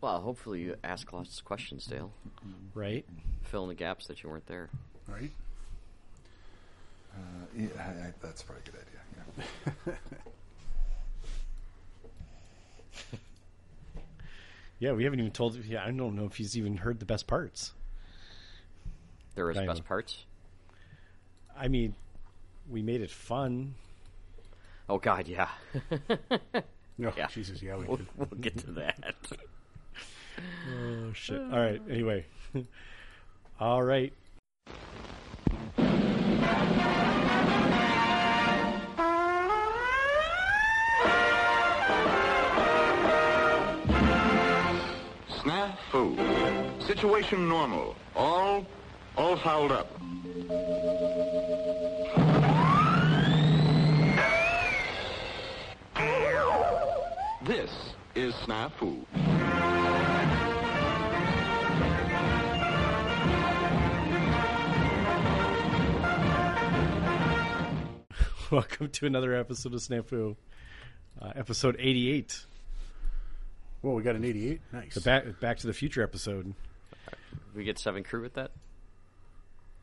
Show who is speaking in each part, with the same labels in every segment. Speaker 1: Well, hopefully you ask lots of questions, Dale.
Speaker 2: right?
Speaker 1: Fill in the gaps that you weren't there.
Speaker 3: right?
Speaker 4: Uh, yeah, I, I, that's probably a good idea. Yeah.
Speaker 2: Yeah, we haven't even told. Yeah, I don't know if he's even heard the best parts.
Speaker 1: There is
Speaker 2: Diamond.
Speaker 1: best parts.
Speaker 2: I mean, we made it fun.
Speaker 1: Oh God, yeah.
Speaker 3: No,
Speaker 1: Yeah.
Speaker 3: Oh, Jesus, yeah, we
Speaker 1: we'll,
Speaker 3: did.
Speaker 1: we'll get to that.
Speaker 2: Oh shit! All right. Anyway, all right.
Speaker 5: Snafu. Situation normal. All, all fouled up. This is Snafu.
Speaker 2: Welcome to another episode of Snafu, uh, episode eighty-eight,
Speaker 3: Well, we got an 88. Nice.
Speaker 2: the Back Back to the Future episode.
Speaker 1: we get seven crew with that.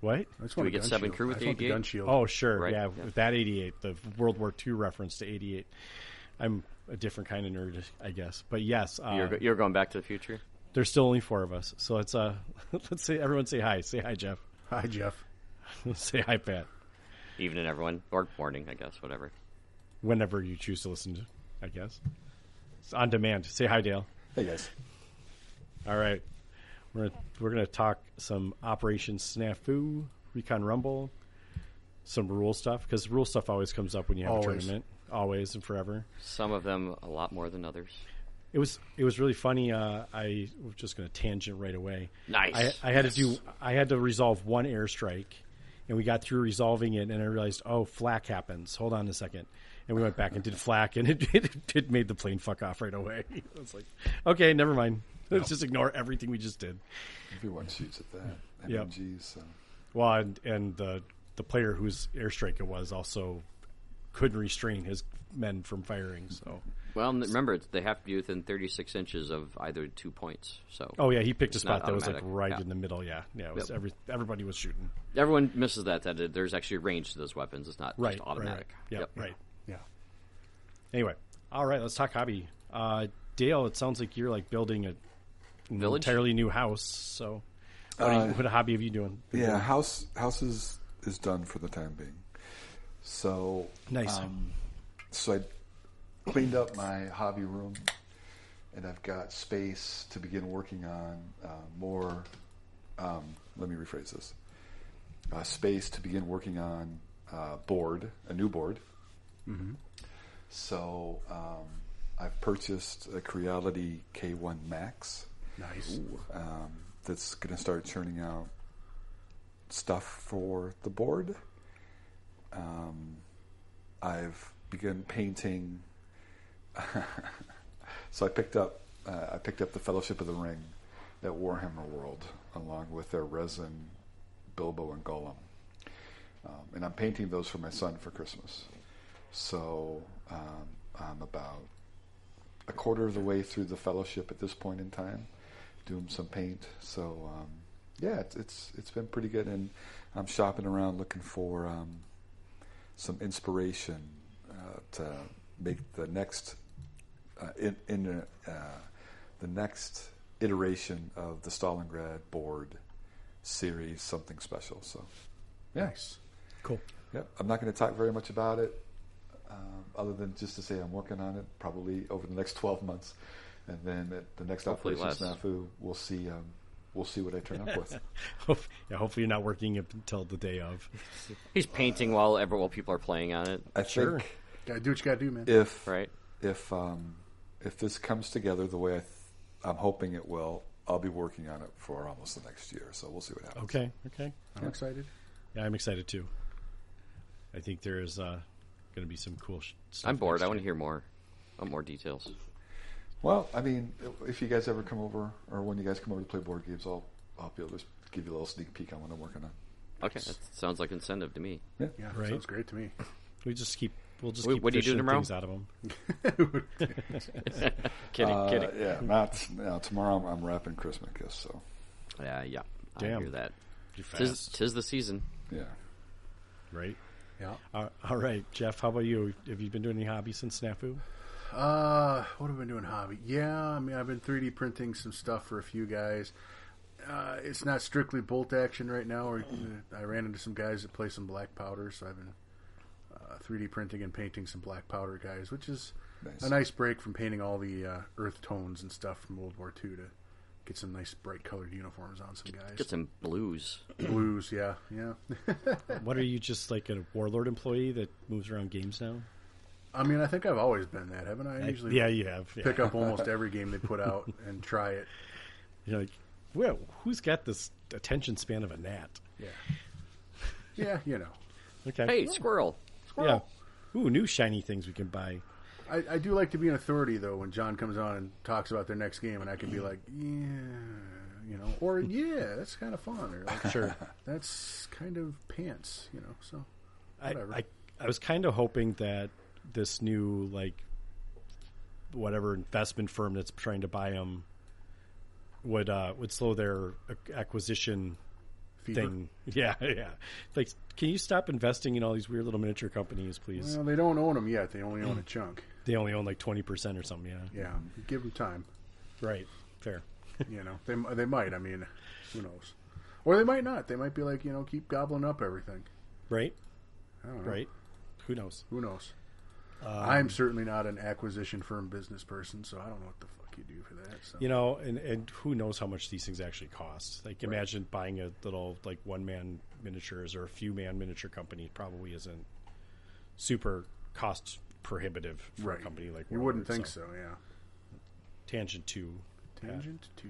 Speaker 2: What?
Speaker 3: I just
Speaker 1: Do
Speaker 3: want
Speaker 1: we
Speaker 3: a
Speaker 1: get
Speaker 3: gun
Speaker 1: seven
Speaker 3: shield.
Speaker 1: crew with
Speaker 3: I just
Speaker 1: the
Speaker 3: want the
Speaker 1: 88?
Speaker 3: gun shield.
Speaker 2: Oh, sure.
Speaker 1: Right,
Speaker 2: Yeah,
Speaker 1: yeah.
Speaker 2: with that 88, the World War II reference to 88. I'm a different kind of nerd, I guess. But yes, uh,
Speaker 1: You're, go- you're going back to the future.
Speaker 2: there's still only four of us. So let's, uh, let's say everyone say hi. Say hi, Jeff.
Speaker 3: hi, Jeff.
Speaker 2: say hi, Pat.
Speaker 1: Evening, everyone, or morning, I guess, whatever.
Speaker 2: Whenever you choose to listen to, I guess. It's on demand. Say hi, Dale.
Speaker 4: Hey guys,
Speaker 2: All right. We're gonna, we're going to talk some Operation Snafu, Recon Rumble, some rule stuff, because rule stuff always comes up when you have a
Speaker 3: Always.
Speaker 2: tournament. Always and forever.
Speaker 1: Some of them a lot more than others.
Speaker 2: It was it was really funny. Uh, I was just going to tangent right away.
Speaker 1: Nice.
Speaker 2: I, I had to do. I had to resolve one airstrike, and we got through resolving it, and I realized, oh, flak happens. Hold on a second, and we went back and did flak, and it it, it made the plane fuck off right away. I was like, okay, never mind. Let's just ignore everything we just did.
Speaker 4: everyone shoots at that.
Speaker 2: Yep.
Speaker 4: MMGs, so
Speaker 2: Well, and, and the the player whose airstrike it was also couldn't restrain his men from firing. So,
Speaker 1: Well, n- remember it's- they have to be within 36 inches of either two points. So
Speaker 2: oh yeah, he picked a
Speaker 1: It's not
Speaker 2: spot that was like
Speaker 1: automatic.
Speaker 2: right
Speaker 1: Yeah.
Speaker 2: in the middle. Yeah, yeah. It was
Speaker 1: Yep.
Speaker 2: every everybody was shooting.
Speaker 1: everyone misses that. That it- there's actually range to those weapons. It's not
Speaker 2: right,
Speaker 1: just automatic.
Speaker 2: Right, right. Yep, right.
Speaker 3: Yeah.
Speaker 2: Anyway, all right, let's talk hobby. Uh, Dale, it sounds like you're like building a an
Speaker 1: Village?
Speaker 2: entirely new house. So, what, are you, what hobby have you doing?
Speaker 4: yeah, house house is, is done for the time being. So
Speaker 2: Nice.
Speaker 4: um, so I cleaned up my hobby room, and I've got space to begin working on uh, more. Um, let me rephrase this: uh, space to begin working on uh, board, a new board. So um, I've purchased a Creality K1 Max
Speaker 3: Nice.
Speaker 4: um, that's going to start churning out stuff for the board. Um, I've begun painting. so I picked up uh, I picked up the Fellowship of the Ring at Warhammer World, along with their resin Bilbo and Golem, um, and I'm painting those for my son for Christmas. So um, I'm about a quarter of the way through the fellowship at this point in time, doing some paint. So um, yeah, it's, it's it's been pretty good, and I'm shopping around looking for um, some inspiration uh, to make the next uh, in, in uh, the next iteration of the Stalingrad board series something special. So yeah.
Speaker 3: Nice.
Speaker 2: Cool.
Speaker 4: Yep. I'm not going to talk very much about it, um, other than just to say I'm working on it probably over the next 12 months, and then at the next
Speaker 1: Hopefully
Speaker 4: operation
Speaker 1: less.
Speaker 4: snafu, we'll see. Um, we'll see what I turn up with.
Speaker 2: Hope, yeah, hopefully, you're not working up until the day of.
Speaker 1: He's painting while ever while people are playing on it.
Speaker 4: I
Speaker 2: Sure.
Speaker 4: think
Speaker 3: Gotta do what you gotta do, man.
Speaker 4: if
Speaker 1: Right.
Speaker 4: if um, if this comes together the way I th- I'm hoping it will, I'll be working on it for almost the next year. So we'll see what happens.
Speaker 2: Okay. Okay.
Speaker 3: I'm excited.
Speaker 2: Yeah, I'm excited too. I think there is uh, going to be some cool sh- stuff.
Speaker 1: I'm bored.
Speaker 2: next
Speaker 1: I
Speaker 2: year.
Speaker 1: want to hear more. I want more details.
Speaker 4: Well, I mean, if you guys ever come over, or when you guys come over to play board games, I'll I'll be able to give you a little sneak peek on what I'm working on.
Speaker 1: Okay, that sounds like incentive to me.
Speaker 3: Yeah,
Speaker 2: Right.
Speaker 3: sounds great to me.
Speaker 2: We just keep We'll just
Speaker 1: Wait,
Speaker 2: keep
Speaker 1: what do you do
Speaker 2: fishing
Speaker 1: tomorrow?
Speaker 2: things out of them.
Speaker 1: Kidding, kidding.
Speaker 4: Uh, yeah, not now. Tomorrow I'm, I'm wrapping Christmas gifts, so
Speaker 1: Yeah, yeah. I
Speaker 2: Damn.
Speaker 1: hear that.
Speaker 2: You're
Speaker 1: Tis,
Speaker 2: fast,
Speaker 1: tis the season.
Speaker 4: yeah.
Speaker 2: right?
Speaker 3: Yeah.
Speaker 2: All- all right, Jeff. How about you? Have you been doing any hobbies since Snafu?
Speaker 3: Uh, what have I been doing? Hobby? Yeah, I mean, I've been 3D printing some stuff for a few guys. Uh, it's not strictly bolt action right now. Or uh, I ran into some guys that play some black powder, so I've been uh, 3D printing and painting some black powder guys, which is
Speaker 4: Nice.
Speaker 3: a nice break from painting all the uh, earth tones and stuff from World War II to get some nice bright colored uniforms on some guys.
Speaker 1: Get some blues.
Speaker 3: Blues, yeah, yeah.
Speaker 2: What are you just like a warlord employee that moves around games now?
Speaker 3: I mean, I think I've always been that, haven't I? I usually
Speaker 2: yeah, you have. Yeah.
Speaker 3: pick up almost every game they put out and try it.
Speaker 2: You're like, well, who's got this attention span of a gnat?
Speaker 3: Yeah, you know.
Speaker 2: Okay.
Speaker 1: Hey, squirrel.
Speaker 2: yeah. Ooh, new shiny things we can buy.
Speaker 3: I, I do like to be an authority though when John comes on and talks about their next game, and I can be like, yeah, you know, or yeah, that's kind of fun, or like,
Speaker 2: Sure.
Speaker 3: that's kind of pants, you know. So
Speaker 2: I,
Speaker 3: Whatever.
Speaker 2: I I was kind of hoping that this new like whatever investment firm that's trying to buy them would uh, would slow their ac- acquisition
Speaker 3: fever.
Speaker 2: thing. Yeah, yeah. It's Like, can you stop investing in all these weird little miniature companies, please?
Speaker 3: Well, they don't own them yet; they only own
Speaker 2: Mm.
Speaker 3: a chunk.
Speaker 2: they only own like twenty percent or something. Yeah,
Speaker 3: Yeah, give them time.
Speaker 2: right. Fair.
Speaker 3: You know, they they might. I mean, who knows? Or they might not. They might be like, you know, keep gobbling up everything.
Speaker 2: Right.
Speaker 3: I don't know.
Speaker 2: Right. Who knows?
Speaker 3: Who knows?
Speaker 2: Um,
Speaker 3: I'm certainly not an acquisition firm business person, so I don't know what the fuck you do for that. So.
Speaker 2: You know, and and who knows how much these things actually cost? Like, imagine buying a little like one man miniatures or a few man miniature company probably isn't super cost prohibitive for a company like
Speaker 3: you
Speaker 2: Warlord,
Speaker 3: wouldn't think so. yeah.
Speaker 2: Tangent two.
Speaker 3: Tangent two.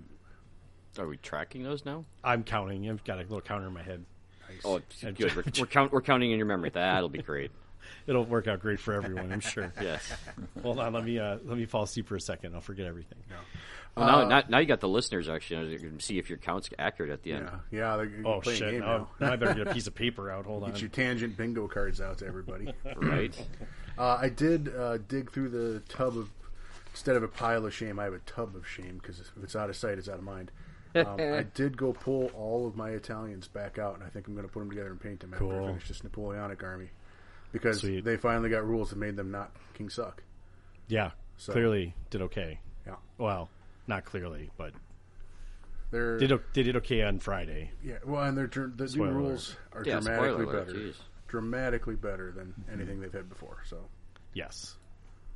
Speaker 1: Are we tracking those now?
Speaker 2: I'm counting. I've got a little counter in my head.
Speaker 1: Oh, good. We're, we're, count, we're counting in your memory. That'll be great.
Speaker 2: It'll work out great for everyone, I'm sure.
Speaker 1: Yes.
Speaker 2: Hold on, let me uh, let me fall asleep for a second. I'll forget everything.
Speaker 1: Well, now, now, now you got the listeners actually. You can see if your count's accurate at the end.
Speaker 3: Yeah, yeah. They're, you're
Speaker 2: Oh
Speaker 3: playing a
Speaker 2: shit!
Speaker 3: game
Speaker 2: Now,
Speaker 3: now.
Speaker 2: now I better get a piece of paper out. Hold on.
Speaker 3: Get your tangent bingo cards out to everybody.
Speaker 1: Right?
Speaker 3: uh, I did uh, dig through the tub of instead of a pile of shame, I have a tub of shame because if it's out of sight, it's out of mind. Um, I did go pull all of my Italians back out, and I think I'm going to put them together and paint them after
Speaker 2: Cool.
Speaker 3: I finish this Napoleonic army because
Speaker 2: Sweet.
Speaker 3: they finally got rules that made them not king suck.
Speaker 2: Yeah,
Speaker 3: So-
Speaker 2: clearly did okay.
Speaker 3: Yeah,
Speaker 2: Well, not clearly, but
Speaker 3: they're
Speaker 2: did o- they did okay on Friday.
Speaker 3: yeah. Well, and their dr- the new
Speaker 2: Spoiler
Speaker 3: rules are
Speaker 1: Yeah, spoiler
Speaker 3: dramatically
Speaker 1: alert,
Speaker 3: better,
Speaker 1: jeez.
Speaker 3: dramatically better than anything they've had before. So
Speaker 2: Yes,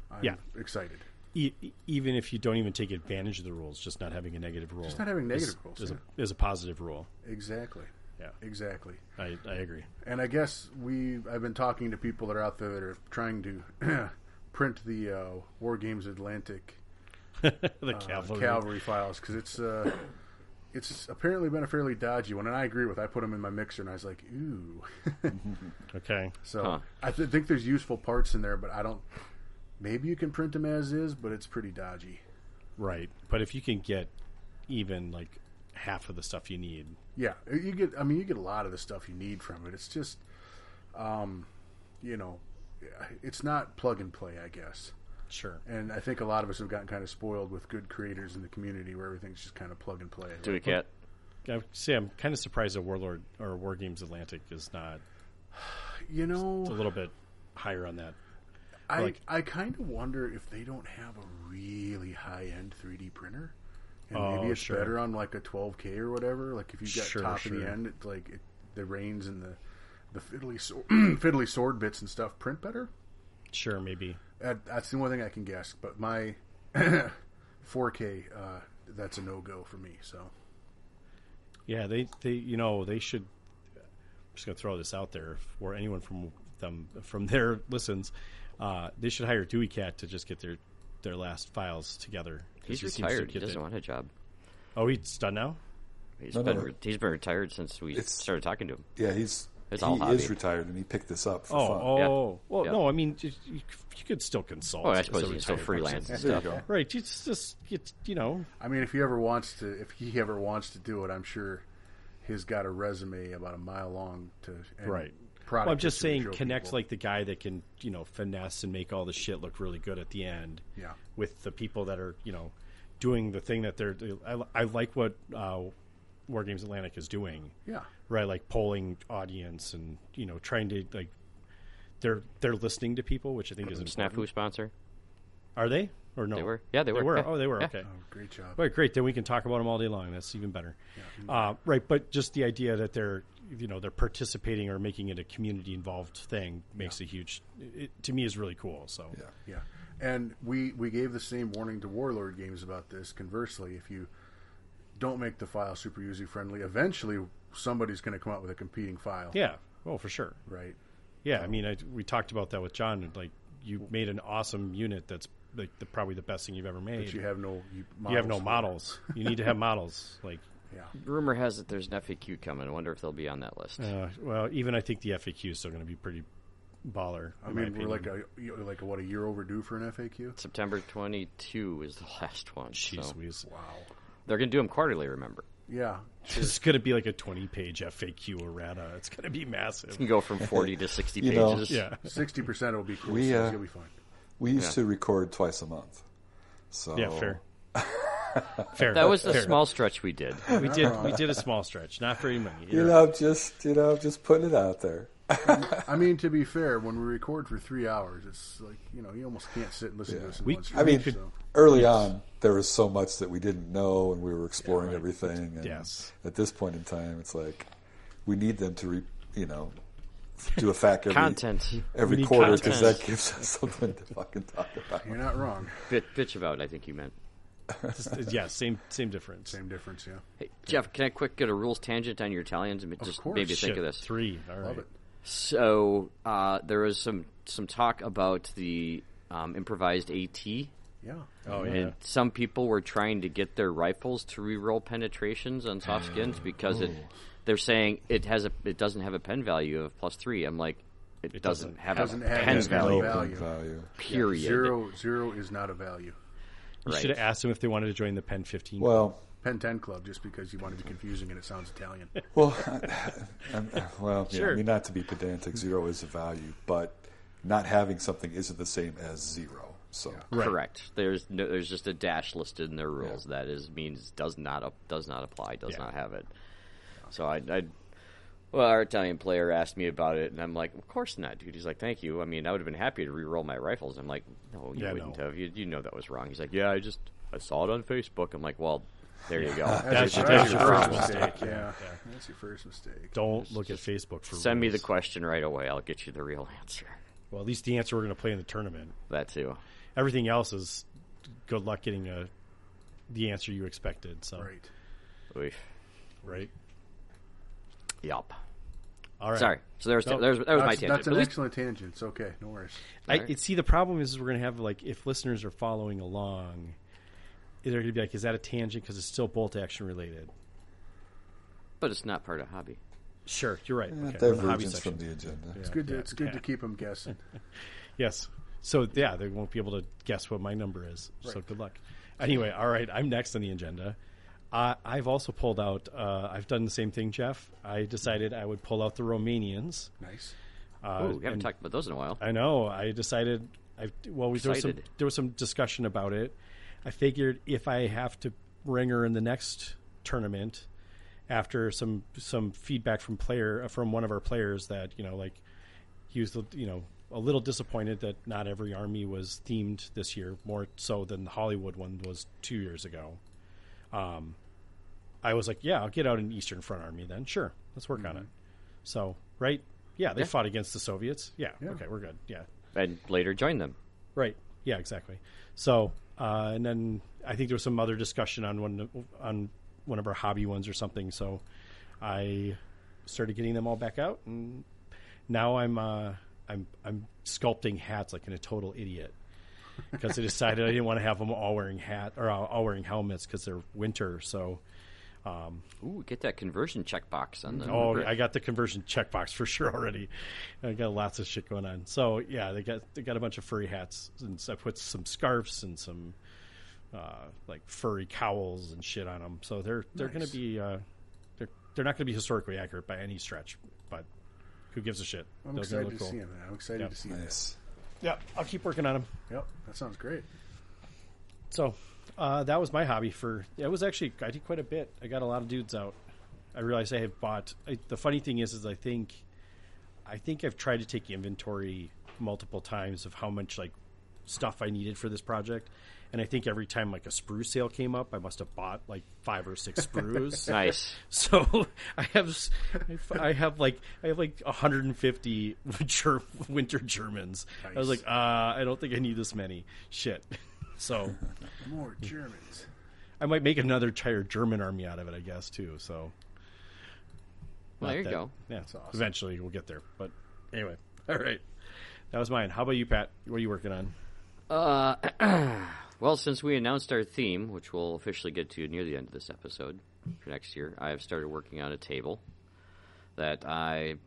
Speaker 3: I'm
Speaker 2: Mm-hmm. Yeah.
Speaker 3: excited.
Speaker 2: e- e- even if you don't even take advantage of the rules, just not having a negative rule, just
Speaker 3: not having negative rules,
Speaker 2: is,
Speaker 3: yeah.
Speaker 2: a, is a positive rule.
Speaker 3: Exactly.
Speaker 2: Yeah,
Speaker 3: Exactly.
Speaker 2: I, I agree.
Speaker 3: And I guess we I've been talking to people that are out there that are trying to print the uh, War Games Atlantic
Speaker 2: the
Speaker 3: uh,
Speaker 2: cavalry.
Speaker 3: cavalry files because it's uh, it's apparently been a fairly dodgy one, and I agree with. I put them in my mixer, and I was like, ooh.
Speaker 2: Okay,
Speaker 3: so
Speaker 1: Huh.
Speaker 3: I th- think there's useful parts in there, but I don't. Maybe you can print them as is, but it's pretty dodgy.
Speaker 2: right. But if you can get even like half of the stuff you need,
Speaker 3: Yeah, uh, you get. I mean, you get a lot of the stuff you need from it. It's just, um, you know, it's not plug and play, I guess.
Speaker 2: sure.
Speaker 3: And I think a lot of us have gotten kind of spoiled with good creators in the community where everything's just kind of plug and play.
Speaker 1: Do it, Cat.
Speaker 2: I would say I'm kind of surprised that Warlord or War Games Atlantic is not
Speaker 3: You
Speaker 2: a
Speaker 3: know,
Speaker 2: little bit higher on that.
Speaker 3: I
Speaker 2: like-
Speaker 3: I kind of wonder if they don't have a really high end 3D printer, and
Speaker 2: Oh,
Speaker 3: maybe it's
Speaker 2: sure.
Speaker 3: better on like a 12K or whatever. Like if you got
Speaker 2: Sure,
Speaker 3: top of
Speaker 2: sure.
Speaker 3: the end, it, like it, the reins and the the fiddly sword, fiddly sword bits and stuff print better.
Speaker 2: Sure, maybe.
Speaker 3: That, that's the only thing I can guess. But my 4K, uh, that's a no go for me. So
Speaker 2: Yeah, they, they you know they should. I'm just gonna throw this out there for anyone from them from their listens. Uh, they should hire Dewey Cat to just get their their last files together. 'cause
Speaker 1: He's
Speaker 2: he seems to
Speaker 1: retired. He
Speaker 2: get
Speaker 1: doesn't
Speaker 2: it-
Speaker 1: want a job.
Speaker 2: Oh, he's done now.
Speaker 1: He's
Speaker 4: No, no,
Speaker 1: been
Speaker 4: no.
Speaker 1: re- he's been retired since we
Speaker 4: It's-
Speaker 1: started talking to him.
Speaker 4: Yeah, he's
Speaker 1: It's
Speaker 4: he
Speaker 1: all hobby.
Speaker 4: is retired, and he picked this up for
Speaker 2: Oh,
Speaker 4: fun.
Speaker 2: oh,
Speaker 1: Yeah.
Speaker 2: well,
Speaker 1: Yeah.
Speaker 2: no. I mean, you, you you could still consult.
Speaker 1: Oh,
Speaker 2: as
Speaker 1: I
Speaker 2: a
Speaker 1: suppose he's still
Speaker 2: retired
Speaker 1: freelance
Speaker 2: person.
Speaker 1: and
Speaker 4: There you
Speaker 1: stuff.
Speaker 4: go.
Speaker 2: Right, just just get you know.
Speaker 3: I mean, if he ever wants to, if he ever wants to do it, I'm sure he's got a resume about a mile long to and
Speaker 2: Right.
Speaker 3: product.
Speaker 2: Well, I'm just
Speaker 3: that you
Speaker 2: saying,
Speaker 3: show
Speaker 2: connects
Speaker 3: people.
Speaker 2: like the guy that can, you know, finesse and make all the shit look really good at the end.
Speaker 3: Yeah.
Speaker 2: With the people that are, you know, doing the thing that they're. I, I like what uh, War Games Atlantic is doing.
Speaker 3: Yeah.
Speaker 2: Right, like polling audience and you know trying to like they're they're listening to people, which I think is important.
Speaker 1: Snafu sponsor.
Speaker 2: Are they or no?
Speaker 1: They were. Yeah, they were. Yeah.
Speaker 2: Oh, they were.
Speaker 1: Yeah.
Speaker 2: Okay.
Speaker 3: Oh, great job.
Speaker 2: All right, great. Then we can talk about them all day long. That's even better. Uh, right, but just the idea that they're you know they're participating or making it a community involved thing makes a huge it, to me is really cool. So
Speaker 4: Yeah.
Speaker 3: Yeah, and we we gave the same warning to Warlord games about this. Conversely, if you don't make the file super user friendly, eventually somebody's going to come up with a competing file.
Speaker 2: yeah, well for sure.
Speaker 3: Right.
Speaker 2: Yeah, I mean I, we talked about that with John. and, Like you made an awesome unit that's like the, probably the best thing you've ever made.
Speaker 3: But you have no you,
Speaker 2: You have no
Speaker 3: for it.
Speaker 2: models. You need to have models. Like
Speaker 3: Yeah.
Speaker 1: Rumor has it there's an FAQ coming. I wonder if they'll be on that list.
Speaker 2: uh, well, even I think the FAQ is still going to be pretty baller.
Speaker 3: I mean, we're like a you know, like a, what a year overdue for an FAQ.
Speaker 1: September 22 is the last one.
Speaker 2: jeez,
Speaker 1: so
Speaker 2: Louise.
Speaker 3: Wow.
Speaker 1: they're going to do them quarterly. Remember,
Speaker 3: Yeah.
Speaker 2: It's going to be like a 20 page FAQ errata. It's going to be massive.
Speaker 1: you can go from 40 to 60
Speaker 4: You know,
Speaker 1: pages.
Speaker 2: Yeah.
Speaker 3: Sixty percent will be cool.
Speaker 4: We,
Speaker 3: so
Speaker 4: uh,
Speaker 3: you'll be fine.
Speaker 4: We used
Speaker 1: Yeah.
Speaker 4: to record twice a month. So
Speaker 2: Yeah, fair. fair.
Speaker 1: Oh. That was the
Speaker 2: fair.
Speaker 1: small stretch we did.
Speaker 2: We did we did a small stretch, not very many.
Speaker 4: You know, just you know, just putting it out there.
Speaker 3: I mean, to be fair, when we record for three hours, it's like you know you almost can't sit and listen to this. In
Speaker 2: We-
Speaker 3: one
Speaker 2: I
Speaker 4: I
Speaker 3: straight,
Speaker 4: mean,
Speaker 3: so.
Speaker 4: early on, there was so much that we didn't know, and we were exploring everything. And
Speaker 2: Yes.
Speaker 4: at this point in time, it's like we need them to, re, you know, do a fact every
Speaker 1: Content.
Speaker 4: every
Speaker 2: We need
Speaker 4: quarter because
Speaker 1: content.
Speaker 4: that gives us something to fucking talk about.
Speaker 3: you're not wrong.
Speaker 1: Bit, bitch about. I think you meant.
Speaker 2: Just- yeah, same same difference.
Speaker 3: Same difference. Yeah.
Speaker 1: Hey, Jeff, can I quick get a rules tangent on your Italians? and Just
Speaker 3: course.
Speaker 1: made me think
Speaker 2: Shit,
Speaker 1: of this.
Speaker 2: Three. All right.
Speaker 3: Love it.
Speaker 1: So uh, there was some some talk about the um, improvised AT,
Speaker 3: Yeah.
Speaker 2: Oh yeah.
Speaker 1: and some people were trying to get their rifles to re-roll penetrations on soft skins because it. They're saying it has a it doesn't have a pen value of plus three. I'm like, it, doesn't,
Speaker 2: doesn't.
Speaker 1: have
Speaker 3: Doesn't
Speaker 1: a
Speaker 3: have
Speaker 1: pen
Speaker 3: any
Speaker 1: value.
Speaker 4: No
Speaker 3: value.
Speaker 4: value.
Speaker 1: Period.
Speaker 3: Zero zero is not a value.
Speaker 2: you
Speaker 1: Right.
Speaker 2: should have asked them if they wanted to join the Pen 15.
Speaker 4: Well,
Speaker 3: Pen Ten Club, just because you want to be confusing and it sounds Italian.
Speaker 4: well, I'm- well. Yeah,
Speaker 2: Sure.
Speaker 4: I mean, not to be pedantic, zero is a value, but not having something isn't the same as zero. So.
Speaker 1: Correct. There's no, there's just a dash listed in their rules that is means does not up, does not apply, does
Speaker 2: Yeah.
Speaker 1: not have it. So I, I, well, our Italian player asked me about it, and I'm like, of course not, dude. He's like, thank you. I mean, I would have been happy to re-roll my rifles. I'm like, no, you
Speaker 2: Yeah,
Speaker 1: wouldn't
Speaker 2: no.
Speaker 1: have. You, you know that was wrong. He's like, yeah, I just I saw it on Facebook. I'm like, well, there you go.
Speaker 2: that's,
Speaker 3: Right,
Speaker 2: that's your first
Speaker 3: first
Speaker 2: mistake.
Speaker 3: Yeah. That's your first mistake.
Speaker 2: Don't look at Facebook for
Speaker 1: Send me the
Speaker 2: rules.
Speaker 1: question right away. I'll get you the real answer.
Speaker 2: Well, at least the answer we're going to play in the tournament.
Speaker 1: That too.
Speaker 2: Everything else is good luck getting a the answer you expected. So
Speaker 3: Right.
Speaker 1: Oof.
Speaker 2: right?
Speaker 1: Yup.
Speaker 2: All right.
Speaker 1: Sorry. So there's
Speaker 2: Nope.
Speaker 1: there's that was my
Speaker 3: That's,
Speaker 1: tangent.
Speaker 3: that's
Speaker 1: But
Speaker 3: an
Speaker 1: at least-
Speaker 3: excellent tangent. It's okay. No worries.
Speaker 2: I,
Speaker 1: Alright.
Speaker 2: See, the problem is we're going to have like if listeners are following along, they're going to be like, "Is that a tangent?" Because it's still bolt action related.
Speaker 1: but it's not part of hobby.
Speaker 2: Sure, you're right.
Speaker 4: Yeah,
Speaker 2: okay, we're in the hobby
Speaker 4: divergence
Speaker 2: section.
Speaker 4: from the agenda.
Speaker 3: It's good. To,
Speaker 2: yeah,
Speaker 3: it's good
Speaker 2: yeah.
Speaker 3: to keep them guessing.
Speaker 2: Yes. So yeah, they won't be able to guess what my number is. So good luck. Anyway, all right, I'm next on the agenda. Uh, I've also pulled out. Uh, I've done the same thing, Jeff. I decided I would pull out the Romanians.
Speaker 3: nice.
Speaker 1: Ooh,
Speaker 2: Uh,
Speaker 1: we haven't talked about those in a while.
Speaker 2: I know. I decided. I well, we, there was some
Speaker 1: Excited.
Speaker 2: there was some discussion about it. I figured if I have to ring her in the next tournament, after some some feedback from player from one of our players that you know like he was you know a little disappointed that not every army was themed this year, more so than the Hollywood one was two years ago. Um, I was like, yeah, I'll get out an Eastern Front army then. Sure, let's work on it. So right, Mm-hmm. yeah, they fought against the Soviets. Yeah, okay, we're good. Yeah,
Speaker 1: and later join them.
Speaker 2: right. Yeah, exactly. So uh, and then I think there was some other discussion on one on one of our hobby ones or something. So I started getting them all back out, and now I'm uh, I'm I'm sculpting hats like in a total idiot because I decided I didn't want to have them all wearing hat or all all wearing helmets because they're winter. So.
Speaker 1: Ooh, get that conversion checkbox on the.
Speaker 2: Oh,
Speaker 1: brick.
Speaker 2: I got the conversion checkbox for sure already. I got lots of shit going on. So yeah, they got they got a bunch of furry hats, and so I put some scarves and some uh, like furry cowls and shit on them. So they're they're going to be uh, they're they're not going to be historically accurate by any stretch, but Who gives a shit?
Speaker 3: I'm
Speaker 2: Those are gonna
Speaker 3: excited to
Speaker 2: look
Speaker 3: see
Speaker 2: cool.
Speaker 3: him. man. I'm excited
Speaker 2: Yeah.
Speaker 3: to see him.
Speaker 6: Nice.
Speaker 2: Yeah, I'll keep working on them.
Speaker 3: Yep, that sounds great.
Speaker 2: So uh, that was my hobby for. It was actually I did quite a bit. I got a lot of dudes out. I realized I have bought. I, the funny thing is, is I think, I think I've tried to take inventory multiple times of how much like stuff I needed for this project, and I think every time like a sprue sale came up, I must have bought like five or six sprues.
Speaker 1: Nice.
Speaker 2: So I have, s- I f- I have like I have like 150 winter, winter Germans. I was
Speaker 3: Nice.
Speaker 2: like, uh, I don't think I need this many. Shit. So
Speaker 3: More Germans.
Speaker 2: I might make another entire German army out of it, I guess, too. So
Speaker 1: Well,
Speaker 2: not
Speaker 1: there you
Speaker 2: that-
Speaker 1: go.
Speaker 2: Yeah,
Speaker 3: awesome.
Speaker 2: eventually we'll get there. But anyway, all right. That was mine. How about you, Pat? What are you working on?
Speaker 1: Well, since we announced our theme, which we'll officially get to near the end of this episode for next year, I have started working on a table that I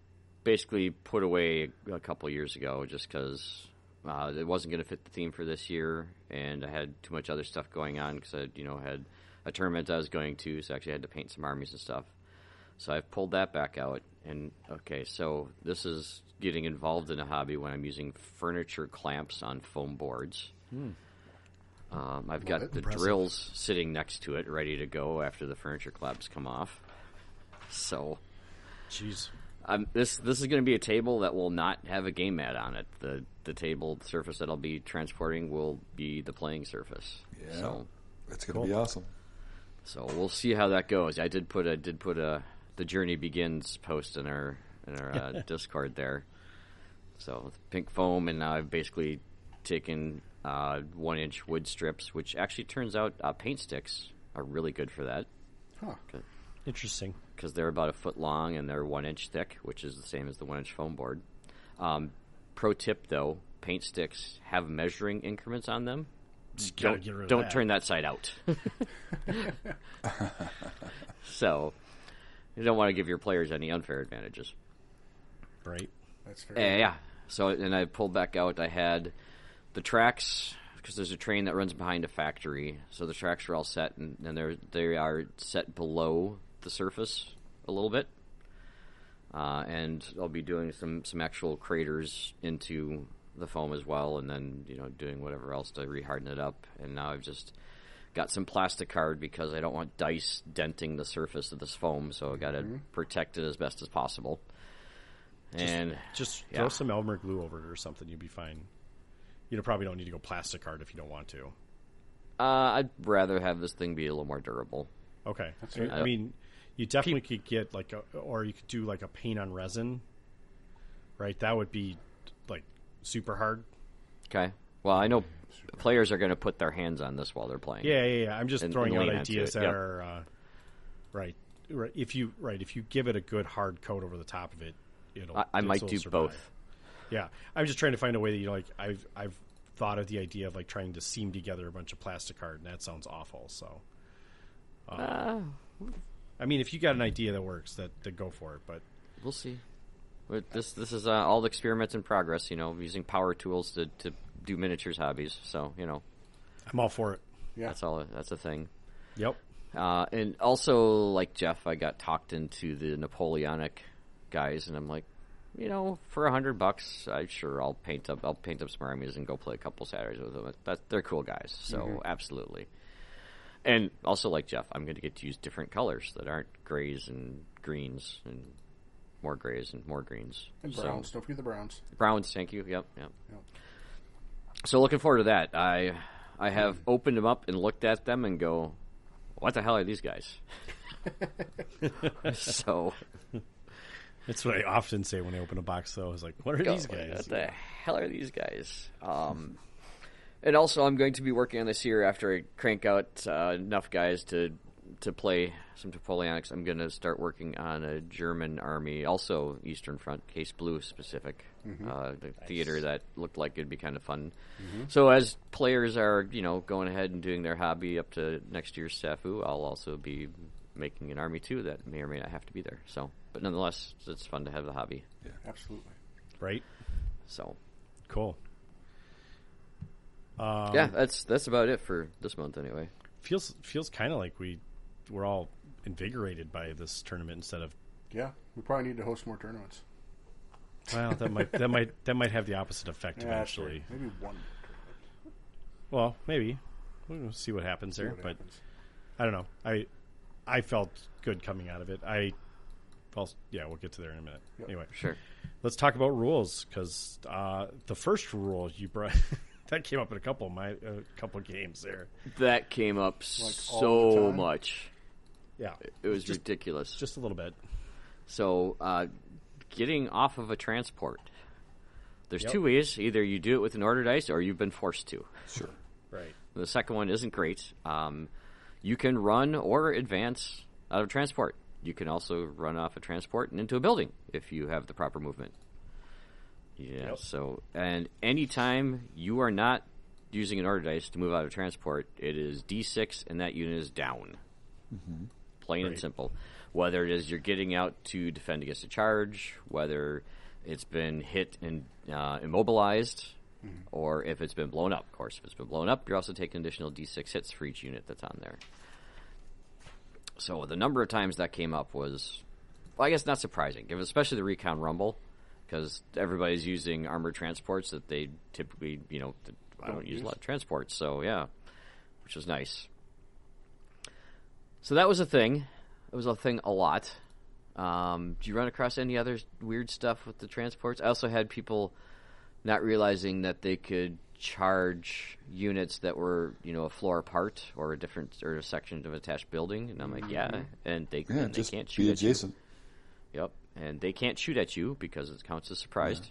Speaker 1: basically put away a couple years ago just because uh, it wasn't going to fit the theme for this year, and I had too much other stuff going on because I, you know, had a tournament I was going to, so I actually had to paint some armies and stuff. So I've pulled that back out, and okay, so this is getting involved in a hobby when I'm using furniture clamps on foam boards. Um, I've got the drills sitting next to it, ready to go after the furniture clamps come off. So
Speaker 2: Jeez.
Speaker 1: um, this this is going to be a table that will not have a game mat on it. The the table surface that I'll be transporting will be the playing surface.
Speaker 4: Yeah.
Speaker 1: So
Speaker 4: It's going to be awesome.
Speaker 1: so we'll see how that goes. I did put a did put a the journey begins post in our in our uh, Discord there. So with pink foam, and now I've basically taken uh, one inch wood strips, which actually turns out uh, paint sticks are really good for that
Speaker 2: Interesting.
Speaker 1: because they're about a foot long and they're one inch thick, which is the same as the one inch foam board. Um, pro tip though, paint sticks have measuring increments on them.
Speaker 2: Gotta
Speaker 1: Don't,
Speaker 2: get rid of
Speaker 1: don't
Speaker 2: that.
Speaker 1: turn that side out. so, you don't want to give your players any unfair advantages.
Speaker 2: Right.
Speaker 3: That's fair.
Speaker 1: Yeah, yeah. So and I pulled back out. I had the tracks because there's a train that runs behind a factory, so the tracks are all set and, and they're they are set below the surface a little bit. Uh, and I'll be doing some some actual craters into the foam as well, and then you know doing whatever else to reharden it up. And now I've just got some plastic card because I don't want dice denting the surface of this foam, so I got to protect it as best as possible. and
Speaker 2: Just
Speaker 1: Yeah.
Speaker 2: throw some Elmer glue over it or something. You'd be fine. You probably don't need to go plastic art if you don't want to.
Speaker 1: Uh, I'd rather have this thing be a little more durable.
Speaker 2: Okay. I, I mean, you definitely could get like, a, or you could do like a paint on resin, right? That would be like super hard.
Speaker 1: Okay. Well, I know players are going to put their hands on this while they're playing.
Speaker 2: Yeah, yeah, yeah. I'm just
Speaker 1: And-
Speaker 2: throwing
Speaker 1: and
Speaker 2: out
Speaker 1: lean onto
Speaker 2: ideas
Speaker 1: it,
Speaker 2: that
Speaker 1: yep.
Speaker 2: are uh, right, right. If you right, if you give it a good hard coat over the top of it, it'll.
Speaker 1: I, I
Speaker 2: it'll
Speaker 1: might do
Speaker 2: survive.
Speaker 1: both.
Speaker 2: Yeah, I'm just trying to find a way that you know, like I've I've thought of the idea of like trying to seam together a bunch of plastic art, and that sounds awful. So, um,
Speaker 1: Uh.
Speaker 2: I mean, if you got an idea that works, that then go for it. But
Speaker 1: We'll see. But this this is uh, all the experiments in progress. You know, using power tools to, to do miniatures hobbies. So you know,
Speaker 2: I'm all for it.
Speaker 3: Yeah.
Speaker 1: that's all. That's a thing.
Speaker 2: Yep.
Speaker 1: Uh, and also, like Jeff, I got talked into the Napoleonic guys, and I'm like, you know, for a hundred bucks, I sure I'll paint up. I'll paint up some armies and go play a couple Saturdays with them. That they're cool guys, so
Speaker 3: Mm-hmm.
Speaker 1: absolutely. And also, like Jeff, I'm going to get to use different colors that aren't grays and greens and more grays and more greens.
Speaker 3: And
Speaker 1: So-
Speaker 3: Browns. Don't forget the Browns.
Speaker 1: Browns, thank you. Yep, yep.
Speaker 3: Yep.
Speaker 1: So looking forward to that. I I have opened them up and looked at them and go, what the hell are these guys? so
Speaker 2: That's what I often say when I open a box. Though, I was like, "What are these
Speaker 1: go,
Speaker 2: guys?"
Speaker 1: What the hell are these guys? Um, and also, I'm going to be working on this year after I crank out uh, enough guys to to play some Napoleonics. I'm going to start working on a German army, also Eastern Front, Case Blue specific,
Speaker 2: Mm-hmm.
Speaker 1: uh, the theater that looked like it'd be kind of fun. So as players are, you know, going ahead and doing their hobby up to next year's Safu, I'll also be making an army too that may or may not have to be there. So, but nonetheless, it's fun to have the hobby.
Speaker 3: Absolutely.
Speaker 2: Right.
Speaker 1: So.
Speaker 2: Cool.
Speaker 1: yeah, that's that's about it for this month anyway.
Speaker 2: Feels feels kind of like we we're all invigorated by this tournament instead of
Speaker 3: Yeah. We probably need to host more tournaments.
Speaker 2: Well, that might that might that might have the opposite effect
Speaker 6: Yeah, that's
Speaker 2: eventually.
Speaker 6: right. Maybe one.
Speaker 2: Well, maybe we'll see what happens there.
Speaker 6: what
Speaker 2: but
Speaker 6: happens.
Speaker 2: I don't know. I I felt good coming out of it. I well, yeah, we'll get to there in a minute. Anyway,
Speaker 1: Sure.
Speaker 2: let's talk about rules because uh, the first rule you brought that came up in a couple of my a couple of games there.
Speaker 1: That came up
Speaker 6: all the
Speaker 1: so
Speaker 6: time?
Speaker 1: much.
Speaker 2: Yeah,
Speaker 1: It was ridiculous.
Speaker 2: just a little bit.
Speaker 1: So, uh, getting off of a transport. There's
Speaker 2: Yep.
Speaker 1: two ways. Either you do it with an order dice, or you've been forced to.
Speaker 4: Sure.
Speaker 2: Right.
Speaker 1: The second one isn't great. Um, you can run or advance out of transport. You can also run off a transport and into a building if you have the proper movement. Yeah.
Speaker 2: Yep.
Speaker 1: So, and anytime you are not using an order dice to move out of transport, it is D6 and that unit is down. Plain and simple. Whether it is you're getting out to defend against a charge, whether it's been hit and uh, immobilized, or if it's been blown up. Of course, if it's been blown up, you're also taking additional D6 hits for each unit that's on there. So the number of times that came up was, well, I guess not surprising, given- especially the recon rumble, because everybody's using armored transports that they typically, you know, th- I don't use a lot of transports. So yeah, which was nice. So that was a thing. It was a thing a lot. Um, do you run across any other weird stuff with the transports? I also had people not realizing that they could charge units that were, you know, a floor apart or a different or a section of attached building. And I'm like, yeah, and they,
Speaker 4: Yeah,
Speaker 1: and they
Speaker 4: just
Speaker 1: can't
Speaker 4: be
Speaker 1: shoot at you.
Speaker 4: adjacent.
Speaker 1: Yep, and they can't shoot at you because it counts as surprised.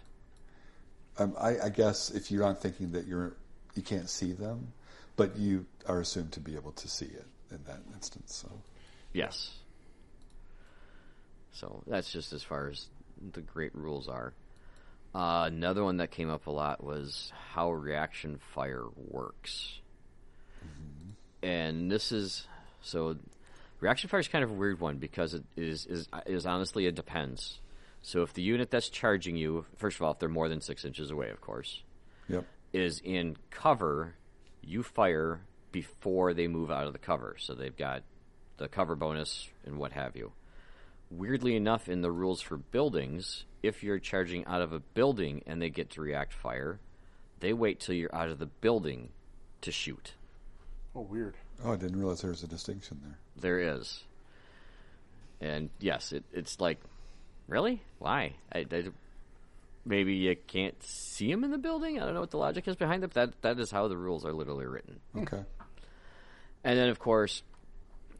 Speaker 4: Um, I, I guess if you're not thinking that you're you can't see them, but you are assumed to be able to see it in that instance. So
Speaker 1: Yes. So that's just as far as the great rules are. Uh, another one that came up a lot was how reaction fire works. And this is so reaction fire is kind of a weird one because it is is is honestly it depends. So if the unit that's charging you, first of all, if they're more than six inches away, of course,
Speaker 4: yep,
Speaker 1: is in cover, you fire before they move out of the cover. So they've got the cover bonus and what have you. Weirdly enough, in the rules for buildings, if you're charging out of a building and they get to react fire, they wait till you're out of the building to shoot.
Speaker 6: Oh, weird.
Speaker 4: oh, I didn't realize there was a distinction there.
Speaker 1: There is. And yes, it, it's like, really? Why? I, I- maybe you can't see him in the building? I don't know what the logic is behind it, but that, that is how the rules are literally written.
Speaker 4: Okay,
Speaker 1: And then, of course,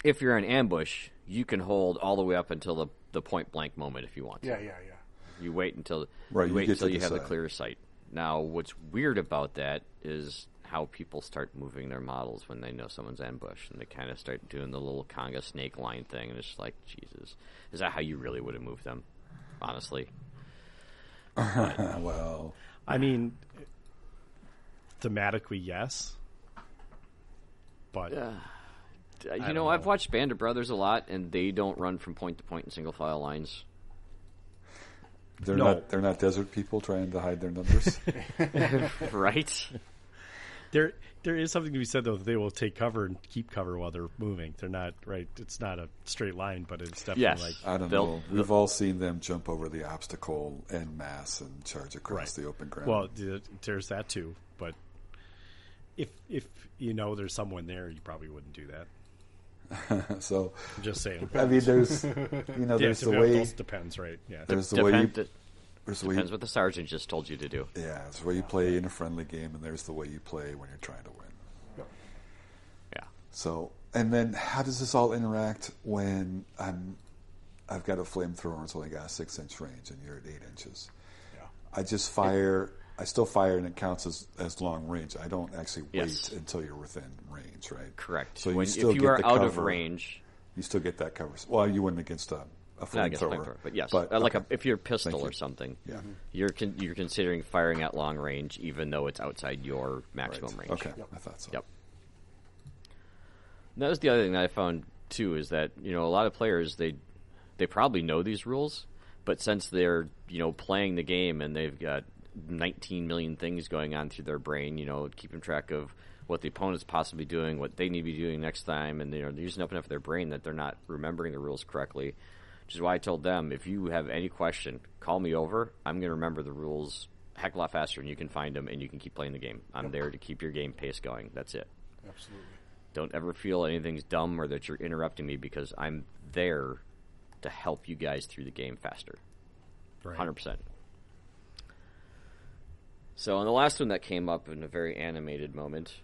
Speaker 1: if you're in ambush, you can hold all the way up until the, the point blank moment if you want. to.
Speaker 6: Yeah, yeah, yeah.
Speaker 1: You wait until
Speaker 4: Right,
Speaker 1: you
Speaker 4: you
Speaker 1: wait
Speaker 4: get
Speaker 1: until
Speaker 4: to
Speaker 1: you have the
Speaker 4: decide.
Speaker 1: clear sight. Now, what's weird about that is how people start moving their models when they know someone's ambushed, and they kind of start doing the little conga snake line thing, and it's just like, Jesus, is that how you really would have moved them? Honestly,
Speaker 4: Uh, well,
Speaker 2: I mean, thematically, yes, but
Speaker 1: Uh, you know,
Speaker 2: don't
Speaker 1: I've
Speaker 2: know.
Speaker 1: watched Band of Brothers a lot, and they don't run from point to point in single file lines.
Speaker 4: they're
Speaker 2: No.
Speaker 4: not they're not desert people trying to hide their numbers.
Speaker 1: right?
Speaker 2: there there is something to be said though. That they will take cover and keep cover while they're moving. They're not right. It's not a straight line, but it's definitely
Speaker 1: Yes.
Speaker 2: like
Speaker 4: I don't
Speaker 1: They'll-
Speaker 4: know. We've all seen them jump over the obstacle en mass and charge across
Speaker 2: Right.
Speaker 4: the open ground.
Speaker 2: Well, th- there's that too, but if if you know there's someone there, you probably wouldn't do that.
Speaker 4: so
Speaker 2: I'm just saying.
Speaker 4: I mean, there's you know,
Speaker 2: Yeah,
Speaker 4: there's the
Speaker 2: dep-
Speaker 4: way
Speaker 2: those depends, right? Yeah.
Speaker 4: there's the way you,
Speaker 1: Depend-
Speaker 4: there's the way
Speaker 1: depends
Speaker 4: you,
Speaker 1: what the sergeant just told you to do.
Speaker 4: yeah, there's the way you play in a friendly game, and there's the way you play when you're trying to win.
Speaker 1: Yeah.
Speaker 4: So, and then how does this all interact when I'm, I've got a flamethrower and it's only got a six inch range and you're at eight inches?
Speaker 6: Yeah.
Speaker 4: I just fire, I still fire and it counts as, as long range. I don't actually wait
Speaker 1: Yes.
Speaker 4: until you're within range, right?
Speaker 1: Correct.
Speaker 4: So you
Speaker 1: when,
Speaker 4: still
Speaker 1: if you
Speaker 4: get
Speaker 1: are
Speaker 4: the
Speaker 1: out of
Speaker 4: cover.
Speaker 1: range,
Speaker 4: You still get that cover. Well, you wouldn't against a, a
Speaker 1: not against
Speaker 4: flamethrower.
Speaker 1: flamethrower, but yes, uh, like a,
Speaker 4: okay.
Speaker 1: if you're a pistol
Speaker 4: Thank you.
Speaker 1: or something,
Speaker 4: Yeah.
Speaker 1: you're con- you're considering firing at long range, even though it's outside your maximum range.
Speaker 4: Okay, I thought so.
Speaker 1: Yep. And That was the other thing that I found too is that you know a lot of players they they probably know these rules, but since they're you know playing the game and they've got 19 million things going on through their brain, you know, keeping track of what the opponent's possibly doing, what they need to be doing next time, and you know, they're using up enough of their brain that they're not remembering the rules correctly Which is why I told them if you have any question, call me over. I'm going to remember the rules a heck of a lot faster, and you can find them and you can keep playing the game. I'm there to keep your game pace going. That's it.
Speaker 3: Absolutely.
Speaker 1: Don't ever feel anything's dumb or that you're interrupting me because I'm there to help you guys through the game faster.
Speaker 2: Right.
Speaker 1: Hundred percent. So, and the last one that came up in a very animated moment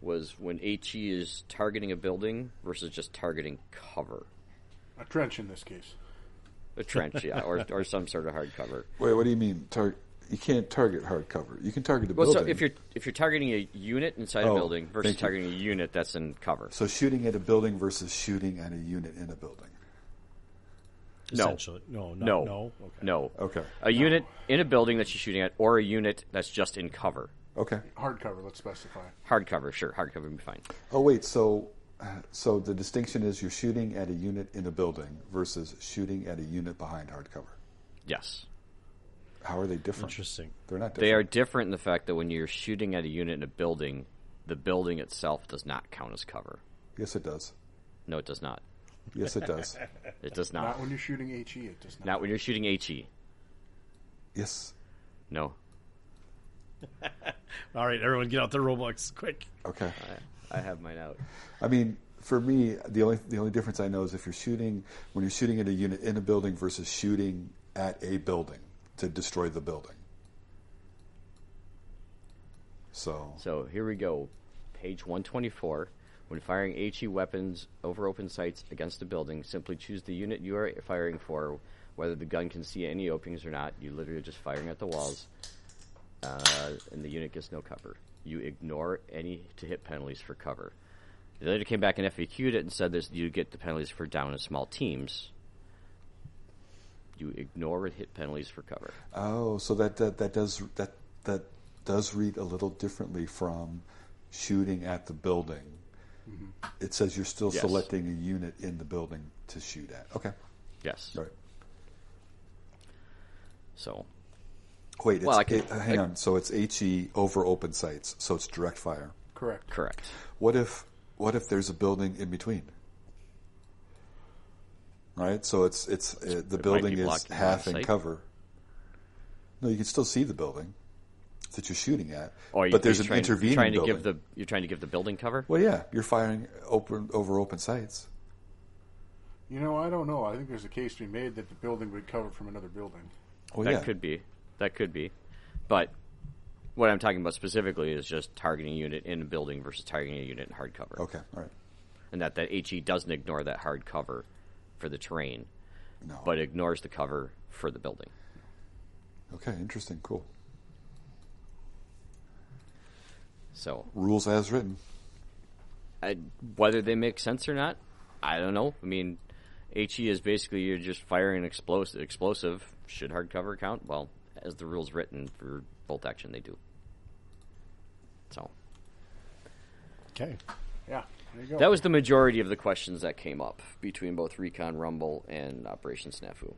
Speaker 1: was when HE is targeting a building versus just targeting cover,
Speaker 6: A trench in this case.
Speaker 1: a trench, yeah, or or some sort of hard cover.
Speaker 4: Wait, what do you mean? Tar- you can't target hardcover. You can target a
Speaker 1: Well, so
Speaker 4: building.
Speaker 1: if you're if you're targeting a unit inside a
Speaker 4: Oh,
Speaker 1: building versus
Speaker 4: thank you.
Speaker 1: targeting a unit that's in cover,
Speaker 4: So shooting at a building versus shooting at a unit in a building.
Speaker 1: no.
Speaker 2: Essentially. No, no,
Speaker 1: no,
Speaker 2: no. Okay.
Speaker 1: no,
Speaker 4: Okay.
Speaker 1: a unit in a building that you're shooting at, or a unit that's just in cover,
Speaker 4: Okay.
Speaker 6: Hardcover, let's specify.
Speaker 1: hard cover, sure, hard cover would be fine.
Speaker 4: Oh wait, so so the distinction is you're shooting at a unit in a building versus shooting at a unit behind hardcover.
Speaker 1: Yes,
Speaker 4: How are they different?
Speaker 2: Interesting.
Speaker 4: They're not
Speaker 1: They are
Speaker 4: different.
Speaker 1: different in the fact that when you're shooting at a unit in a building, the building itself does not count as cover.
Speaker 4: Yes, it does.
Speaker 1: No, it does not.
Speaker 4: Yes, it does.
Speaker 1: It does
Speaker 6: Not
Speaker 1: not.
Speaker 6: when you're shooting HE, it does not.
Speaker 1: Not when you're shooting HE.
Speaker 4: yes.
Speaker 1: No.
Speaker 2: All right, everyone, get out their Roblox quick.
Speaker 4: Okay.
Speaker 1: I have mine out.
Speaker 4: I mean, for me, the only the only difference I know is if you're shooting when you're shooting at a unit in a building versus shooting at a building to destroy the building. So
Speaker 1: So here we go. Page 124. When firing HE weapons over open sights against a building, simply choose the unit you are firing for, whether the gun can see any openings or not. You're literally just firing at the walls, uh, and the unit gets no cover. You ignore any to hit penalties for cover. They later came back and FAQ'd it and said this you get the penalties for down and small teams. You ignore and hit penalties for cover.
Speaker 4: Oh, so that that, that does that that does read a little differently from shooting at the building. It says you're still
Speaker 1: Mm-hmm. Yes.
Speaker 4: selecting a unit in the building to shoot at. Okay,
Speaker 1: Yes.
Speaker 4: all right.
Speaker 1: So
Speaker 4: Wait, it's,
Speaker 1: Well, I can-
Speaker 4: it- hang on. So it's HE over open sights, so it's direct fire.
Speaker 6: Correct.
Speaker 1: correct.
Speaker 4: What if what if there's a building in between? Right, so it's it's uh, the building
Speaker 1: be
Speaker 4: is
Speaker 1: blocking
Speaker 4: half
Speaker 1: the
Speaker 4: in
Speaker 1: site.
Speaker 4: cover. No, you can still see the building that you're shooting at,
Speaker 1: Or Oh, you-
Speaker 4: but there's
Speaker 1: you're
Speaker 4: an
Speaker 1: trying,
Speaker 4: intervening
Speaker 1: trying to
Speaker 4: building.
Speaker 1: give the you're trying to give the building cover.
Speaker 4: Well, yeah, you're firing open over open sites.
Speaker 6: You know, I don't know. I think there's a case to be made that the building would cover from another building.
Speaker 4: Well,
Speaker 1: that
Speaker 4: Oh, yeah,
Speaker 1: could be, that could be, but what I'm talking about specifically is just targeting a unit in a building versus targeting a unit in hard cover,
Speaker 4: okay, all right.
Speaker 1: and that that HE doesn't ignore that hard cover for the terrain,
Speaker 4: No,
Speaker 1: but ignores the cover for the building.
Speaker 4: okay, interesting, cool.
Speaker 1: So
Speaker 4: Rules as written.
Speaker 1: I, whether they make sense or not, I don't know. I mean, HE is basically you're just firing an explosive. Explosive should hard cover count? Well, as the rules written for bolt action, they do. So
Speaker 2: Okay.
Speaker 6: Yeah, there you go.
Speaker 1: that was the majority of the questions that came up between both Recon Rumble and Operation Snafu,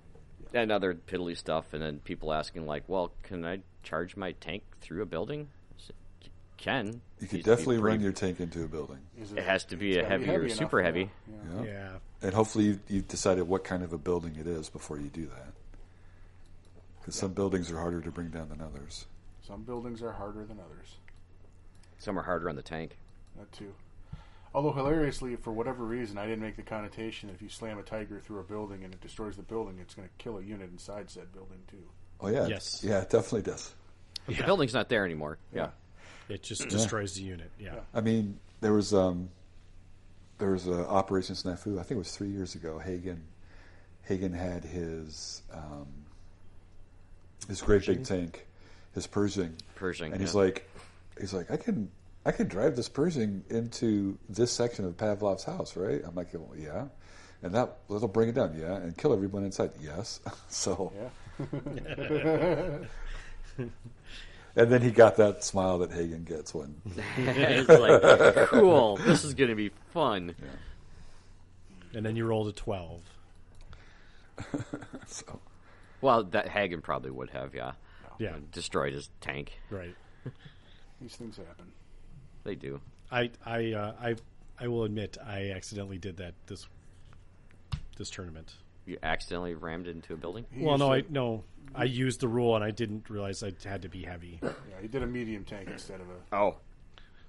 Speaker 1: and other piddly stuff. And then people asking like, "Well, can I charge my tank through a building?" I said, "You can.
Speaker 4: You
Speaker 1: Needs
Speaker 4: could
Speaker 1: to be
Speaker 4: definitely run
Speaker 1: pretty-
Speaker 4: your tank into a building,
Speaker 6: Is
Speaker 1: It has to be
Speaker 6: it's
Speaker 1: a
Speaker 6: gotta
Speaker 1: heavy, or
Speaker 6: enough,
Speaker 1: super
Speaker 6: yeah,
Speaker 1: heavy.
Speaker 6: yeah.
Speaker 2: Yeah.
Speaker 4: and hopefully you've, you've decided what kind of a building it is before you do that. Because some buildings are harder to bring down than others.
Speaker 6: Some buildings are harder than others.
Speaker 1: Some are harder on the tank.
Speaker 6: That too. Although hilariously, for whatever reason, I didn't make the connotation. If you slam a tiger through a building and it destroys the building, it's going to kill a unit inside said building too.
Speaker 4: Oh yeah,
Speaker 2: Yes.
Speaker 4: yeah, it definitely does.
Speaker 1: But The building's not there anymore. yeah.
Speaker 2: It just destroys the unit. Yeah.
Speaker 4: I mean, there was um, there was a Operation Snafu. I think it was three years ago. Hagen Hagen had his um, his great big tank, his Pershing,
Speaker 1: Pershing,
Speaker 4: and he's
Speaker 1: yeah.
Speaker 4: like, he's like, I can I can drive this Pershing into this section of Pavlov's house, right? I'm like, well, yeah. And that that'll bring it down, yeah, and kill everyone inside, yes. so, and then he got that smile that Hagen gets when
Speaker 1: it's like cool. This is gonna be fun.
Speaker 2: And then you rolled a 12.
Speaker 4: so.
Speaker 1: Well, that Hagen probably would have, yeah.
Speaker 2: Yeah.
Speaker 1: Destroyed his tank.
Speaker 2: Right.
Speaker 6: These things happen.
Speaker 1: They do.
Speaker 2: I I uh, I I will admit I accidentally did that this this tournament.
Speaker 1: you accidentally rammed into a building?
Speaker 6: He
Speaker 2: Well,
Speaker 6: used
Speaker 2: no,
Speaker 6: a-
Speaker 2: I no, I used the rule and I didn't realize I had to be heavy.
Speaker 6: yeah, he did a medium tank instead of a,
Speaker 1: Oh,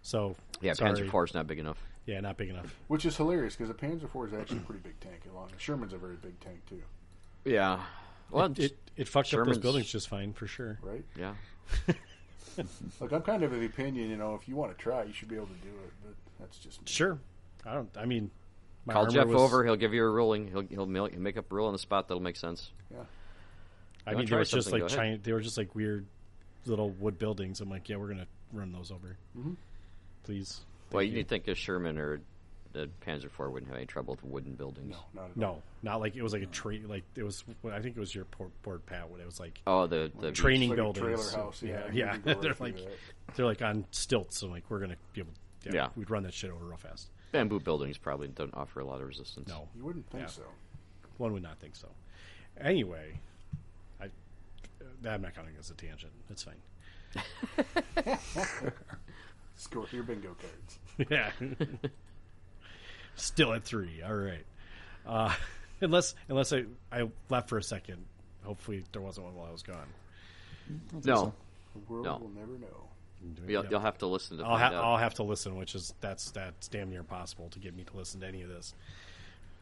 Speaker 2: So
Speaker 1: yeah.
Speaker 2: sorry.
Speaker 1: Panzer IV is not big enough.
Speaker 2: Yeah, not big enough.
Speaker 6: which is hilarious because a Panzer IV is actually a pretty big tank. Along Sherman's a very big tank too,
Speaker 1: Yeah. Well,
Speaker 2: It it fucked up
Speaker 1: Sherman's-
Speaker 2: those buildings just fine for sure.
Speaker 6: right?
Speaker 1: yeah.
Speaker 6: Like I'm kind of of the opinion, you know, if you want to try, you should be able to do it. But that's just me.
Speaker 2: Sure, I don't. I mean, my
Speaker 1: Call
Speaker 2: armor
Speaker 1: Jeff
Speaker 2: was-
Speaker 1: over. He'll give you a ruling. He'll he'll mil- he'll make up a rule on the spot that'll make sense.
Speaker 2: I
Speaker 1: You
Speaker 2: mean,
Speaker 1: wanna
Speaker 2: they
Speaker 1: try
Speaker 2: were just
Speaker 1: something,
Speaker 2: like
Speaker 1: go ahead.
Speaker 2: giant. They were just like weird little wood buildings. I'm like, yeah, we're gonna run those over. Please.
Speaker 1: well,
Speaker 2: Thank
Speaker 1: you, would think a Sherman or a Panzer IV wouldn't have any trouble with wooden buildings.
Speaker 6: Not at all.
Speaker 2: No, not like it was like a train. Like it was. well, I think it was your port, port pat when it was like
Speaker 1: Oh, the the
Speaker 2: training
Speaker 6: Like a
Speaker 2: buildings.
Speaker 6: trailer house, yeah, you
Speaker 2: yeah.
Speaker 6: can go right
Speaker 2: they're
Speaker 6: through
Speaker 2: like
Speaker 6: that.
Speaker 2: they're like on stilts. So like we're gonna be able. Yeah,
Speaker 1: Yeah.
Speaker 2: we'd run that shit over real fast.
Speaker 1: bamboo buildings probably don't offer a lot of resistance.
Speaker 2: No,
Speaker 6: You wouldn't think so.
Speaker 2: one would not think so. Anyway, I I'm not counting it as a tangent. It's fine.
Speaker 6: Score your bingo cards.
Speaker 2: Yeah. Still at three. All right. Uh, unless unless I, I left for a second. Hopefully there wasn't one while I was gone.
Speaker 1: no.
Speaker 6: The world
Speaker 1: No.
Speaker 6: will never know.
Speaker 1: You'll, you'll have to listen to
Speaker 2: I'll,
Speaker 1: find
Speaker 2: ha-
Speaker 1: out.
Speaker 2: I'll have to listen, which is that's that's damn near impossible to get me to listen to any of this.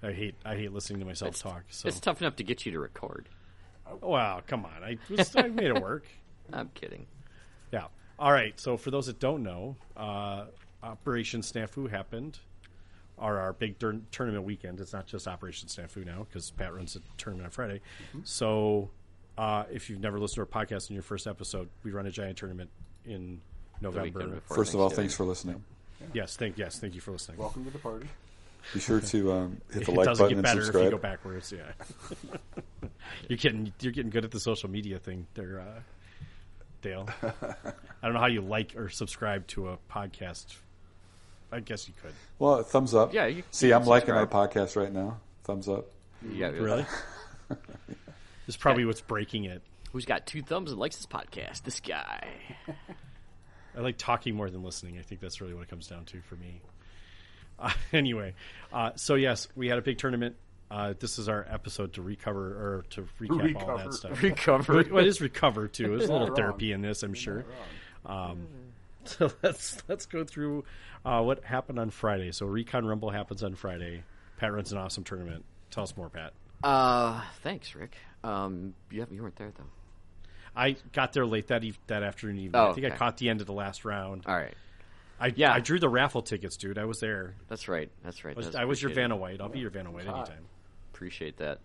Speaker 2: I hate I hate listening to myself talk. So
Speaker 1: It's tough enough to get you to record.
Speaker 2: wow, come on! I was, I made it work.
Speaker 1: I'm kidding.
Speaker 2: Yeah. All right. So for those that don't know, uh, Operation Snafu happened, or our big dur- tournament weekend. It's not just Operation Snafu now because Pat runs the tournament on Friday. So uh, if you've never listened to our podcast in your first episode, we run a giant tournament in
Speaker 1: weekend
Speaker 2: November.
Speaker 1: before
Speaker 4: First of all,
Speaker 1: Thanksgiving.
Speaker 4: thanks for listening.
Speaker 2: Yes. Thank yes. Thank you for listening.
Speaker 6: Welcome to the party.
Speaker 4: Be sure to um, hit the
Speaker 2: it
Speaker 4: like
Speaker 2: doesn't
Speaker 4: button
Speaker 2: get
Speaker 4: and
Speaker 2: better if you go
Speaker 4: subscribe.
Speaker 2: backwards. Yeah. you're getting you're getting good at the social media thing, there, uh, Dale. I don't know how you like or subscribe to a podcast. I guess you could.
Speaker 4: Well, thumbs up.
Speaker 1: Yeah, you-
Speaker 4: See,
Speaker 1: you
Speaker 4: I'm liking our
Speaker 1: subscribe.
Speaker 4: podcast right now. Thumbs up.
Speaker 1: Yeah,
Speaker 2: Really? It's probably what's breaking it.
Speaker 1: Who's got two thumbs and likes this podcast? This guy.
Speaker 2: I like talking more than listening. I think that's really what it comes down to for me. Uh, anyway, uh, so yes, we had a big tournament. Uh, this is our episode to recover or to recap all
Speaker 6: Recover.
Speaker 2: that stuff.
Speaker 1: Recovery.
Speaker 2: well, it is recover too. There's
Speaker 6: not
Speaker 2: a little
Speaker 6: wrong.
Speaker 2: therapy in this, I'm sure. Um,
Speaker 6: Mm-hmm.
Speaker 2: so let's let's go through uh, what happened on Friday. So Recon Rumble happens on Friday. Pat runs an awesome tournament. Tell us more, Pat.
Speaker 1: Uh, thanks, Rick. Um, you haven't, you weren't there though.
Speaker 2: I got there late that eve- that afternoon evening.
Speaker 1: Oh,
Speaker 2: I think I
Speaker 1: okay.
Speaker 2: caught the end of the last round.
Speaker 1: All right,
Speaker 2: I
Speaker 1: Yeah.
Speaker 2: I drew the raffle tickets, dude. I was there.
Speaker 1: that's right. That's right.
Speaker 2: I was,
Speaker 1: That's
Speaker 2: I was your
Speaker 1: appreciated.
Speaker 2: Vanna White. I'll be your Vanna White anytime.
Speaker 1: Appreciate that.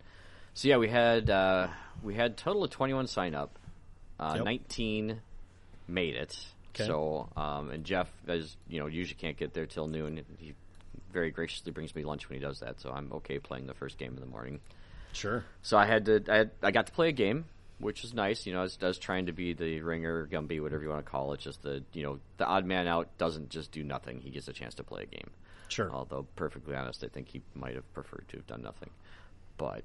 Speaker 1: So yeah, we had uh, we had total of 21 sign up. Uh,
Speaker 2: Yep.
Speaker 1: 19 made it.
Speaker 2: Okay.
Speaker 1: So um, and Jeff, as you know, usually can't get there till noon. He very graciously brings me lunch when he does that, so I'm okay playing the first game in the morning.
Speaker 2: Sure.
Speaker 1: So I had to, I, had, I got to play a game, which is nice. You know, I was, I was trying to be the ringer, Gumby, whatever you want to call it. Just the, you know, the odd man out doesn't just do nothing. He gets a chance to play a game.
Speaker 2: Sure.
Speaker 1: Although, perfectly honest, I think he might have preferred to have done nothing. But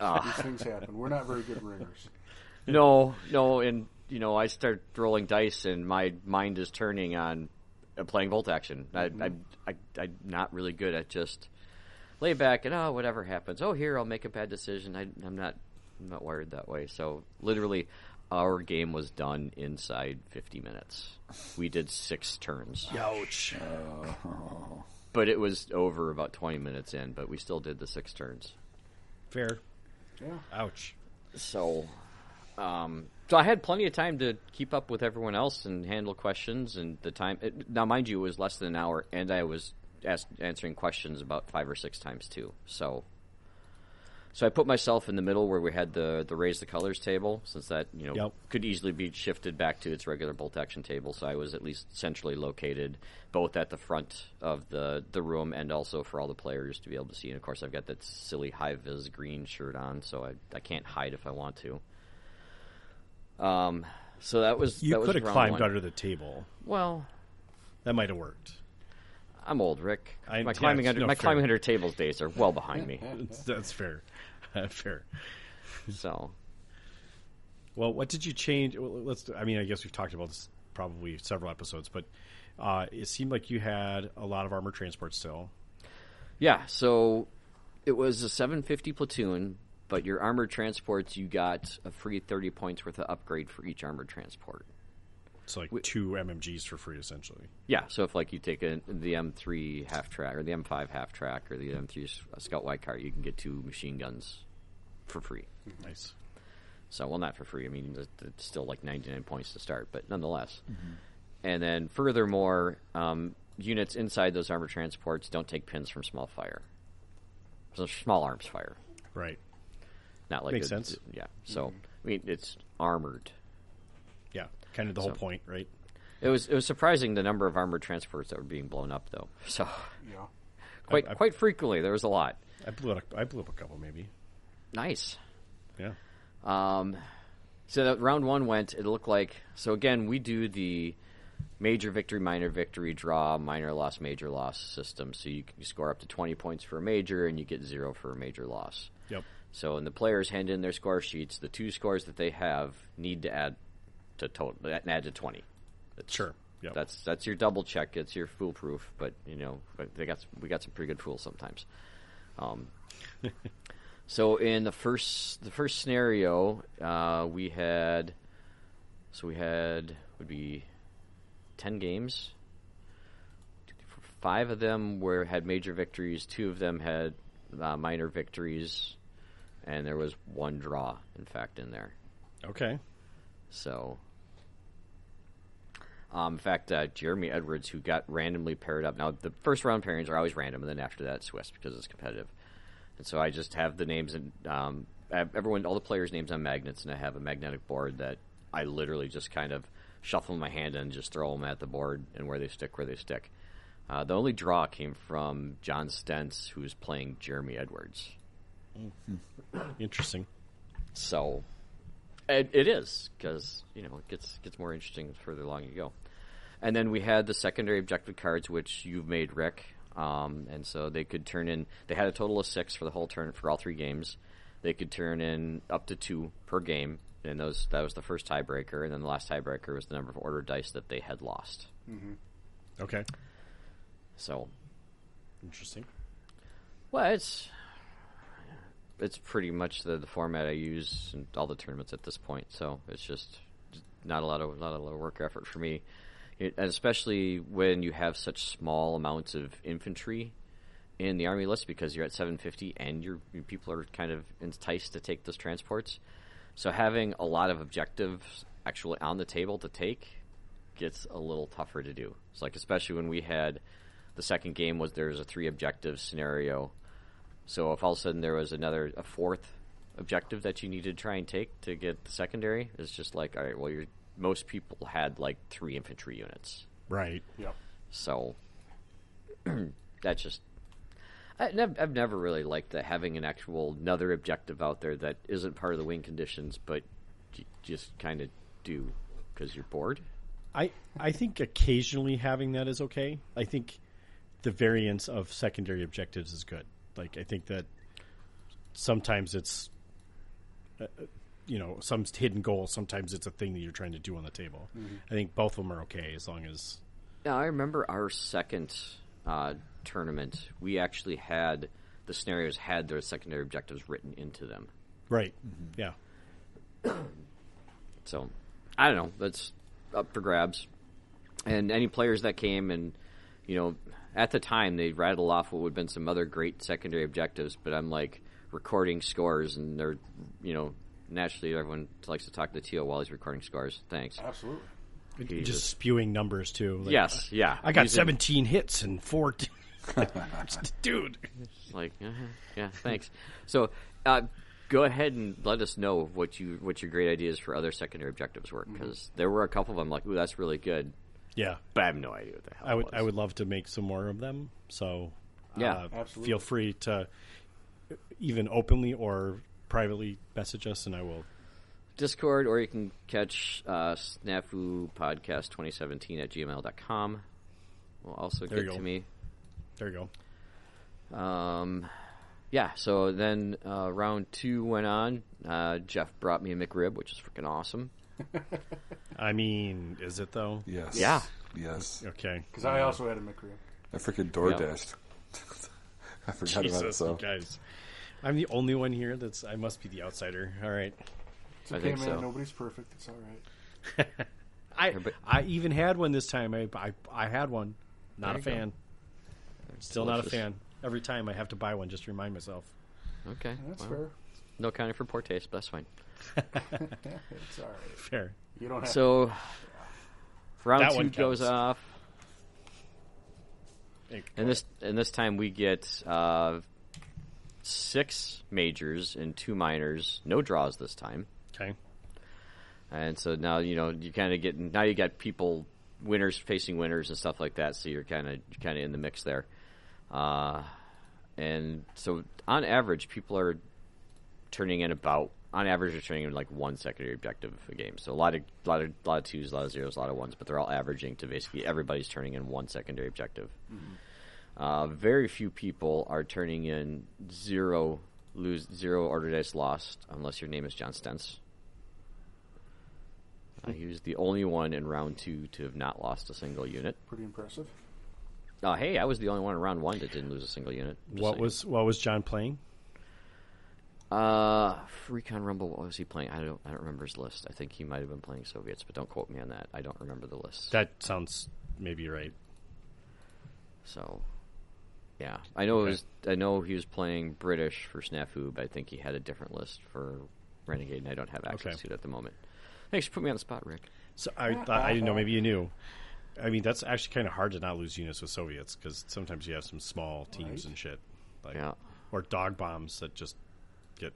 Speaker 1: Ah.
Speaker 6: These things happen. We're not very good ringers.
Speaker 1: no, no, and you know, I start rolling dice, and my mind is turning on uh, playing volt action. I, I, I, I'm not really good at just lay back and oh, whatever happens. Oh, here I'll make a bad decision. I, I'm not, I'm not wired that way. So literally, our game was done inside 50 minutes. We did six turns,
Speaker 2: Ouch.
Speaker 1: but it was over about 20 minutes in. But we still did the six turns.
Speaker 2: Fair.
Speaker 6: Yeah.
Speaker 2: Ouch.
Speaker 1: So, um, so I had plenty of time to keep up with everyone else and handle questions. And the time it, now, mind you, it was less than an hour, and I was ask, answering questions about five or six times too. So, so I put myself in the middle where we had the the raise the colors table, since that you know
Speaker 2: Yep.
Speaker 1: could easily be shifted back to its regular bolt action table. So I was at least centrally located, both at the front of the the room and also for all the players to be able to see. And of course, I've got that silly high vis green shirt on, so I I can't hide if I want to. Um, so that was
Speaker 2: You
Speaker 1: that was
Speaker 2: could have
Speaker 1: round
Speaker 2: climbed
Speaker 1: one.
Speaker 2: under the table.
Speaker 1: Well,
Speaker 2: That might have worked.
Speaker 1: I'm old, Rick.
Speaker 2: I-
Speaker 1: my
Speaker 2: yeah,
Speaker 1: climbing
Speaker 2: it's
Speaker 1: under
Speaker 2: no
Speaker 1: my
Speaker 2: fair.
Speaker 1: climbing under tables days are well behind me.
Speaker 2: That's- That's fair. fair.
Speaker 1: So
Speaker 2: Well, what did you change? well, Let's. I mean, I guess we've talked about this probably several episodes, but uh, it seemed like you had a lot of armor transport still.
Speaker 1: Yeah, so It was a 750 platoon, but your armored transports, you got a free 30 points worth of upgrade for each armored transport.
Speaker 2: It's like two MMGs for free, essentially.
Speaker 1: Yeah, so if like you take a, the M3 half track or the M5 half track or the M3 s- Scout White car, you can get two machine guns for free.
Speaker 2: Nice.
Speaker 1: So, well, not for free. I mean, it's- it's still like 99 points to start, but nonetheless.
Speaker 2: Mm-hmm.
Speaker 1: And then, furthermore, um, units inside those armor transports don't take pins from small fire. So, small arms fire.
Speaker 2: Right.
Speaker 1: Not like
Speaker 2: Makes
Speaker 1: a-
Speaker 2: sense. Mm-hmm.
Speaker 1: Yeah. So, I mean, it's armored.
Speaker 2: Yeah. Kind of the whole point, right?
Speaker 1: It was it was surprising the number of armored transports that were being blown up, though. So,
Speaker 6: Yeah.
Speaker 1: quite
Speaker 2: I-
Speaker 1: quite frequently, there was a lot.
Speaker 2: I blew up. I blew up a couple, maybe.
Speaker 1: Nice.
Speaker 2: Yeah.
Speaker 1: Um, so that round one went. It looked like so again we do the major victory, minor victory, draw, minor loss, major loss system. So you can score up to twenty points for a major, and you get zero for a major loss.
Speaker 2: Yep.
Speaker 1: So when the players hand in their score sheets, the two scores that they have need to add to total add to twenty. That's,
Speaker 2: Sure. Yep.
Speaker 1: That's that's your double check. It's your foolproof, but you know, but they got s- we got some pretty good fools sometimes. Um, so in the first the first scenario, uh, we had so we had would be ten games. Five of them were had major victories. Two of them had uh, minor victories, and there was one draw. In fact, in there.
Speaker 2: okay.
Speaker 1: So, um, in fact, uh, Jeremy Edwards, who got randomly paired up. Now, the first round pairings are always random, and then after that, Swiss because it's competitive. And so I just have the names and um, I have everyone, all the players' names on magnets, and I have a magnetic board that I literally just kind of shuffle my hand and just throw them at the board and where they stick, where they stick. Uh, the only draw came from John Stentz, who was playing Jeremy Edwards.
Speaker 2: Interesting.
Speaker 1: So it, it is because you know it gets gets more interesting the further along you go. And then we had the secondary objective cards, which you've made, Rick. Um, and so they could turn in. They had a total of six for the whole turn for all three games. They could turn in up to two per game, and those that was the first tiebreaker. And then the last tiebreaker was the number of order dice that they had lost.
Speaker 2: Okay.
Speaker 1: So,
Speaker 2: Interesting.
Speaker 1: well, it's it's pretty much the, the format I use in all the tournaments at this point. So it's just not a lot of not a lot of work or effort for me, it, and especially when you have such small amounts of infantry in the army list because you're at 750 and your, your people are kind of enticed to take those transports. So having a lot of objectives actually on the table to take gets a little tougher to do. It's like especially when we had the second game was there was a three objective scenario so if all of a sudden there was another a fourth objective that you needed to try and take to get the secondary, it's just like all right, well, your most people had like three infantry units,
Speaker 2: Right.
Speaker 6: Yep.
Speaker 1: so that's just. I nev- I've never really liked that having an actual another objective out there that isn't part of the wing conditions, but you just kind of do because you're bored.
Speaker 2: I I think occasionally having that is okay. I think the variance of secondary objectives is good. Like I think that sometimes it's uh, uh, you know some hidden goal. Sometimes it's a thing that you're trying to do on the table. I think both of them are okay as long as
Speaker 1: Now, I remember our second uh, tournament. We actually had the scenarios had their secondary objectives written into them.
Speaker 2: right. Yeah.
Speaker 1: So I don't know. That's up for grabs. And any players that came and you know, at the time they rattled off what would have been some other great secondary objectives, but I'm like recording scores and they're you know, naturally everyone likes to talk to Teal while he's recording scores. Thanks.
Speaker 6: Absolutely.
Speaker 2: Just spewing numbers too. Like,
Speaker 1: Yes, yeah.
Speaker 2: I got
Speaker 1: He's in-
Speaker 2: 17 hits and four. t- Dude.
Speaker 1: like uh yeah thanks so uh, go ahead and let us know what you what your great ideas for other secondary objectives were
Speaker 2: Mm-hmm.
Speaker 1: because there were a couple of them like ooh that's really good
Speaker 2: Yeah.
Speaker 1: but i have no idea what the hell
Speaker 2: I
Speaker 1: it
Speaker 2: would
Speaker 1: was.
Speaker 2: I would uh, love to make some more of them. So
Speaker 1: Yeah.
Speaker 6: Absolutely.
Speaker 2: feel free to even openly or privately message us, and I will.
Speaker 1: discord or you can catch uh, snafu podcast 2017 at gmail.com will also
Speaker 2: There
Speaker 1: get
Speaker 2: you
Speaker 1: to
Speaker 2: go.
Speaker 1: me
Speaker 2: There you go.
Speaker 1: Um, yeah, so then uh, round two went on. Uh, Jeff brought me a McRib, which is freaking awesome.
Speaker 2: I mean, is it though?
Speaker 4: Yes.
Speaker 1: Yeah.
Speaker 4: Yes.
Speaker 2: Okay.
Speaker 6: Because I also had a McRib.
Speaker 4: I freaking door dashed. I forgot about it.
Speaker 2: Jesus,
Speaker 4: So
Speaker 2: you guys. I'm the only one here that's. I must be the outsider. All right.
Speaker 6: It's
Speaker 1: I
Speaker 6: okay,
Speaker 1: think
Speaker 6: man.
Speaker 1: so.
Speaker 6: Nobody's perfect. It's all right.
Speaker 2: I
Speaker 1: but-
Speaker 2: I even had one this time. I I, I had one. Not a
Speaker 1: There you
Speaker 2: fan. Still not a
Speaker 1: delicious.
Speaker 2: fan. Every time I have to buy one just to remind myself.
Speaker 1: Okay.
Speaker 6: That's
Speaker 1: well,
Speaker 6: fair.
Speaker 1: No accounting for poor taste, but that's fine.
Speaker 6: It's all right.
Speaker 2: Fair.
Speaker 6: You don't have
Speaker 1: So round
Speaker 2: That
Speaker 1: two
Speaker 2: one
Speaker 1: goes
Speaker 2: counts.
Speaker 1: off,
Speaker 2: Hey,
Speaker 1: and this and this time we get uh, six majors and two minors. No draws this time,
Speaker 2: Okay.
Speaker 1: and so now you know you kind of get now you got people winners facing winners and stuff like that. So you're kind of kind of in the mix there, uh, and so on average people are turning in about on average are turning in like one secondary objective a game. So a lot of lot of lot of twos, a lot of zeros, a lot of ones, but they're all averaging to basically everybody's turning in one secondary objective. Uh, very few people are turning in zero lose zero order dice lost unless your name is John Stentz. Uh, he was the only one in round two to have not lost a single unit.
Speaker 6: pretty impressive.
Speaker 1: Uh, hey, I was the only one in round one that didn't lose a single unit. Just
Speaker 2: What
Speaker 1: saying.
Speaker 2: was what was John playing?
Speaker 1: Uh, Recon Rumble. What was he playing? I don't. I don't remember his list. I think he might have been playing Soviets, but don't quote me on that. I don't remember the list.
Speaker 2: That sounds maybe right.
Speaker 1: so, yeah, I know. It was, I know he was playing British for Snafu, but I think he had a different list for Renegade, and I don't have access
Speaker 2: Okay.
Speaker 1: to it at the moment. Thanks for putting me on the spot, Rick.
Speaker 2: So I thought I didn't know. Maybe you knew. I mean, that's actually kind of hard to not lose units with Soviets because sometimes you have some small teams and shit, like
Speaker 1: Yeah.
Speaker 2: or dog bombs that just get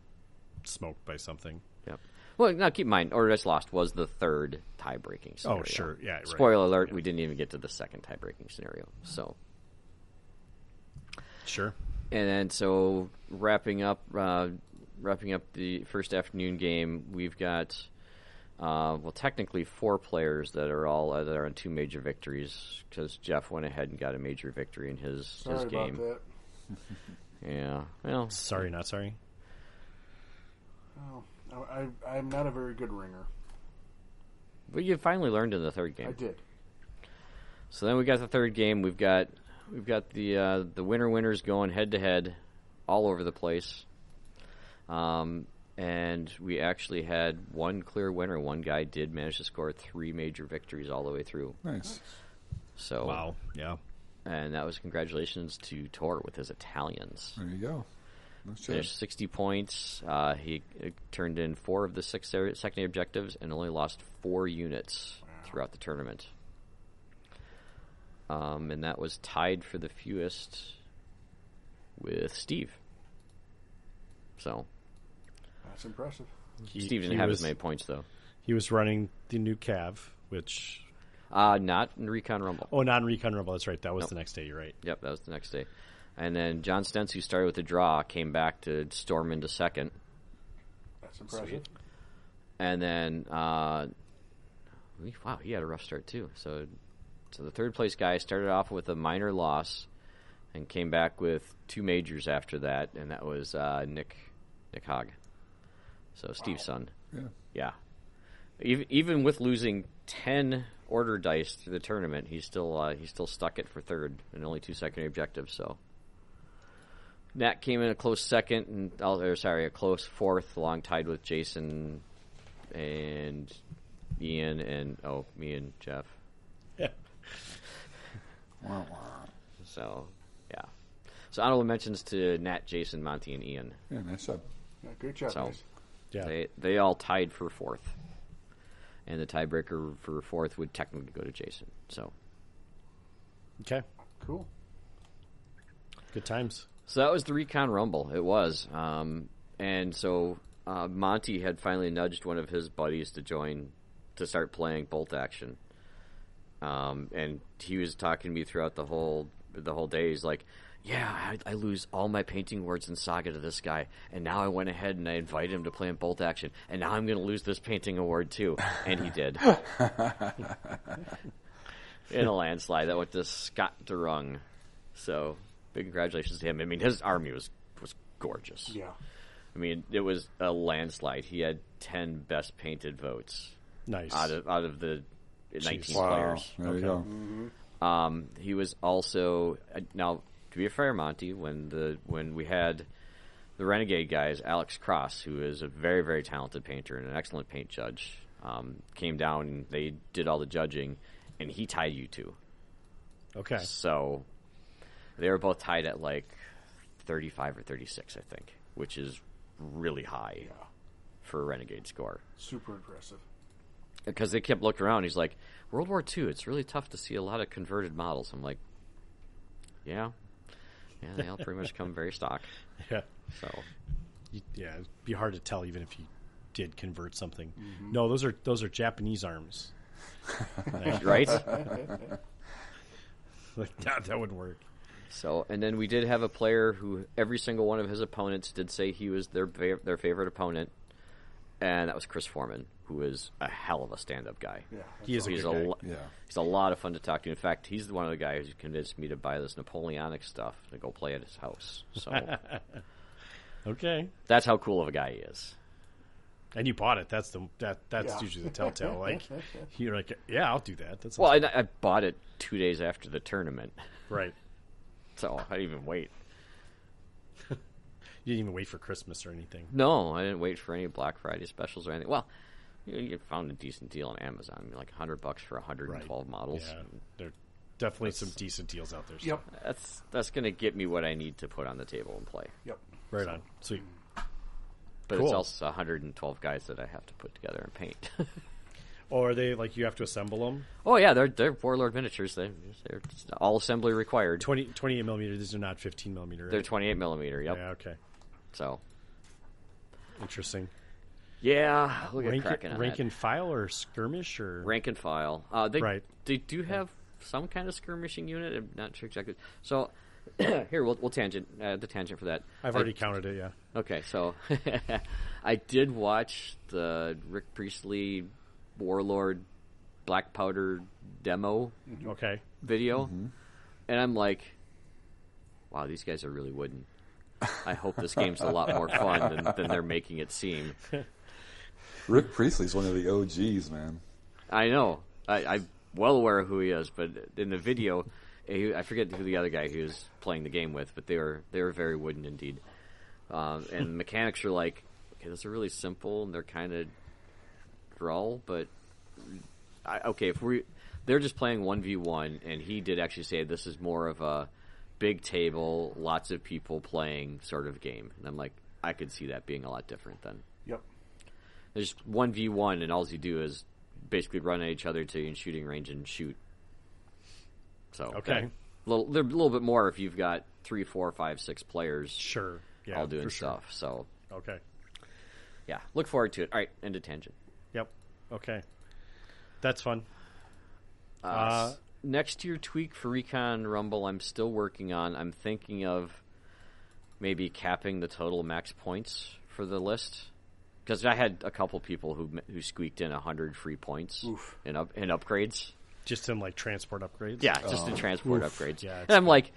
Speaker 2: smoked by something.
Speaker 1: Yep. Well, now keep in mind, Order Dice Lost was the third tie-breaking. scenario.
Speaker 2: Oh, sure. Yeah, right.
Speaker 1: Spoiler alert: We didn't even get to the second tie-breaking scenario. So.
Speaker 2: Sure.
Speaker 1: And then so wrapping up, uh, wrapping up the first afternoon game, we've got uh, well technically four players that are all uh, that are on two major victories because Jeff went ahead and got a major victory in his
Speaker 6: Sorry
Speaker 1: his
Speaker 6: about
Speaker 1: game.
Speaker 6: that.
Speaker 1: Yeah, well,
Speaker 2: Sorry, not sorry.
Speaker 6: Oh, I, I, I'm not a very good ringer.
Speaker 1: but you finally learned in the third
Speaker 6: I
Speaker 1: game.
Speaker 6: did.
Speaker 1: So then we got the third game. We've got we've got the uh, the winner winners going head to head, all over the place. Um, and we actually had one clear winner. One guy did manage to score three major victories all the way through.
Speaker 4: nice.
Speaker 1: So
Speaker 2: Wow. Yeah.
Speaker 1: And that was congratulations to Tor with his Italians.
Speaker 4: There you go. Nice job.
Speaker 1: Finished 60 points. Uh, he uh, turned in four of the six ser- secondary objectives and only lost four units throughout the tournament. Um, and that was tied for the fewest with Steve. So
Speaker 6: That's impressive.
Speaker 2: He,
Speaker 1: Steve didn't
Speaker 2: he
Speaker 1: have
Speaker 2: was,
Speaker 1: as many points though.
Speaker 2: He was running the new Cav, which
Speaker 1: Uh, not in Recon Rumble.
Speaker 2: oh, non recon rebel. That's right. That was the next day. You're right.
Speaker 1: Yep, that was the next day. And then John Stentz, who started with a draw, came back to storm into second.
Speaker 6: That's impressive.
Speaker 1: and then uh, we- wow, he had a rough start too. So, so the third place guy started off with a minor loss, and came back with two majors after that, and that was uh, Nick Nick Hogg, so Steve's son.
Speaker 4: Yeah.
Speaker 1: Yeah, even even with losing ten order dice through the tournament, he's still uh, he's still stuck it for third and only two secondary objectives. So. Nat came in a close second, and oh, or sorry, a close fourth, along tied with Jason and Ian and oh, me and Jeff.
Speaker 4: Wah, wah.
Speaker 1: So yeah. So honorable mentions to Nat, Jason, Monty, and Ian.
Speaker 4: Yeah, nice job.
Speaker 6: Yeah, great job,
Speaker 1: So-
Speaker 6: guys.
Speaker 2: Yeah.
Speaker 1: They they all tied for fourth, and the tiebreaker for fourth would technically go to Jason. So
Speaker 2: okay.
Speaker 6: Cool.
Speaker 2: Good times.
Speaker 1: So that was the Recon Rumble. It was. Um, and so uh, Monty had finally nudged one of his buddies to join, to start playing bolt action. Um, and he was talking to me throughout the whole the whole day. He's like, "Yeah, I, I lose all my painting words in Saga to this guy, and now I went ahead and I invited him to play in bolt action, and now I'm going to lose this painting award too." And he did. in a landslide that went to Scott Durung. So big congratulations to him. I mean, his army was was gorgeous.
Speaker 6: Yeah.
Speaker 1: I mean, it was a landslide. He had ten best painted votes
Speaker 2: Nice.
Speaker 1: out of out of the nineteen
Speaker 2: Uh,
Speaker 4: Wow.
Speaker 1: players.
Speaker 4: There you go.
Speaker 1: Um, he was also uh, now to be a fair, Monty, when the when we had the Renegade guys, Alex Cross, who is a very very talented painter and an excellent paint judge, um, came down and they did all the judging, and he tied you two.
Speaker 2: Okay.
Speaker 1: So they were both tied at like 35 or 36, I think, which is really high for a Renegade score.
Speaker 6: Super impressive.
Speaker 1: Because they kept looking around. He's like, World War II, it's really tough to see a lot of converted models. I'm like, yeah. Yeah, they all pretty much come very stock.
Speaker 2: Yeah.
Speaker 1: So,
Speaker 2: You- Yeah. It'd be hard to tell even if you did convert something.
Speaker 1: Mm-hmm.
Speaker 2: No, those are those are Japanese arms.
Speaker 1: right?
Speaker 2: Like, nah, that wouldn't work.
Speaker 1: So, and then we did have a player who every single one of his opponents did say he was their fa- their favorite opponent, and that was Chris Foreman, who is a hell of a stand up guy.
Speaker 6: Yeah.
Speaker 2: He is a
Speaker 1: he's
Speaker 2: good guy.
Speaker 1: lo-
Speaker 4: Yeah.
Speaker 1: he's a lot of fun to talk to. In fact, he's one of the guys who convinced me to buy this Napoleonic stuff to go play at his house. So
Speaker 2: Okay.
Speaker 1: that's how cool of a guy he is.
Speaker 2: And you bought it. That's the that that's
Speaker 6: Yeah.
Speaker 2: usually the telltale. Like you're like, yeah, I'll do that. That's
Speaker 1: Well, and I, I bought it two days after the tournament,
Speaker 2: right.
Speaker 1: so I didn't even wait.
Speaker 2: You didn't even wait for Christmas or anything.
Speaker 1: No, I didn't wait for any Black Friday specials or anything. Well, you, you found a decent deal on Amazon, I mean, like hundred bucks for hundred and twelve models.
Speaker 2: Yeah, there are definitely some decent deals out there. so-
Speaker 6: Yep.
Speaker 1: That's that's gonna get me what I need to put on the table and play.
Speaker 6: Yep.
Speaker 2: Right on. Sweet.
Speaker 1: But it's
Speaker 2: Cool.
Speaker 1: also 112 guys that I have to put together and paint.
Speaker 2: Or are they like you have to assemble them?
Speaker 1: oh yeah, they're they're Warlord miniatures. They they're just all assembly required.
Speaker 2: 20, 28 millimeter. These are not fifteen millimeter.
Speaker 1: They're
Speaker 2: right?
Speaker 1: 28 millimeter. Yep.
Speaker 2: yeah. Okay.
Speaker 1: So
Speaker 2: Interesting.
Speaker 1: yeah, we'll get
Speaker 2: Rank,
Speaker 1: cracking on
Speaker 2: rank
Speaker 1: that.
Speaker 2: and file or skirmish or
Speaker 1: rank and file. Uh, they
Speaker 2: Right.
Speaker 1: they do have some kind of skirmishing unit. I'm not sure exactly. So here we'll we'll tangent uh, the tangent for that.
Speaker 2: I've
Speaker 1: I-
Speaker 2: already counted it. Yeah.
Speaker 1: Okay, so I did watch the Rick Priestley Warlord Black Powder demo
Speaker 2: Okay.
Speaker 1: video,
Speaker 2: Mm-hmm.
Speaker 1: and I'm like, wow, these guys are really wooden. I hope this game's a lot more fun than, than they're making it seem.
Speaker 4: Rick Priestley's one of the OGs, man.
Speaker 1: I know. I, I'm well aware of who he is, but in the video, he, I forget who the other guy he was playing the game with, but they were they were very wooden indeed. Um, and the mechanics are like, okay, those are really simple and they're kind of droll, but I, okay, if we they're just playing one v one, and he did actually say this is more of a big table, lots of people playing sort of game, and I'm like, I could see that being a lot different then.
Speaker 6: Yep.
Speaker 1: There's one v one, and all you do is basically run at each other to your shooting range and shoot. So
Speaker 2: Okay.
Speaker 1: that- little, they're a little bit more if you've got three, four, five, six players
Speaker 2: Sure. Yeah.
Speaker 1: all doing
Speaker 2: for sure.
Speaker 1: stuff. So
Speaker 2: Okay.
Speaker 1: yeah, look forward to it. All right, end of tangent.
Speaker 2: Yep. Okay. That's fun.
Speaker 1: Uh, s- next year tweak for Recon Rumble, I'm still working on. I'm thinking of maybe capping the total max points for the list because I had a couple people who who squeaked in hundred free points in up in upgrades.
Speaker 2: Just in like transport upgrades.
Speaker 1: Yeah, just in transport upgrades.
Speaker 2: Oh, Yeah,
Speaker 1: and
Speaker 2: it's
Speaker 1: I'm like,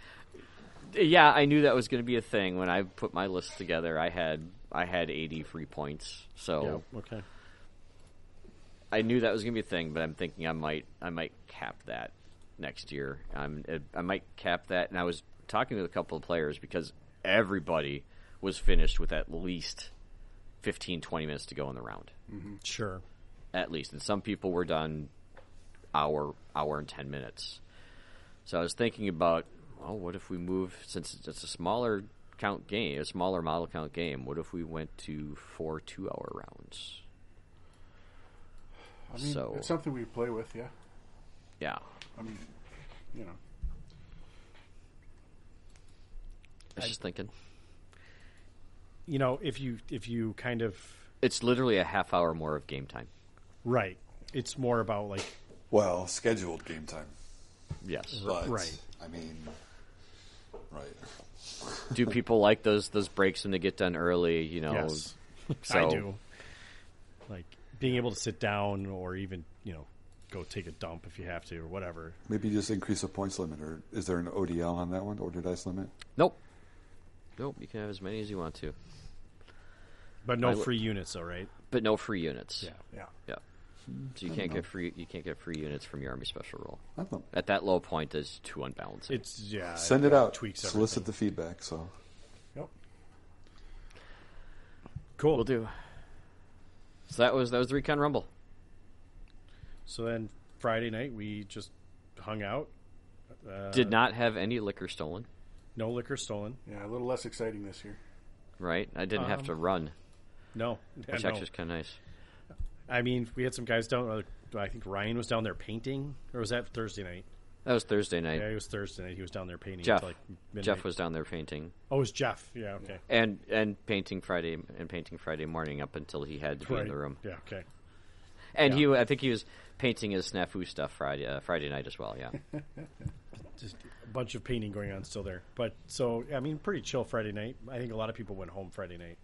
Speaker 1: yeah, I knew that was going to be a thing when I put my list together. I had I had 80 free points, so
Speaker 2: Yep. Okay.
Speaker 1: I knew that was going to be a thing. But I'm thinking I might I might cap that next year. I'm I might cap that. And I was talking to a couple of players because everybody was finished with at least 15 20 minutes to go in the round,
Speaker 2: Sure.
Speaker 1: at least. And some people were done hour hour and 10 minutes. So I was thinking about, well, what if we move since it's a smaller count game, a smaller model count game? What if we went to four two-hour rounds?
Speaker 6: I mean,
Speaker 1: So-
Speaker 6: it's something we play with. Yeah.
Speaker 1: Yeah,
Speaker 6: I mean, you know.
Speaker 1: I was just thinking
Speaker 2: You know, if you if you kind of
Speaker 1: it's literally a half hour more of game time.
Speaker 2: right, it's more about like
Speaker 4: Well, scheduled game time,
Speaker 1: Yes.
Speaker 4: but
Speaker 2: Right.
Speaker 4: I mean, right?
Speaker 1: Do people like those those breaks when they get done early? You know,
Speaker 2: yes, I
Speaker 1: so-
Speaker 2: do. Like being able to sit down or even you know go take a dump if you have to or whatever.
Speaker 4: Maybe just increase the points limit, or is there an ODL on that one, order dice limit?
Speaker 1: Nope. Nope. You can have as many as you want to,
Speaker 2: But no
Speaker 1: would-
Speaker 2: free units, though, right?
Speaker 1: but no free units.
Speaker 2: Yeah.
Speaker 6: Yeah.
Speaker 1: Yeah. So you can't get free you can't get free units from your army special roll.
Speaker 4: I don't know.
Speaker 1: At that low point, is too unbalanced.
Speaker 2: It's Uh, yeah.
Speaker 4: Send it out.
Speaker 2: Tweaks
Speaker 4: Solicit the feedback. So
Speaker 2: Yep. Cool.
Speaker 1: Will do. So that was that was the Recon Rumble.
Speaker 2: So then Friday night we just hung out. Uh,
Speaker 1: Did not have any liquor stolen.
Speaker 2: No liquor stolen.
Speaker 6: Yeah, a little less exciting this year.
Speaker 1: Right, I didn't have to run,
Speaker 2: No.
Speaker 1: which
Speaker 2: Uh-huh. No.
Speaker 1: actually is kind of nice.
Speaker 2: I mean, we had some guys down. Uh, I think Ryan was down there painting, or was that Thursday night?
Speaker 1: That was Thursday night.
Speaker 2: Yeah, it was Thursday night. He was down there painting.
Speaker 1: Jeff,
Speaker 2: till, like midnight.
Speaker 1: Jeff was down there painting
Speaker 2: Oh, it was Jeff? Yeah. Okay.
Speaker 1: and and painting Friday and painting Friday morning up until he had to be in the room.
Speaker 2: Yeah. Okay.
Speaker 1: And he, I think he was painting his snafu stuff Friday uh, Friday night as well. Yeah,
Speaker 2: Just a bunch of painting going on still there, but so I mean, pretty chill Friday night. I think a lot of people went home Friday night,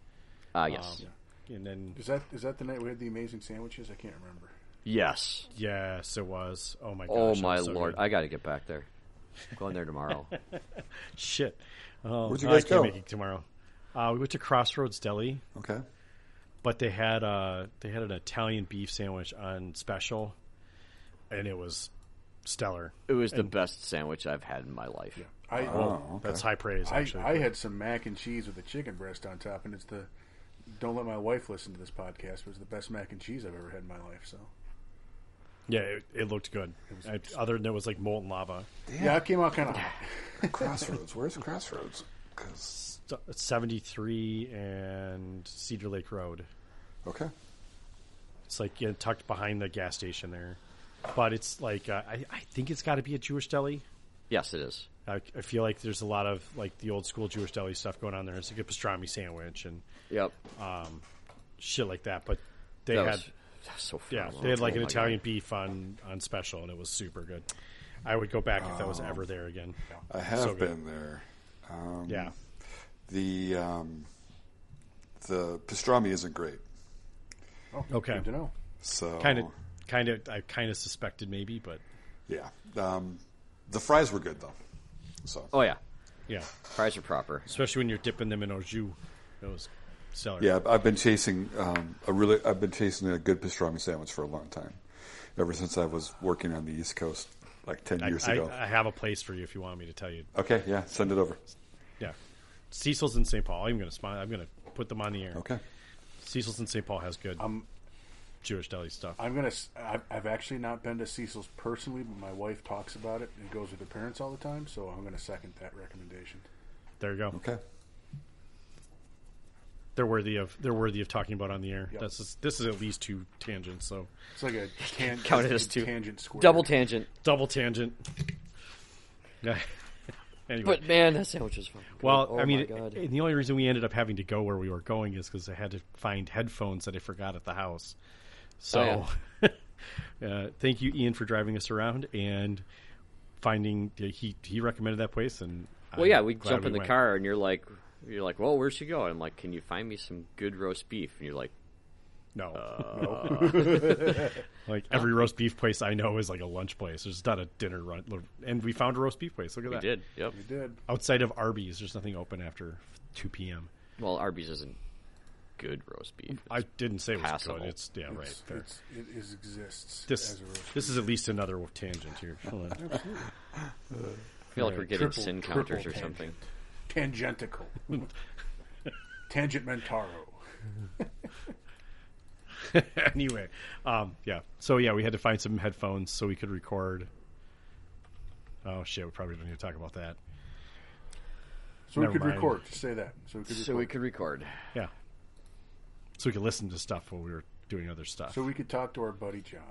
Speaker 2: Um,
Speaker 1: uh, yes,
Speaker 2: and then
Speaker 6: Is that is that the night we had the amazing sandwiches? I can't remember.
Speaker 1: yes.
Speaker 2: yes, it was. Oh my. Gosh,
Speaker 1: oh
Speaker 2: it
Speaker 1: my
Speaker 2: was so
Speaker 1: lord,
Speaker 2: good.
Speaker 1: I got to get back there. Going there tomorrow.
Speaker 2: Shit. Oh,
Speaker 4: Where'd you
Speaker 2: I
Speaker 4: guys
Speaker 2: can't
Speaker 4: go?
Speaker 2: make it tomorrow. Uh, we went to Crossroads Deli,
Speaker 4: okay,
Speaker 2: but they had uh they had an Italian beef sandwich on special, and it was stellar.
Speaker 1: it was the best sandwich I've had in my life.
Speaker 6: I
Speaker 4: oh, okay.
Speaker 2: That's high praise.
Speaker 6: I,
Speaker 2: Actually,
Speaker 6: I had some mac and cheese with a chicken breast on top, and it's the don't let my wife listen to this podcast. But it's the best mac and cheese I've ever had in my life. So
Speaker 2: yeah, it, it looked good. I, other than it was like molten lava,
Speaker 6: yeah, it came out kind of hot.
Speaker 4: Crossroads. Where's Crossroads? 'Cause-
Speaker 2: seventy three and Cedar Lake Road.
Speaker 4: okay,
Speaker 2: It's like you know, tucked behind the gas station there, but it's like uh, I, I think it's got to be a Jewish deli.
Speaker 1: Yes, it is.
Speaker 2: I, I feel like there's a lot of like the old school Jewish deli stuff going on there. It's like a pastrami sandwich and
Speaker 1: Yep.
Speaker 2: shit like that. But they
Speaker 1: that,
Speaker 2: had
Speaker 1: was, that was so
Speaker 2: yeah,
Speaker 1: phenomenal.
Speaker 2: they had like
Speaker 1: Oh
Speaker 2: an
Speaker 1: my
Speaker 2: Italian beef on on special, and it was super good. I would go back if that was ever there again.
Speaker 4: Uh, I have
Speaker 2: So good.
Speaker 4: been there. Um,
Speaker 2: Yeah,
Speaker 4: the um, the pastrami isn't great,
Speaker 6: Oh,
Speaker 2: Okay.
Speaker 6: good to know.
Speaker 4: so
Speaker 2: kind of, kind of. I kind of suspected maybe, but
Speaker 4: yeah. Um, the fries were good though, so
Speaker 1: God. Oh yeah,
Speaker 2: yeah,
Speaker 1: fries are proper.
Speaker 2: especially when you're dipping them in au jus, it was stellar.
Speaker 4: Yeah, I've- I've been chasing um, a really. I've been chasing a good pastrami sandwich for a long time, ever since I was working on the East Coast like ten
Speaker 2: I,
Speaker 4: years
Speaker 2: I,
Speaker 4: ago.
Speaker 2: I have a place for you if you want me to tell you.
Speaker 4: okay, yeah, send it over.
Speaker 2: Yeah, Cecil's in St. Paul. I'm gonna spon- I'm gonna put them on the air.
Speaker 4: Okay, Um,
Speaker 2: Cecil's in St. Paul has good Jewish deli stuff.
Speaker 6: I'm gonna. s- I've, I've actually not been to Cecil's personally, but my wife talks about it and goes with her parents all the time. So I'm gonna second that recommendation.
Speaker 2: there you go.
Speaker 4: okay.
Speaker 2: They're worthy of they're worthy of talking about on the air. That's just, this is at least two tangents. So
Speaker 6: It's like a tan-
Speaker 1: Count it
Speaker 6: it's
Speaker 1: as
Speaker 6: a
Speaker 1: two.
Speaker 6: tangent square.
Speaker 1: Double tangent.
Speaker 2: double tangent. Yeah. anyway,
Speaker 1: But man, that sandwich was fun.
Speaker 2: well,
Speaker 1: oh
Speaker 2: I mean,
Speaker 1: my God.
Speaker 2: and the only reason we ended up having to go where we were going is because I had to find headphones that I forgot at the house. So,
Speaker 1: Oh,
Speaker 2: uh, thank you, Ian, for driving us around and finding. He he recommended that place, and
Speaker 1: well,
Speaker 2: I'm
Speaker 1: yeah, we
Speaker 2: glad
Speaker 1: jump in the
Speaker 2: went.
Speaker 1: car and you're like, you're like, well, where should you go? I'm like, can you find me some good roast beef? And you're like,
Speaker 2: No.
Speaker 1: Oh.
Speaker 2: like every roast beef place I know is like a lunch place. There's not a dinner run. And we found a roast beef place. Look at
Speaker 1: we
Speaker 2: that.
Speaker 1: did. Yep.
Speaker 6: We did.
Speaker 2: Outside of Arby's, there's nothing open after 2 p.m.
Speaker 1: Well, Arby's isn't good roast beef.
Speaker 2: I didn't say it was
Speaker 1: passable.
Speaker 2: good. It's, yeah, right.
Speaker 6: It's,
Speaker 2: Fair.
Speaker 6: it's, it is exists
Speaker 2: this,
Speaker 6: as a roast.
Speaker 2: this is at least another tangent here. Hold on.
Speaker 1: I feel like we're getting
Speaker 6: Triple-
Speaker 1: sin
Speaker 6: triple
Speaker 1: counters or
Speaker 6: tangent.
Speaker 1: something.
Speaker 6: Tangentical. Tangent Mentaro.
Speaker 2: anyway, um, yeah. So, yeah, we had to find some headphones so we could record. Oh, shit. We probably don't need to talk about that.
Speaker 6: So
Speaker 2: Never
Speaker 6: we could
Speaker 2: mind.
Speaker 6: record. Just say that. So we could.
Speaker 1: So
Speaker 6: record.
Speaker 1: we could record.
Speaker 2: Yeah. So we could listen to stuff while we were doing other stuff.
Speaker 6: So we could talk to our buddy John.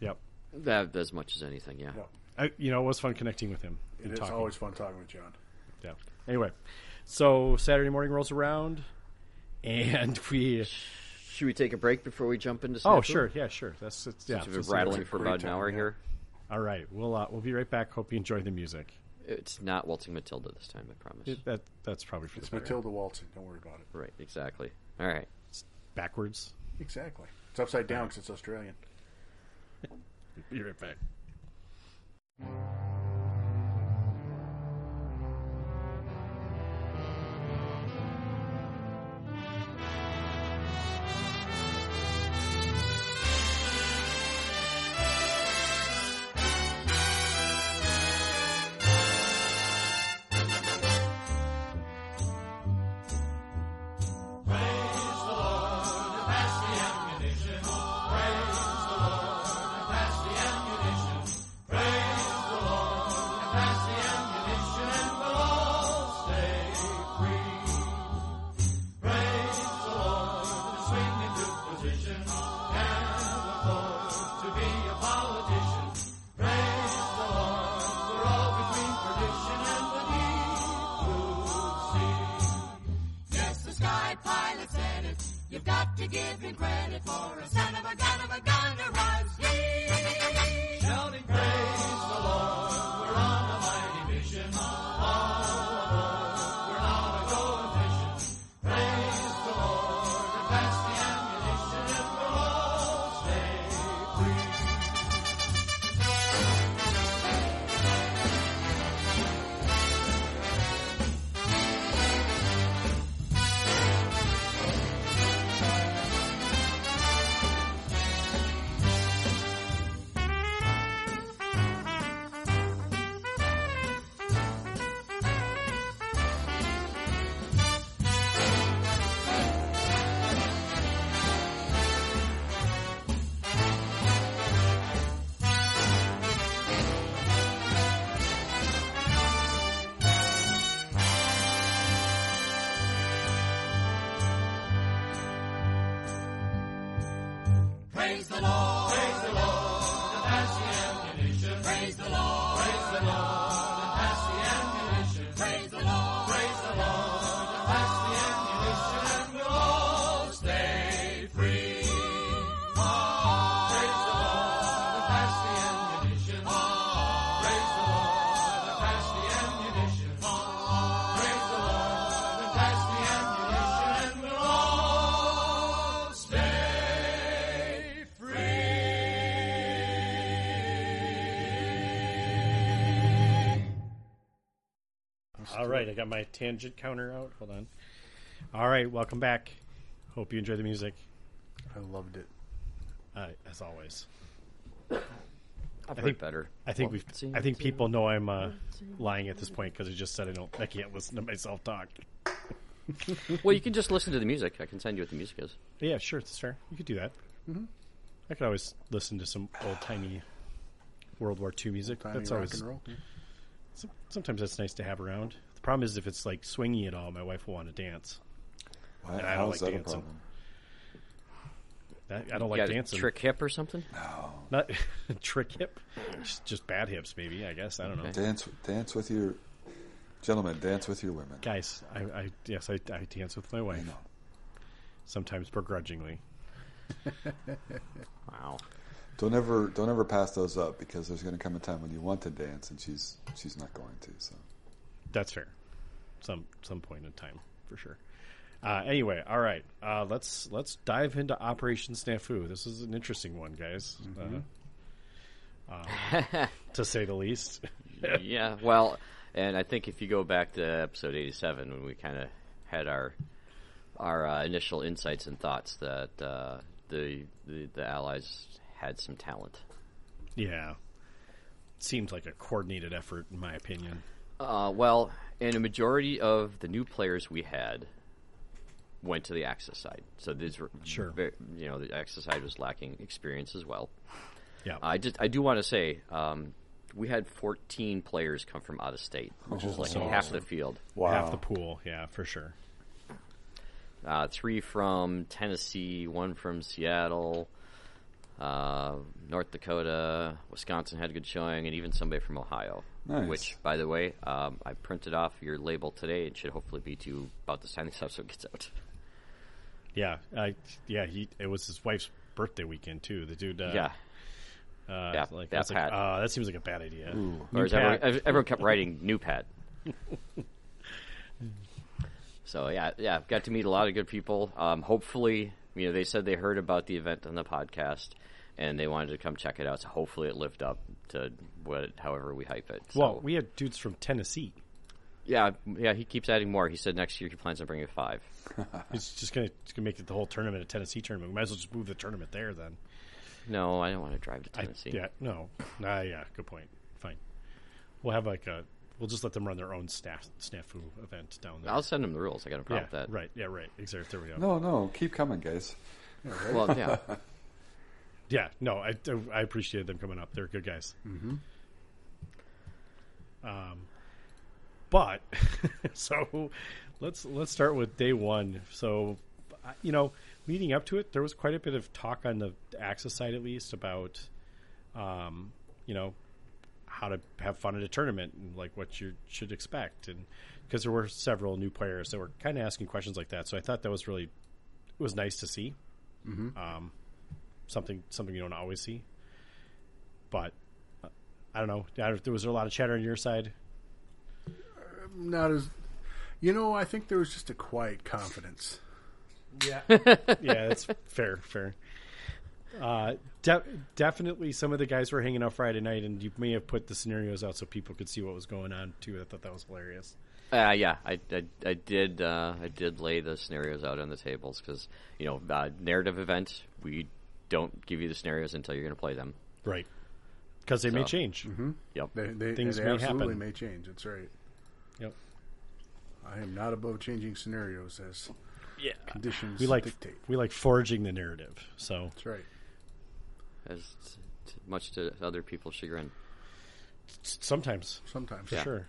Speaker 2: yep.
Speaker 1: That as much as anything. Yeah.
Speaker 6: No,
Speaker 2: I, you know, it was fun connecting with him and
Speaker 6: it's
Speaker 2: talking.
Speaker 6: always fun talking with John.
Speaker 2: Yeah. Anyway, so Saturday morning rolls around, and we.
Speaker 1: Should we take a break before we jump into?
Speaker 2: Oh,
Speaker 1: Snafu?
Speaker 2: sure. Yeah, sure. That's it's, yeah.
Speaker 1: Since We've
Speaker 2: that's-
Speaker 1: been rattling for
Speaker 6: great
Speaker 1: about an
Speaker 6: time,
Speaker 1: hour
Speaker 6: yeah.
Speaker 1: here.
Speaker 2: All right. We'll uh, we'll be right back. Hope you enjoy the music.
Speaker 1: It's not waltzing Matilda this time. I promise.
Speaker 2: It, that that's probably for
Speaker 6: It's
Speaker 2: the better.
Speaker 6: Matilda Waltzing. Don't worry about it.
Speaker 1: Right. Exactly. All right.
Speaker 2: backwards.
Speaker 6: Exactly. It's upside down because it's Australian.
Speaker 2: Be right back.
Speaker 7: You've got to give him credit for a son of a gun of a gunner was he. Shouting praise the Lord, we're on a mighty mission. All we're not a going fishing. Praise the Lord, and pass the ammunition, and we'll all stay free. Praise the Lord. Praise the Lord. And pass the ammunition. Praise the Lord. Praise the Lord. And pass the ammunition. Praise the Lord. Praise the Lord. And pass the ammunition. And we'll all stay free. Ah, Praise the Lord. And pass the ammunition. Ah, Praise the Lord. And pass the ammunition. Ah, Praise the Lord. And pass the ammunition. And we'll all stay free.
Speaker 2: All right, I got my tangent counter out. Hold on. All right, welcome back. Hope you enjoy the music,
Speaker 6: I loved it.
Speaker 2: uh, as always.
Speaker 1: I've
Speaker 2: think-
Speaker 1: heard better.
Speaker 2: I think
Speaker 1: Well,
Speaker 2: we've.
Speaker 1: see,
Speaker 2: I think people know I'm uh, lying at this point because I just said I don't. I can't listen to myself talk.
Speaker 1: Well, you can just listen to the music. I can send you what the music is.
Speaker 2: Yeah, sure, it's fair. You could do that.
Speaker 6: Mm-hmm.
Speaker 2: I could always listen to some old timey World War II music.
Speaker 6: Tiny
Speaker 2: that's
Speaker 6: rock
Speaker 2: always.
Speaker 6: and roll.
Speaker 2: some- Sometimes that's nice to have around. The problem is if it's like swingy at all, my wife will want to dance.
Speaker 4: Why,
Speaker 2: I
Speaker 4: how
Speaker 2: don't
Speaker 4: is
Speaker 2: like
Speaker 4: that a
Speaker 2: dancing.
Speaker 4: problem?
Speaker 2: That, I don't
Speaker 1: You
Speaker 2: like
Speaker 1: got a
Speaker 2: dancing.
Speaker 1: trick hip or something?
Speaker 2: Not trick hip. Just, just bad hips, maybe. I guess I don't know.
Speaker 4: Dance, dance with your gentlemen. Dance with your women.
Speaker 2: Guys, I, I yes, I, I dance with my wife. Sometimes begrudgingly.
Speaker 1: Wow.
Speaker 4: Don't ever, don't ever pass those up because there's going to come a time when you want to dance and she's she's not going to. So
Speaker 2: That's fair. Some some point in time for sure. Uh, anyway, all right. Uh, let's let's dive into Operation Snafu. This is an interesting one, guys, uh, uh, to say the least.
Speaker 1: yeah. Well, and I think if you go back to episode eighty-seven when we kind of had our our uh, initial insights and thoughts that uh, the, the the allies had some talent.
Speaker 2: yeah, seems like a coordinated effort, in my opinion.
Speaker 1: Uh, well, and a majority of the new players we had went to the Axis side, so these were
Speaker 2: Sure.
Speaker 1: ve- you know the Axis side was lacking experience as well.
Speaker 2: Yeah,
Speaker 1: I just I do want to say um, we had fourteen players come from out of state, which is like half the field.
Speaker 2: half the pool. Yeah, for sure.
Speaker 1: uh, three from Tennessee, one from Seattle, uh, North Dakota, Wisconsin had a good showing, and even somebody from Ohio.
Speaker 4: Nice.
Speaker 1: Which, by the way, um, I printed off your label today and should hopefully be to you about the time this episode gets out.
Speaker 2: Yeah, I yeah. He it was his wife's birthday weekend too. The dude. Uh,
Speaker 1: yeah.
Speaker 2: uh,
Speaker 1: yeah,
Speaker 2: like,
Speaker 1: that
Speaker 2: that's like,
Speaker 1: Pat.
Speaker 2: uh, that seems like a bad idea. New
Speaker 1: Whereas
Speaker 2: Pat.
Speaker 1: everyone, ev- everyone kept writing new pad. so yeah, yeah, got to meet a lot of good people. Um, hopefully, you know, they said they heard about the event on the podcast and they wanted to come check it out. So hopefully, it lived up to what, however we hype it. So,
Speaker 2: well, we had dudes from Tennessee.
Speaker 1: yeah, yeah, he keeps adding more. He said next year he plans on bringing five. Uh-huh.
Speaker 2: It's just gonna, it's gonna make it the whole tournament a Tennessee tournament. We might as well just move the tournament there then.
Speaker 1: No, I don't want to drive to
Speaker 2: I,
Speaker 1: Tennessee.
Speaker 2: yeah, no, nah, yeah, good point. Fine, we'll have like a, we'll just let them run their own staff snafu event down there.
Speaker 1: I'll send him the rules. I got no problem
Speaker 2: yeah,
Speaker 1: with that.
Speaker 2: right, yeah, right. Exactly. There we go.
Speaker 4: no, no, keep coming, guys.
Speaker 1: Well, yeah.
Speaker 2: Yeah, no, I, I appreciated them coming up. They're good guys. Mm-hmm. Um, but so let's let's start with day one. So, I- you know, leading up to it, there was quite a bit of talk on the Axis side, at least, about, um, you know, how to have fun at a tournament and like what you should expect, and because there were several new players that were kind of asking questions like that. So I thought that was really was nice to see. Um, something something you don't always see. But uh, I don't know. I don't- There was there a lot of chatter on your side.
Speaker 3: Not as, you know, I think there was just a quiet confidence.
Speaker 2: yeah, that's fair, fair. Uh, de- definitely, some of the guys were hanging out Friday night, and you may have put the scenarios out so people could see what was going on too. I thought that was hilarious.
Speaker 1: Uh, yeah, I, I, I did uh, I did lay the scenarios out on the tables because you know uh, narrative event we don't give you the scenarios until you're going to play them.
Speaker 2: Right. mm-hmm. Because they may
Speaker 1: So.
Speaker 2: change.
Speaker 1: Yep.
Speaker 3: They, they,
Speaker 2: Things
Speaker 3: they
Speaker 2: may
Speaker 3: absolutely
Speaker 2: happen.
Speaker 3: may change. That's right.
Speaker 2: Yep.
Speaker 3: I am not above changing scenarios as
Speaker 1: Yeah.
Speaker 3: conditions
Speaker 2: We like
Speaker 3: dictate.
Speaker 2: we like forging the narrative. So
Speaker 3: That's right.
Speaker 1: As t- much to other people's chagrin.
Speaker 2: s- sometimes,
Speaker 3: Sometimes.
Speaker 2: for sure.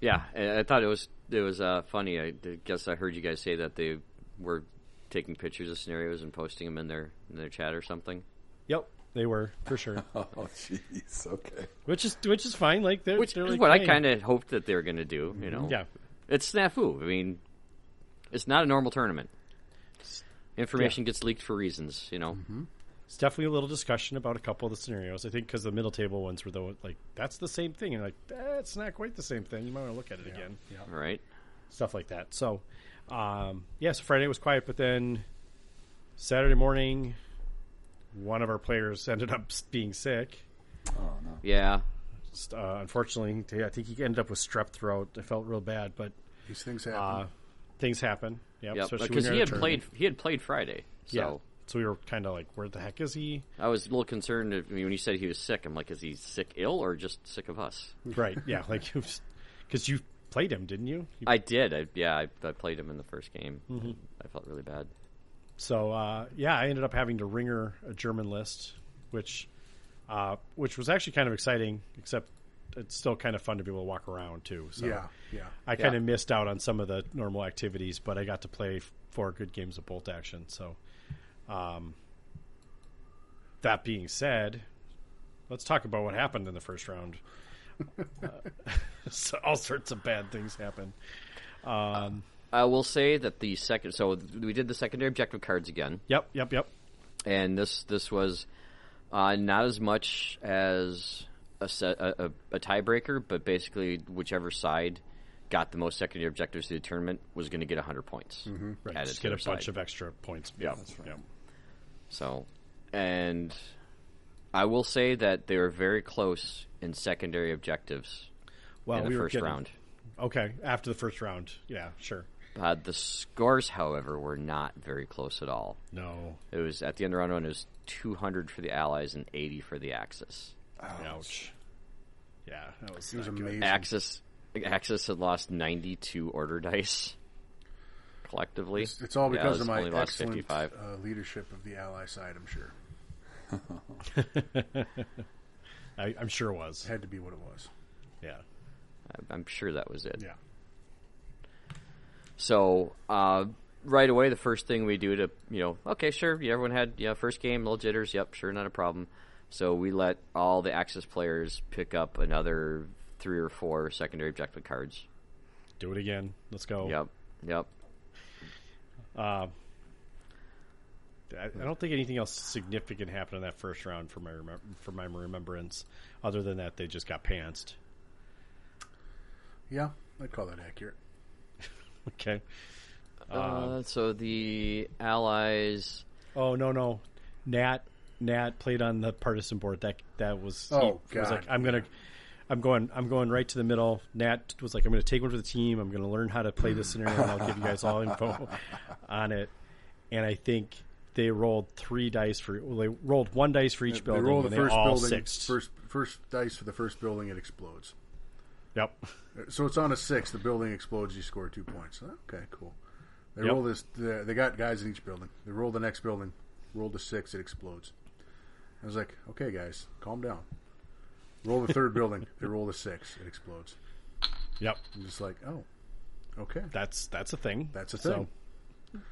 Speaker 1: Yeah, and I thought it was it was uh, funny. I d- guess I heard you guys say that they were taking pictures of scenarios and posting them in their in their chat or something.
Speaker 2: Yep, they were for sure.
Speaker 4: Oh, jeez. Okay.
Speaker 2: which is which is fine. Like they're,
Speaker 1: Which
Speaker 2: they're
Speaker 1: is
Speaker 2: like,
Speaker 1: what I
Speaker 2: hey.
Speaker 1: kind Mm-hmm. of hoped that they were going to do. You know,
Speaker 2: yeah.
Speaker 1: it's snafu. I mean, it's not a normal tournament. Information gets leaked for reasons. You know,
Speaker 2: Mm-hmm. It's definitely a little discussion about a couple of the scenarios. I think because the middle table ones were the like that's the same thing, and like that's not quite the same thing. You might want to look at it again. Yeah.
Speaker 1: all right.
Speaker 2: stuff like that. So, um, yeah, so Friday was quiet, but then Saturday morning, one of our players ended up being sick.
Speaker 4: Oh no.
Speaker 1: Yeah,
Speaker 2: Just, Uh, unfortunately, t- I think he ended up with strep throat. I felt real bad, but
Speaker 3: These things
Speaker 2: uh,
Speaker 3: happen.
Speaker 2: things happen. Yep,
Speaker 1: yeah,
Speaker 2: especially when
Speaker 1: because
Speaker 2: you're
Speaker 1: he
Speaker 2: at
Speaker 1: had
Speaker 2: a
Speaker 1: played
Speaker 2: tournament.
Speaker 1: he had played Friday. So
Speaker 2: yeah. So we were kind of like, where the heck is he?
Speaker 1: I was a little concerned if- I mean, when he said he was sick. I'm like, is he sick, ill, or just sick of us?
Speaker 2: right. Yeah. Like, because you played him, didn't you? You-
Speaker 1: I did. I, yeah, I, I played him in the first game.
Speaker 2: Mm-hmm.
Speaker 1: I felt really bad.
Speaker 2: So uh, yeah, I ended up having to ringer a German list, which uh, which was actually kind of exciting. Except it's still kind of fun to be able to walk around too. So
Speaker 3: yeah. Yeah.
Speaker 2: I kind
Speaker 1: Yeah.
Speaker 2: of missed out on some of the normal activities, but I got to play f- four good games of bolt action. So, um, that being said, let's talk about what happened in the first round. uh, so all sorts of bad things happened.
Speaker 1: I will say that the second, so we did the secondary objective cards again,
Speaker 2: Yep, yep, yep.
Speaker 1: and this this was uh, not as much as a, se- a, a, a tiebreaker, but basically whichever side got the most secondary objectives through the tournament was going to get 100 points. Mm-hmm.
Speaker 2: Right, just get a bunch of extra points.
Speaker 1: Yeah.
Speaker 4: That's right.
Speaker 2: Yep.
Speaker 1: So, and I will say that they were very close in secondary objectives
Speaker 2: Well,
Speaker 1: in the
Speaker 2: we were
Speaker 1: first
Speaker 2: getting-
Speaker 1: round.
Speaker 2: Okay, after the first round. Yeah, sure.
Speaker 1: Uh, the scores, however, were not very close at all.
Speaker 2: No.
Speaker 1: It was at the end of round one. It was 200 for the Allies and 80 for the Axis.
Speaker 2: Ouch. Yeah, that was,
Speaker 3: It was
Speaker 2: not good.
Speaker 3: amazing.
Speaker 1: Axis Axis had lost 92 order dice collectively.
Speaker 3: It's, it's all
Speaker 1: The
Speaker 3: because
Speaker 1: Allies
Speaker 3: of my
Speaker 1: only lost
Speaker 3: excellent
Speaker 1: 55.
Speaker 3: uh, leadership of the Ally side. I'm sure
Speaker 2: I, I'm sure it was.
Speaker 3: had to be what it was.
Speaker 2: Yeah.
Speaker 1: I- I'm sure that was it.
Speaker 3: Yeah.
Speaker 1: So uh, right away, the first thing we do to you know, okay, sure, yeah, everyone had yeah, first game, little jitters, yep, sure, not a problem. So we let all the Axis players pick up another three or four secondary objective cards.
Speaker 2: Do it again. Let's
Speaker 3: Oh.
Speaker 2: go.
Speaker 1: Yep, yep.
Speaker 2: I, I don't think anything else significant happened in that first round for my remem- for my remembrance. Other than that, they just got pantsed.
Speaker 3: Yeah. I'd call that accurate.
Speaker 2: Okay.
Speaker 1: Uh, so the allies.
Speaker 2: Oh no no, Nat Nat played on the partisan board. That that was he
Speaker 3: Oh,
Speaker 2: was
Speaker 3: God.
Speaker 2: like I'm gonna, I'm going I'm going right to the middle. Nat was like I'm gonna take one for the team. I'm gonna learn how to play this scenario. and I'll give you guys all info on it. And I think they rolled three dice for well, they rolled one dice for each building.
Speaker 3: they roll the
Speaker 2: and
Speaker 3: first
Speaker 2: all
Speaker 3: building.
Speaker 2: sixed.
Speaker 3: First, first dice for the first building. It explodes.
Speaker 2: Yep.
Speaker 3: So it's on a six. The building explodes. You score two points. Okay, cool. They
Speaker 2: Yep.
Speaker 3: roll this. They they got guys in each building. They roll the next building. Roll the six. It explodes. I was like, okay, guys, calm down. Roll the third building. They roll the six. It explodes.
Speaker 2: Yep.
Speaker 3: I'm just like, oh, okay,
Speaker 2: That's that's a thing.
Speaker 3: that's a
Speaker 2: So-
Speaker 3: thing.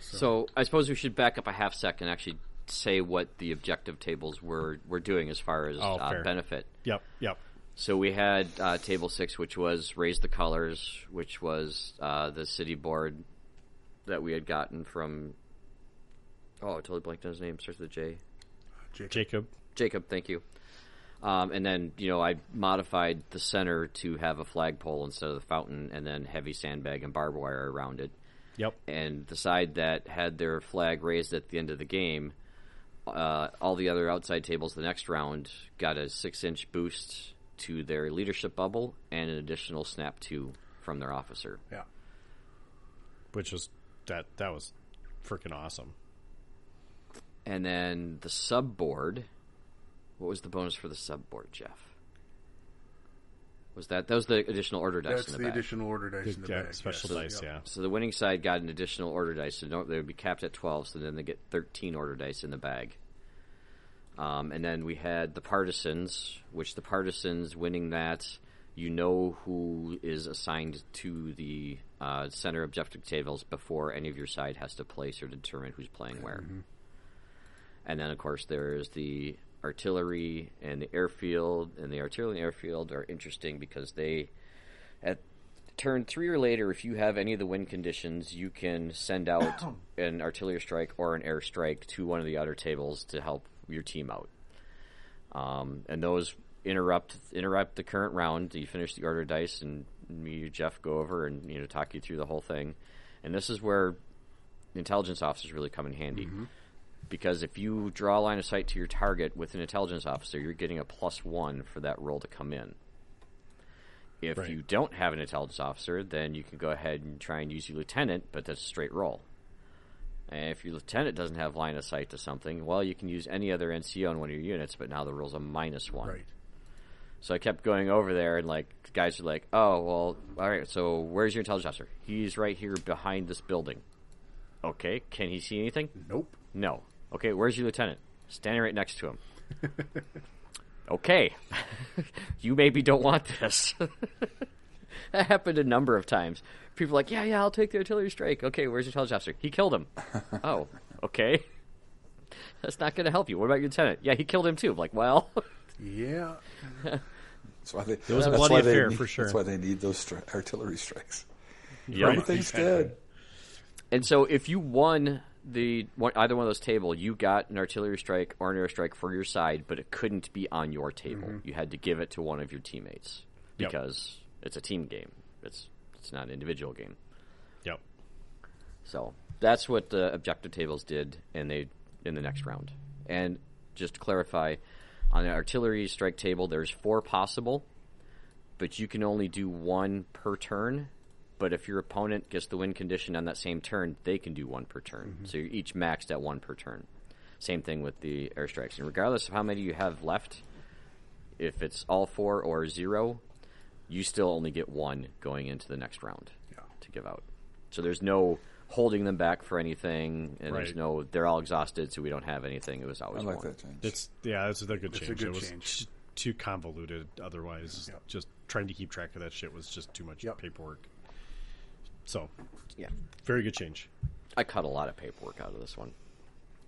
Speaker 1: So I suppose we should back up a half second and actually say what the objective tables were were doing as far as
Speaker 2: Oh,
Speaker 1: uh,
Speaker 2: fair.
Speaker 1: benefit.
Speaker 2: Yep. Yep.
Speaker 1: So we had uh, table six, which was raise the colors, which was uh, the city board, that we had gotten from. Oh, I totally blanked on his name. Starts with a J.
Speaker 2: Jacob.
Speaker 1: Jacob, thank you. Um, and then you know I modified the center to have a flagpole instead of the fountain, and then heavy sandbag and barbed wire around it.
Speaker 2: Yep.
Speaker 1: And the side that had their flag raised at the end of the game, uh, all the other outside tables the next round got a six-inch boost to their leadership bubble and an additional snap two from their officer.
Speaker 6: Yeah.
Speaker 2: Which was that that was freaking awesome.
Speaker 1: And then the sub board. What was the bonus for the sub board, Jeff? Was that that was the additional order dice
Speaker 3: That's
Speaker 1: in
Speaker 3: the,
Speaker 1: the, back?
Speaker 3: additional order dice in the
Speaker 2: Yeah,
Speaker 3: bag.
Speaker 2: special
Speaker 3: yes.
Speaker 2: dice,
Speaker 3: Yep.
Speaker 2: yeah.
Speaker 1: So the winning side got an additional order dice. So no- they would be capped at twelve. So then they get thirteen order dice in the bag. Um, and then we had the partisans, which the partisans winning that, you know who is assigned to the uh, center objective tables before any of your side has to place or determine who's playing where. And then, of course, there is the artillery and the airfield. And the artillery and airfield are interesting because they, at turn three or later, if you have any of the wind conditions, you can send out an artillery strike or an airstrike to one of the outer tables to help your team out. Um, and those interrupt interrupt the current round. You finish the order dice, and me or Jeff go over and you know talk you through the whole thing. And this is where intelligence officers really come in handy. Because if you draw a line of sight to your target with an intelligence officer, you're getting a plus one for that roll to come in. If you don't have an intelligence officer, then you can go ahead and try and use your lieutenant, but that's a straight roll. And if your lieutenant doesn't have line of sight to something, well, you can use any other NCO on one of your units, but now the roll's a minus one.
Speaker 3: Right.
Speaker 1: So I kept going over there, and like guys are like, "Oh, well, all right. So where's your intelligence officer? He's right here behind this building. Okay, can he see anything?
Speaker 3: Nope.
Speaker 1: No. Okay, where's your lieutenant? Standing right next to him. okay, you maybe don't want this. that happened a number of times. People are like, yeah, yeah, I'll take the artillery strike. Okay, where's your intelligence officer? He killed him. oh, okay. That's not going to help you. What about your lieutenant? Yeah, he killed him too. I'm like, well,
Speaker 3: Yeah.
Speaker 4: That's why they. It
Speaker 2: was a bloody affair, for sure.
Speaker 4: That's why they need those stri- artillery strikes.
Speaker 1: yeah.
Speaker 4: Everything's dead.
Speaker 1: And so, if you won the one, either one of those table, you got an artillery strike or an airstrike for your side, but it couldn't be on your table. You had to give it to one of your teammates
Speaker 2: Yep.
Speaker 1: because it's a team game. It's it's not an individual game.
Speaker 2: Yep.
Speaker 1: So that's what the objective tables did, and they in the next round. And just to clarify, on the artillery strike table, there's four possible, but you can only do one per turn. But if your opponent gets the win condition on that same turn, they can do one per turn.
Speaker 4: Mm-hmm.
Speaker 1: So you're each maxed at one per turn. Same thing with the airstrikes. And regardless of how many you have left, if it's all four or zero, you still only get one going into the next round to give out. So there's no holding them back for anything, and there's
Speaker 2: Right.
Speaker 1: no they're all exhausted, so we don't have anything. It was always
Speaker 4: I like
Speaker 1: one.
Speaker 4: that change.
Speaker 2: It's yeah, that's a good change.
Speaker 3: good
Speaker 2: it was
Speaker 3: change.
Speaker 2: t- too convoluted otherwise. Just trying to keep track of that shit was just too much
Speaker 3: Yep.
Speaker 2: paperwork. So,
Speaker 1: Yeah,
Speaker 2: very good change.
Speaker 1: I cut a lot of paperwork out of this one.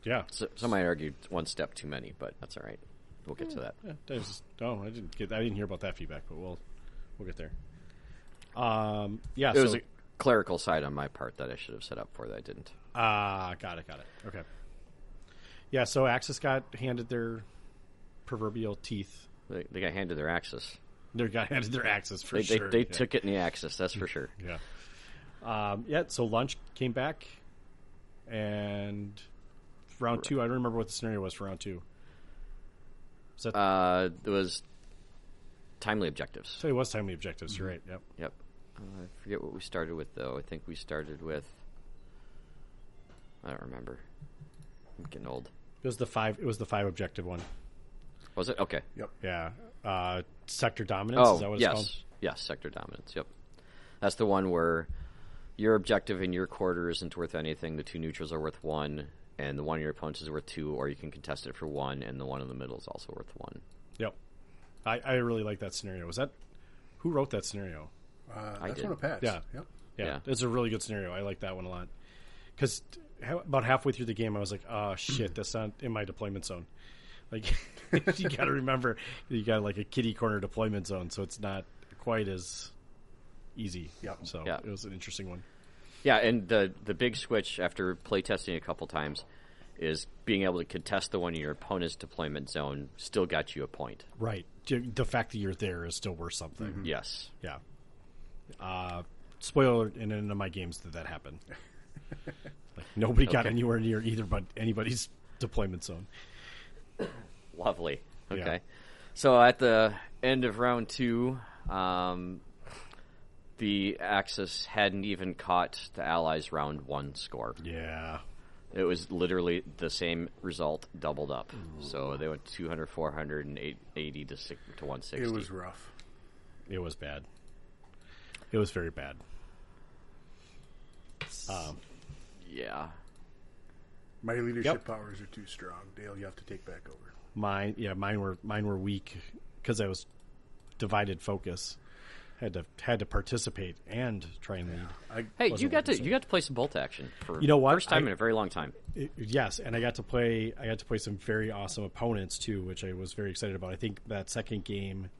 Speaker 2: Yeah.
Speaker 1: So, some might argue it's one step too many, but that's all right. We'll get to that.
Speaker 2: Yeah, that was- oh, I didn't get. I didn't hear about that feedback, but we'll we'll get there. Um. Yeah.
Speaker 1: It was
Speaker 2: so,
Speaker 1: a clerical side on my part that I should have set up for that I didn't.
Speaker 2: Ah, got it, got it. Okay. Yeah, so Axis got handed their proverbial teeth.
Speaker 1: They, they got handed their axis.
Speaker 2: They got handed their axis for
Speaker 1: They, they-
Speaker 2: sure.
Speaker 1: they,
Speaker 2: yeah.
Speaker 1: took it in the axis, that's for sure.
Speaker 2: Yeah. Um, yeah. So lunch came back, and round two. I don't remember what the scenario was for round two. Was that,
Speaker 1: Uh, it was timely objectives.
Speaker 2: Hmm. so it was timely objectives. You're right. Yep.
Speaker 1: Yep. Uh, I forget what we started with though. I think we started with. I don't remember. I'm getting old.
Speaker 2: It was the five. It was the five objective one.
Speaker 1: Was it okay?
Speaker 2: Yeah. Uh, sector dominance. is that
Speaker 1: Oh,
Speaker 2: what it's
Speaker 1: yes,
Speaker 2: called?
Speaker 1: yes. Sector dominance. Yep. That's the one where your objective in your quarter isn't worth anything. The two neutrals are worth one, and the one of your opponents is worth two, or you can contest it for one, and the one in the middle is also worth one.
Speaker 2: Yep. I, I really like that scenario. Was that who wrote that scenario?
Speaker 3: Uh,
Speaker 1: I
Speaker 3: that's
Speaker 1: did.
Speaker 3: one of Pat's.
Speaker 2: Yeah.
Speaker 3: Yep.
Speaker 2: Yeah,
Speaker 1: Yeah.
Speaker 2: it's a really good scenario. I like that one a lot. Because about halfway through the game, I was like, "Oh shit, that's not in my deployment zone." Like, you got to remember, you got like a kitty corner deployment zone, so it's not quite as easy.
Speaker 3: Yep.
Speaker 2: So
Speaker 1: Yeah.
Speaker 2: it was an interesting one.
Speaker 1: Yeah, and the the big switch after playtesting a couple times is being able to contest the one in your opponent's deployment zone still got you a point.
Speaker 2: Right. Ju- The fact that you're there is still worth something.
Speaker 1: Mm-hmm. Yes.
Speaker 2: Yeah. Uh, spoiler in none of my games did that happen. like nobody got
Speaker 1: Okay.
Speaker 2: anywhere near either, but anybody's deployment zone.
Speaker 1: Lovely. Okay.
Speaker 2: Yeah.
Speaker 1: So at the end of round two, um, the Axis hadn't even caught the Allies' round one score.
Speaker 2: Yeah.
Speaker 1: It was literally the same result doubled up. So they went 200, 400, and 80 to, six, to 160.
Speaker 3: It was rough.
Speaker 2: It was bad. It was very bad.
Speaker 1: yeah.
Speaker 3: My leadership
Speaker 2: Yep.
Speaker 3: powers are too strong. Dale, you have to take back over.
Speaker 2: Mine, yeah, mine were mine were weak because I was divided focus. Had to had to participate and try and lead.
Speaker 3: I,
Speaker 1: Hey, you
Speaker 2: Wasn't
Speaker 1: got to you got to play some bolt action for
Speaker 2: You know what?
Speaker 1: first time
Speaker 2: I-
Speaker 1: in a very long time.
Speaker 2: It- yes, and I got to play. I got to play some very awesome opponents too, which I was very excited about. I think that second game,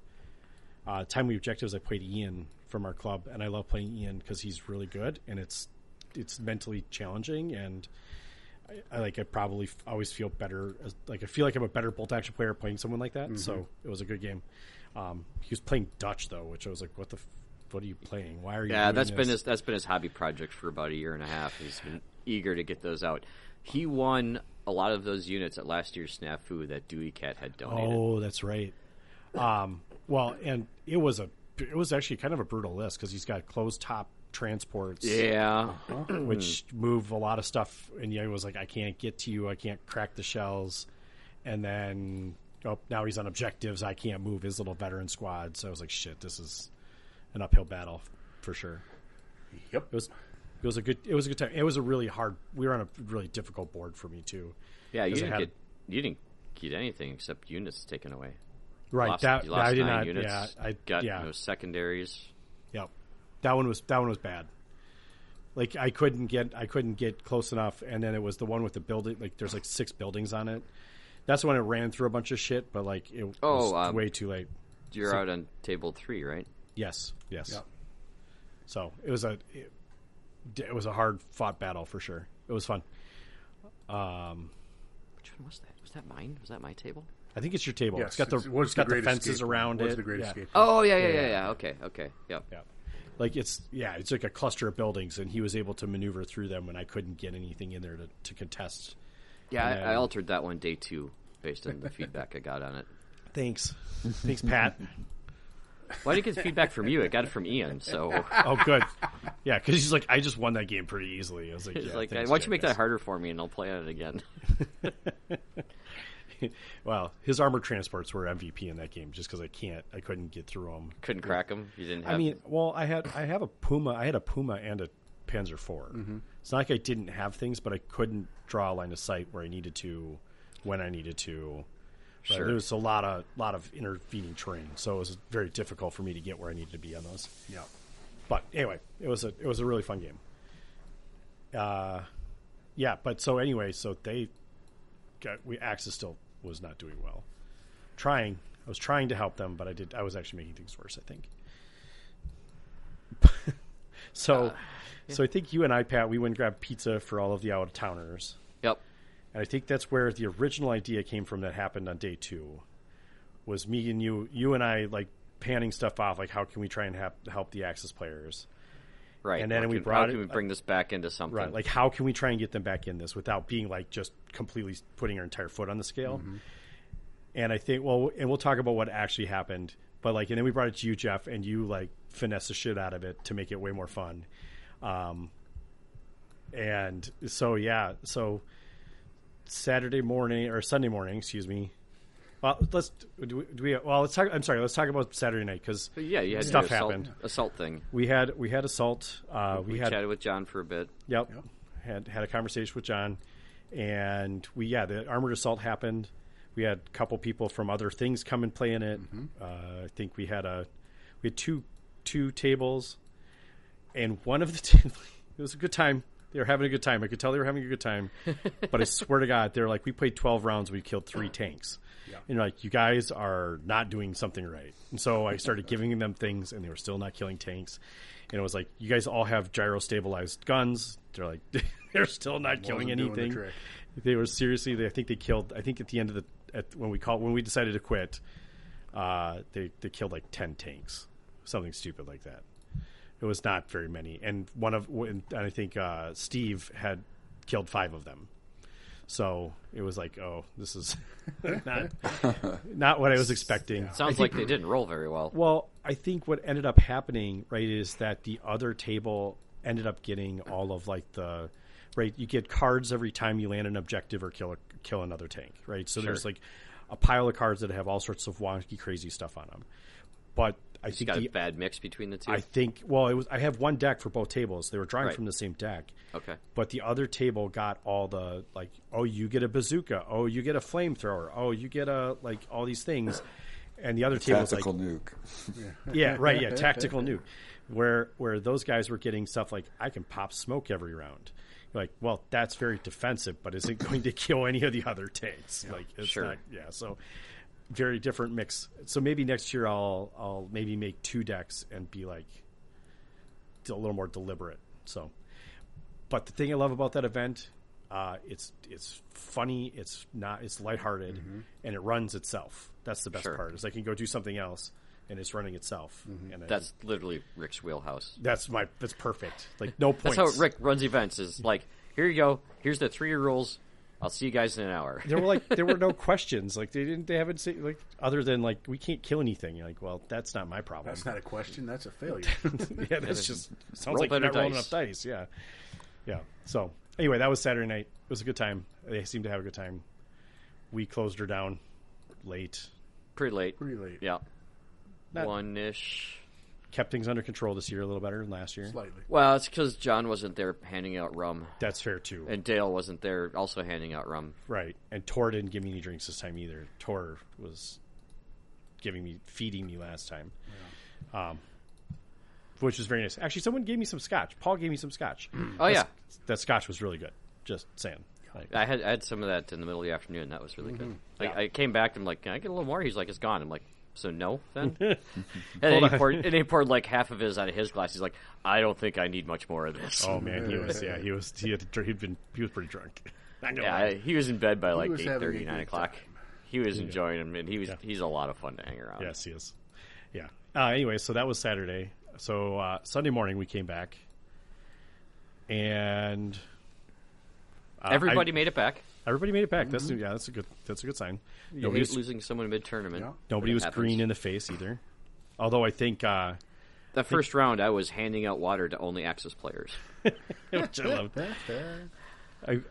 Speaker 2: uh, timely objectives, I played Ian from our club, and I love playing Ian because he's really good and it's it's mentally challenging and. I, I like. I probably f- always feel better. as- Like I feel like I'm a better bolt action player playing someone like that. So
Speaker 1: Mm-hmm.
Speaker 2: it was a good game. Um, he was playing Dutch though, which I was like, "What the? F- what are you playing? Why are you?"
Speaker 1: Yeah,
Speaker 2: doing
Speaker 1: that's been
Speaker 2: this?
Speaker 1: his that's been his hobby project for about a year and a half. He's been eager to get those out. He won a lot of those units at last year's snafu that Dewey Cat had donated.
Speaker 2: Oh, that's right. Um, well, and it was a it was actually kind of a brutal list because he's got closed top transports,
Speaker 1: Yeah,
Speaker 2: which move a lot of stuff. And yeah, he was like, I can't get to you, I can't crack the shells, and then oh, now he's on objectives, I can't move his little veteran squad. So I was like, shit, this is an uphill battle for sure.
Speaker 3: yep.
Speaker 2: It was it was a good it was a good time. It was a really hard. We were on a really difficult board for me too.
Speaker 1: yeah. You
Speaker 2: 'Cause I
Speaker 1: didn't
Speaker 2: had-
Speaker 1: get you didn't get anything except units taken away.
Speaker 2: Right,
Speaker 1: Lost,
Speaker 2: that
Speaker 1: you lost
Speaker 2: I did
Speaker 1: nine
Speaker 2: not.
Speaker 1: units.
Speaker 2: Yeah, I
Speaker 1: got
Speaker 2: yeah.
Speaker 1: no secondaries.
Speaker 2: Yep. That one was that one was bad. Like I couldn't get I couldn't get close enough, and then it was the one with the building. Like there's like six buildings on it. That's when it ran through a bunch of shit, but like it
Speaker 1: Oh,
Speaker 2: was
Speaker 1: um,
Speaker 2: way too late.
Speaker 1: You're out on table three, right?
Speaker 2: Yes, yes. So it was a it, it was a hard fought battle for sure. It was fun.
Speaker 1: Which one was that? Was that mine? Was that my table?
Speaker 2: I think it's your table.
Speaker 3: Yes,
Speaker 2: it's got the
Speaker 3: it's- it was
Speaker 2: it's got
Speaker 3: the
Speaker 2: the,
Speaker 3: great
Speaker 2: fences
Speaker 3: escape.
Speaker 2: around
Speaker 3: was
Speaker 2: it.
Speaker 3: the great
Speaker 2: yeah.
Speaker 3: escape.
Speaker 1: Oh yeah, yeah, yeah,
Speaker 2: yeah.
Speaker 1: yeah. Okay, okay, yep.
Speaker 2: Yeah. Like it's yeah, it's like a cluster of buildings, and he was able to maneuver through them when I couldn't get anything in there to, to contest.
Speaker 1: Yeah,
Speaker 2: And
Speaker 1: I, I
Speaker 2: then-
Speaker 1: altered that one day two based on the feedback I got on it.
Speaker 2: Thanks, thanks, Pat.
Speaker 1: Why did I get the feedback from you? I got it from Ian. So
Speaker 2: Oh, good. Yeah, because he's like, I just won that game pretty easily. I was like,
Speaker 1: It's
Speaker 2: yeah,
Speaker 1: like,
Speaker 2: thanks,
Speaker 1: why don't you make
Speaker 2: jackass."
Speaker 1: that harder for me and I'll play on it again?
Speaker 2: Well, his armor transports were MVP in that game just because I can't, I couldn't get through them.
Speaker 1: Couldn't crack him. You didn't have.
Speaker 2: I mean, well, I had, I have a Puma, I had a Puma and a Panzer IV.
Speaker 1: Mm-hmm.
Speaker 2: It's not like I didn't have things, but I couldn't draw a line of sight where I needed to, when I needed to. But
Speaker 1: Sure.
Speaker 2: There was a lot of lot of intervening terrain, so it was very difficult for me to get where I needed to be on those.
Speaker 3: Yeah.
Speaker 2: but anyway, it was a it was a really fun game. Uh, yeah, but so anyway, so they got we Axis still was not doing well. Trying, I was trying to help them, but I did. I was actually making things worse. I think. so, so I think you and I, Pat, we went and grabbed pizza for all of the out of towners.
Speaker 1: yep.
Speaker 2: And I think that's where the original idea came from that happened on day two was me and you, you and I like panning stuff off. Like how can we try and hap- help the Axis players?
Speaker 1: Right.
Speaker 2: And then
Speaker 1: How
Speaker 2: we
Speaker 1: can-
Speaker 2: brought
Speaker 1: how
Speaker 2: it-
Speaker 1: can we bring this back into something?
Speaker 2: Right. Like how can we try and get them back in this without being like just completely putting our entire foot on the scale? And I think, well, and we'll talk about what actually happened, but like, and then we brought it to you, Jeff, and you like finesse the shit out of it to make it way more fun. Um, and so, yeah, so Saturday morning or Sunday morning, excuse me. Well, let's do we, do we well, let's talk. I'm sorry. Let's talk about Saturday night because
Speaker 1: But yeah, you had
Speaker 2: Stuff
Speaker 1: your assault,
Speaker 2: happened.
Speaker 1: Assault thing.
Speaker 2: we had we had assault. Uh, we,
Speaker 1: We
Speaker 2: had
Speaker 1: chatted with John for a bit.
Speaker 2: Yep. Had had a conversation with John, and we yeah the armored assault happened. We had a couple people from other things come and play in it. Uh, I think we had a we had two two tables, and one of the t- it was a good time. They were having a good time. I could tell they were having a good time. but I swear to God, they're like, we played 12 rounds. We killed three tanks. And you're like, you guys are not doing something right. And so I started giving them things, and they were still not killing tanks. And it was like, you guys all have gyro stabilized guns. They're like, they're still not killing
Speaker 6: doing the
Speaker 2: anything
Speaker 6: trick.
Speaker 2: they were seriously. They, I think they killed. I think at the end of the at, when we called when we decided to quit, uh, they they killed like ten tanks, something stupid like that. It was not very many, and one of and I think uh, Steve had killed five of them. So it was like, oh, this is not not what I was expecting.
Speaker 1: Sounds like they didn't roll very well.
Speaker 2: Well, I think what ended up happening, right, is that the other table ended up getting all of like the right. You get cards every time you land an objective or kill a, kill another tank, right? So there's like a pile of cards that have all sorts of wonky, crazy stuff on them. But I
Speaker 1: It's
Speaker 2: think
Speaker 1: got a
Speaker 2: the,
Speaker 1: bad mix between the two.
Speaker 2: I think well, it was I have one deck for both tables. They were drawing
Speaker 1: Right.
Speaker 2: from the same deck.
Speaker 1: Okay.
Speaker 2: But the other table got all the like, oh, you get a bazooka, oh, you get a flamethrower, oh, you get a like all these things, and the other table's like,
Speaker 4: Tactical nuke.
Speaker 2: yeah, right. Yeah, tactical nuke. Where where those guys were getting stuff like I can pop smoke every round. You're like, well, that's very defensive, but is it going to kill any of the other tanks? like, it's
Speaker 1: sure.
Speaker 2: not. Yeah, so very different mix. So maybe next year I'll I'll maybe make two decks and be like a little more deliberate. So, but the thing I love about that event, uh, it's it's funny, it's not, it's lighthearted, and it runs itself. That's the best
Speaker 1: Mm-hmm. Sure. Mm-hmm.
Speaker 2: part. Is I can go do something else, and it's running itself. And I-
Speaker 1: That's literally Rick's wheelhouse.
Speaker 2: that's my that's perfect. Like no points.
Speaker 1: That's how Rick runs events. Is like, here you go. Here's the three rules. I'll see you guys in an hour.
Speaker 2: There were like there were no questions. Like they didn't they haven't say, like other than like we can't kill anything. You're like well that's not my problem.
Speaker 3: That's not a question. That's a failure.
Speaker 2: yeah, that's just sounds
Speaker 1: roll
Speaker 2: like you're
Speaker 1: better
Speaker 2: not rolling
Speaker 1: dice.
Speaker 2: enough dice. Yeah, yeah. So anyway, that was Saturday night. It was a good time. They seemed to have a good time. We closed her down late.
Speaker 1: Pretty late.
Speaker 3: Pretty late.
Speaker 1: Yeah.
Speaker 2: Not-
Speaker 1: One ish.
Speaker 2: Kept things under control this year a little better than last year.
Speaker 3: Slightly.
Speaker 1: Well, it's because John wasn't there handing out rum,
Speaker 2: That's fair too.
Speaker 1: and Dale wasn't there also handing out rum.
Speaker 2: Right. And Tor didn't give me any drinks this time either. Tor was giving me feeding me last time. Um which was very nice. Actually, someone gave me some scotch. Paul gave me some scotch.
Speaker 1: Oh yeah,
Speaker 2: that scotch was really good. Just saying. Like,
Speaker 1: I had I had some of that in the middle of the afternoon. That was really
Speaker 2: Mm-hmm.
Speaker 1: good. Like, I came back. I'm like, can I get a little more? He's like, it's gone. I'm like, so no then. and then he poured, and he poured like half of his out of his glass. He's like, I don't think I need much more of this.
Speaker 2: oh man, he was yeah, he was he had to drink- he'd been he was pretty drunk. I know.
Speaker 1: yeah, I, he was in bed by like
Speaker 3: was having
Speaker 1: eight
Speaker 3: a
Speaker 1: thirty,
Speaker 3: good
Speaker 1: nine o'clock. He was enjoying him, and he was
Speaker 2: Yeah.
Speaker 1: he's a lot of fun to hang around.
Speaker 2: Yes, he is. Yeah. Uh, anyway, so that was Saturday. So uh, Sunday morning we came back, and uh, I-
Speaker 1: Everybody made it back.
Speaker 2: everybody made it back. That's yeah, that's a good that's a good sign.
Speaker 1: You
Speaker 2: Nobody
Speaker 1: hate
Speaker 2: was-
Speaker 1: losing someone mid tournament.
Speaker 3: Yeah.
Speaker 2: Nobody was green in the face either. Although I think uh,
Speaker 1: That first round, I was handing out water to only access players.
Speaker 2: which I, loved, I,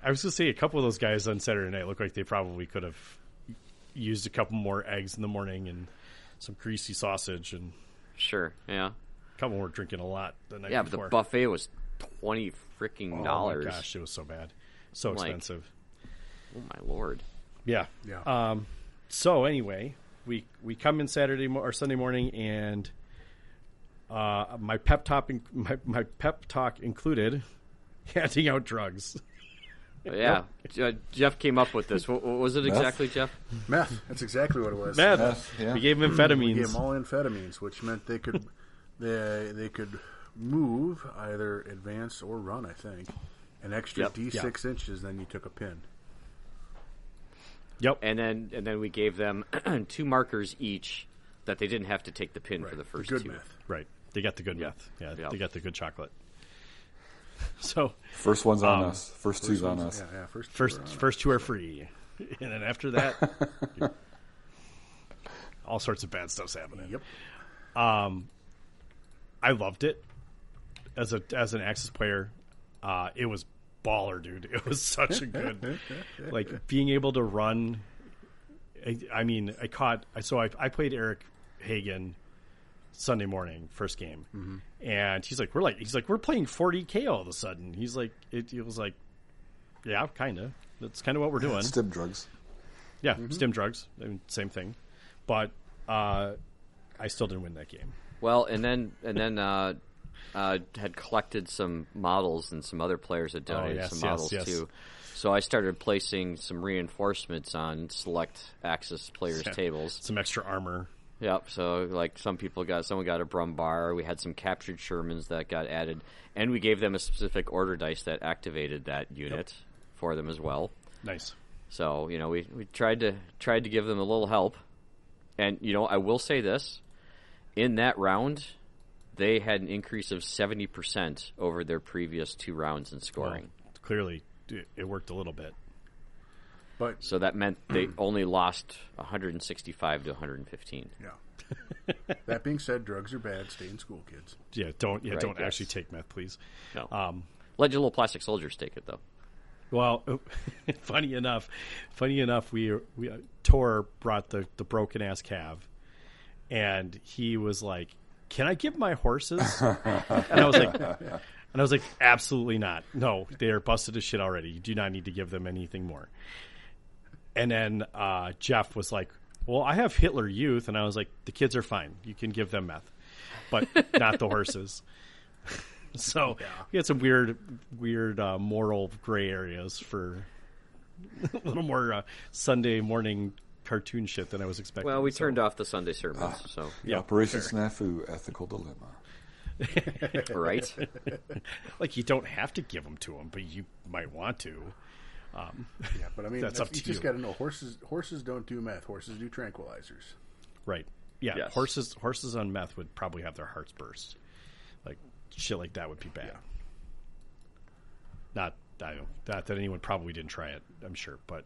Speaker 2: I was going to say a couple of those guys on Saturday night looked like they probably could have used a couple more eggs in the morning and some greasy sausage, and
Speaker 1: Sure, yeah,
Speaker 2: a couple were drinking a lot the night
Speaker 1: yeah. But
Speaker 2: before.
Speaker 1: the buffet was twenty freaking dollars.
Speaker 2: Oh my gosh, it was so bad, so
Speaker 1: Like-
Speaker 2: expensive.
Speaker 1: Oh my lord!
Speaker 2: Yeah.
Speaker 3: Yeah.
Speaker 2: Uh, So anyway, we we come in Saturday mo- or Sunday morning, and uh, my pep talk in- my, my pep talk included handing out drugs.
Speaker 1: Yeah, Je- Jeff came up with this. What, what was it exactly, Jeff?
Speaker 3: Meth. That's exactly what it was.
Speaker 2: Meth.
Speaker 4: Meth, yeah.
Speaker 2: We gave him
Speaker 3: We
Speaker 2: amphetamines.
Speaker 3: gave 'em all amphetamines, which meant they could they they could move either advance or run. I think an extra
Speaker 1: Yep.
Speaker 3: d six inches. Then you took a pin.
Speaker 2: Yep.
Speaker 1: And then and then we gave them two markers each that they didn't have to take the pin for the first
Speaker 3: good
Speaker 1: two.
Speaker 3: meth.
Speaker 2: right. They got the good meth. Yeah.
Speaker 1: Yeah.
Speaker 2: They got the good chocolate. So
Speaker 4: First one's on
Speaker 2: Um,
Speaker 4: us. First two's on us.
Speaker 3: Yeah, yeah. First,
Speaker 2: first first two are free, and then after that, all sorts of bad stuff's happening.
Speaker 3: Yep.
Speaker 2: I loved it as a as an Axis player. Uh, it was baller, dude. It was such a good like being able to run. I, I mean, I caught. I so I, I played Eric Hagen Sunday morning first game, and he's like, we're like, he's like, we're playing 40k all of a sudden. He's like, it, it was like, yeah, kind of. That's kind of what we're doing.
Speaker 4: Stim drugs.
Speaker 2: Yeah, stim drugs, I mean, same thing, but uh, I still didn't win that game.
Speaker 1: Well, and then and then uh, uh, had collected some models and some other players had donated
Speaker 2: Oh, yes,
Speaker 1: some
Speaker 2: yes,
Speaker 1: models
Speaker 2: yes.
Speaker 1: too. So I started placing some reinforcements on select access players' tables.
Speaker 2: Some extra armor.
Speaker 1: Yep. So like some people got someone got a Brumbar. We had some captured Shermans that got added, and we gave them a specific order dice that activated that unit for them as well.
Speaker 2: Nice.
Speaker 1: So you know we, we tried to tried to give them a little help, and you know I will say this, in that round, they had an increase of seventy percent over their previous two rounds in scoring.
Speaker 2: Clearly, it, it worked a little bit.
Speaker 1: So that meant they only lost one hundred and sixty five to one hundred and fifteen.
Speaker 3: Yeah. that being said, drugs are bad. Stay in school, kids.
Speaker 2: Yeah, don't yeah,
Speaker 1: Right,
Speaker 2: don't
Speaker 1: yes.
Speaker 2: actually take meth, please.
Speaker 1: No,
Speaker 2: Um,
Speaker 1: Legible plastic soldiers take it though.
Speaker 2: Well, funny enough, funny enough, we we Tor brought the the broken ass calf, and he was like, "Can I give my horses?" and I was like, "And I was like, absolutely not. No, they are busted as shit already. You do not need to give them anything more." And then uh, Jeff was like, "Well, I have Hitler Youth," and I was like, "The kids are fine. You can give them meth, but not the horses." So we had some weird, weird uh, moral gray areas for a little more uh, Sunday morning cartoon shit than I was expecting.
Speaker 1: Well, we
Speaker 2: So- Ah.
Speaker 1: turned off the Sunday sermons, so
Speaker 2: yeah,
Speaker 4: Operation Snafu ethical dilemma.
Speaker 1: right.
Speaker 2: like you don't have to give them to them, but you might want to.
Speaker 3: Yeah, but I mean,
Speaker 2: That's
Speaker 3: that's
Speaker 2: up
Speaker 3: you
Speaker 2: to
Speaker 3: just
Speaker 2: you.
Speaker 3: got to know horses. Horses don't do meth. Horses do tranquilizers.
Speaker 2: Right? Yeah,
Speaker 1: Yes.
Speaker 2: horses horses on meth would probably have their hearts burst. Like shit, like that would be bad. Not I don't, not that anyone probably didn't try it. I'm sure, but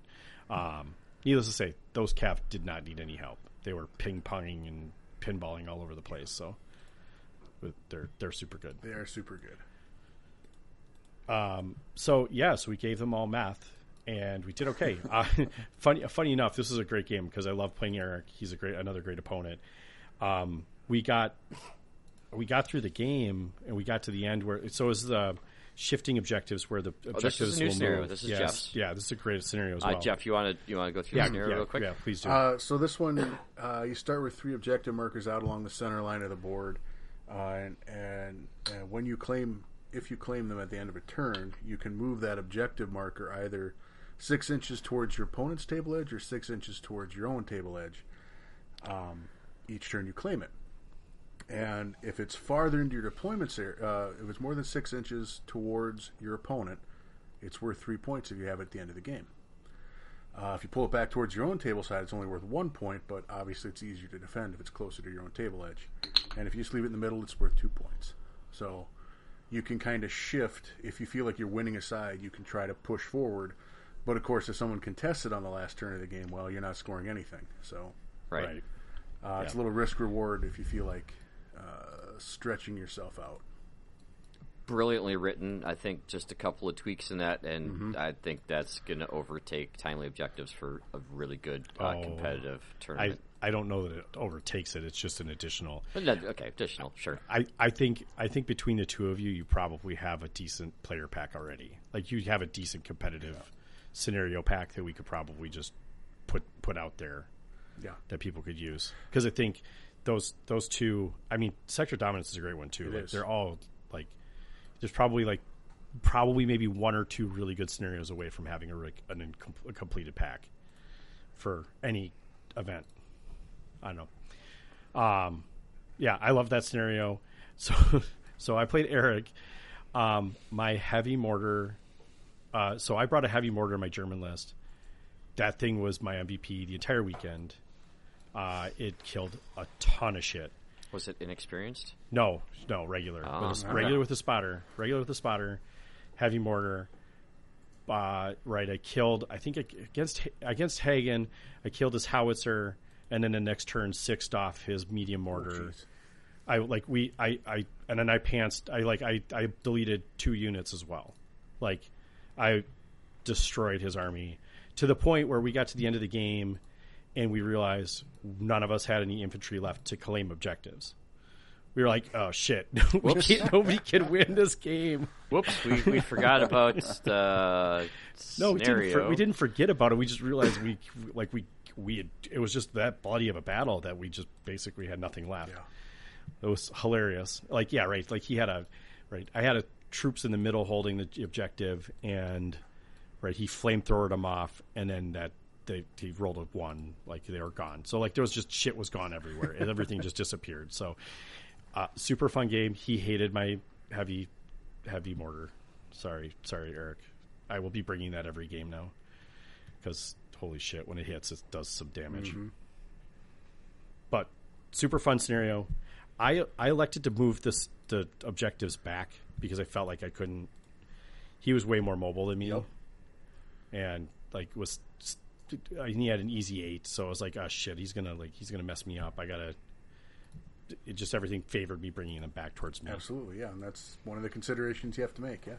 Speaker 2: um, needless to say, those calf did not need any help. They were ping ponging and pinballing all over the place. So with- they're they're super good.
Speaker 3: They are super good.
Speaker 2: So yes, we gave them all math, and we did okay. uh, funny, funny enough, this is a great game because I love playing Eric. He's a great, another great opponent. Um, we got, we got through the game, and we got to the end where. So is the shifting objectives where the objectives
Speaker 1: Oh, this is a new
Speaker 2: will
Speaker 1: scenario.
Speaker 2: move.
Speaker 1: This is
Speaker 2: yes,
Speaker 1: Jeff's.
Speaker 2: Yeah, this is a great scenario as
Speaker 1: Uh,
Speaker 2: well.
Speaker 1: Jeff, you want to you want to go through
Speaker 2: yeah,
Speaker 1: the scenario
Speaker 2: yeah,
Speaker 1: real quick?
Speaker 2: yeah, please do.
Speaker 3: Uh, so this one, uh, you start with three objective markers out along the center line of the board, uh, and, and and when you claim, if you claim them at the end of a turn, you can move that objective marker either six inches towards your opponent's table edge or six inches towards your own table edge. Um, each turn you claim it, and if it's farther into your deployment area, uh, if it's more than six inches towards your opponent, it's worth three points if you have it at the end of the game. Uh, if you pull it back towards your own table side, it's only worth one point, but obviously it's easier to defend if it's closer to your own table edge. And if you just leave it in the middle, it's worth two points. So you can kind of shift. If you feel like you're winning a side, you can try to push forward. But of course, if someone contests it on the last turn of the game, well, you're not scoring anything. So
Speaker 1: Right.
Speaker 2: right.
Speaker 3: uh, it's a little risk reward if you feel like uh, stretching yourself out.
Speaker 1: Brilliantly written. I think just a couple of tweaks in that, and
Speaker 2: Mm-hmm.
Speaker 1: I think that's going to overtake timely objectives for a really good uh,
Speaker 2: Oh,
Speaker 1: competitive
Speaker 2: I
Speaker 1: tournament.
Speaker 2: I don't know that it overtakes it. It's just an additional.
Speaker 1: But that- okay, additional, sure.
Speaker 2: I, I think I think between the two of you, you probably have a decent player pack already. Like you have a decent competitive scenario pack that we could probably just put put out there
Speaker 3: Yeah.
Speaker 2: that people could use. Because I think those those two. I mean, sector dominance is a great one too. Like,
Speaker 3: is.
Speaker 2: They're all like there's probably like probably maybe one or two really good scenarios away from having a like an incom- a completed pack for any event. I don't know. Um, yeah, I love that scenario. So, so I played Eric. Um, my heavy mortar. Uh, so I brought a heavy mortar in my German list. That thing was my MVP the entire weekend. Uh, it killed a ton of shit.
Speaker 1: Was it inexperienced?
Speaker 2: No, no, regular. With a- regular with a spotter. Regular with a spotter. Heavy mortar. Uh, right, I killed. I think against against Hagen, I killed his howitzer, and then the next turn sixed off his medium mortar. I like we I I and then I pantsed. I like I I deleted two units as well. Like I destroyed his army to the point where we got to the end of the game, and we realized none of us had any infantry left to claim objectives. We were like, oh shit, we can't, nobody can win this game.
Speaker 1: Whoops, we, we forgot about the
Speaker 2: No,
Speaker 1: scenario.
Speaker 2: we didn't. For, we didn't forget about it. We just realized we like we we had, it was just that bloody of a battle that we just basically had nothing left. It was hilarious. Like yeah, right. Like he had a right. I had a troops in the middle holding the objective, and right he flamethrowered them off, and then that they he rolled a one. Like they were gone. So like there was just shit was gone everywhere. and Everything just disappeared. So uh, super fun game. He hated my heavy heavy mortar. Sorry, sorry, Eric. I will be bringing that every game now because holy shit, when it hits, it does some damage. But super fun scenario. I I elected to move this the objectives back because I felt like I couldn't. He was way more mobile than me, and like was and he had an easy eight, so I was like, oh shit, he's gonna like he's gonna mess me up. I gotta. It just everything favored me bringing them back towards me.
Speaker 3: Absolutely, yeah, and that's one of the considerations you have to make. Yeah,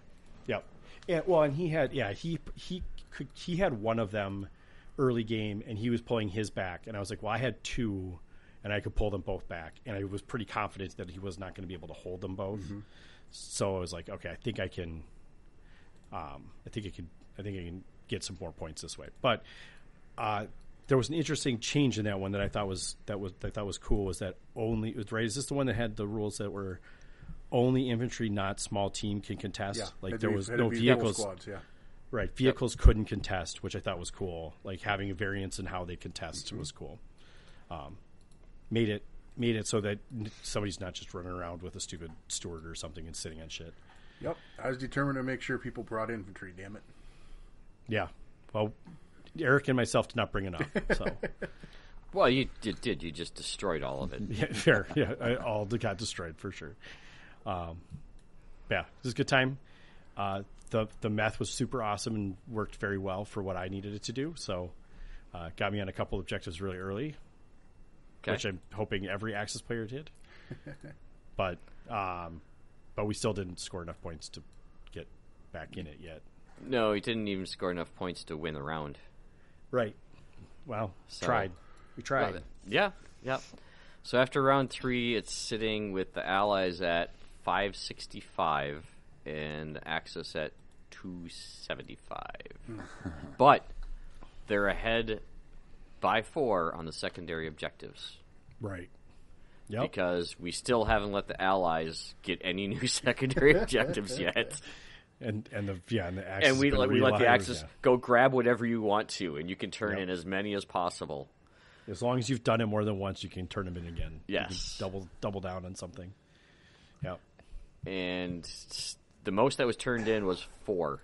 Speaker 2: Yep. And, well, and he had yeah he he could he had one of them early game, and he was pulling his back, and I was like, well, I had two, and I could pull them both back, and I was pretty confident that he was not going to be able to hold them both. So I was like, okay, I think I can, um, I think I can, I think I can get some more points this way. But uh, there was an interesting change in that one that I thought was that was that I thought was cool was that only it was- right is this the one that had the rules that were only infantry, not small team, can contest.
Speaker 3: yeah.
Speaker 2: like
Speaker 3: Had to
Speaker 2: there
Speaker 3: be-
Speaker 2: was
Speaker 3: had to
Speaker 2: no
Speaker 3: be double
Speaker 2: vehicles.
Speaker 3: squads. Yeah,
Speaker 2: Right, vehicles couldn't contest, which I thought was cool. Like having a variance in how they contest
Speaker 3: Mm-hmm.
Speaker 2: was cool. Um, made it made it so that n- somebody's not just running around with a stupid steward or something and sitting on shit.
Speaker 3: yep. I was determined to make sure people brought infantry. Damn it.
Speaker 2: Yeah. Well, Eric and myself did not bring enough. So
Speaker 1: Well, you did, did. You just destroyed all of it.
Speaker 2: yeah, fair. Yeah, I, all that got destroyed for sure. Um, yeah, this is a good time. Uh, the the math was super awesome and worked very well for what I needed it to do. So uh, got me on a couple objectives really early,
Speaker 1: Okay.
Speaker 2: which I'm hoping every Axis player did. but um, but we still didn't score enough points to get back in it yet.
Speaker 1: No, he didn't even score enough points to win the round.
Speaker 2: Right. Well,
Speaker 1: So-
Speaker 2: tried. We tried.
Speaker 1: Yeah, yeah. So after round three, it's sitting with the Allies at 565 and Axis at 275.
Speaker 2: Hmm.
Speaker 1: but they're ahead by four on the secondary objectives
Speaker 2: Right. Yep.
Speaker 1: because we still haven't let the Allies get any new secondary objectives yet.
Speaker 2: and and the yeah and the Axis
Speaker 1: and we
Speaker 2: has been
Speaker 1: let, we let the
Speaker 2: real high-
Speaker 1: Axis
Speaker 2: yeah.
Speaker 1: go grab whatever you want to, and you can turn in as many as possible.
Speaker 2: As long as you've done it more than once, you can turn them in again. You can
Speaker 1: Yes.
Speaker 2: double double down on something. Yep.
Speaker 1: and s- the most that was turned in was four.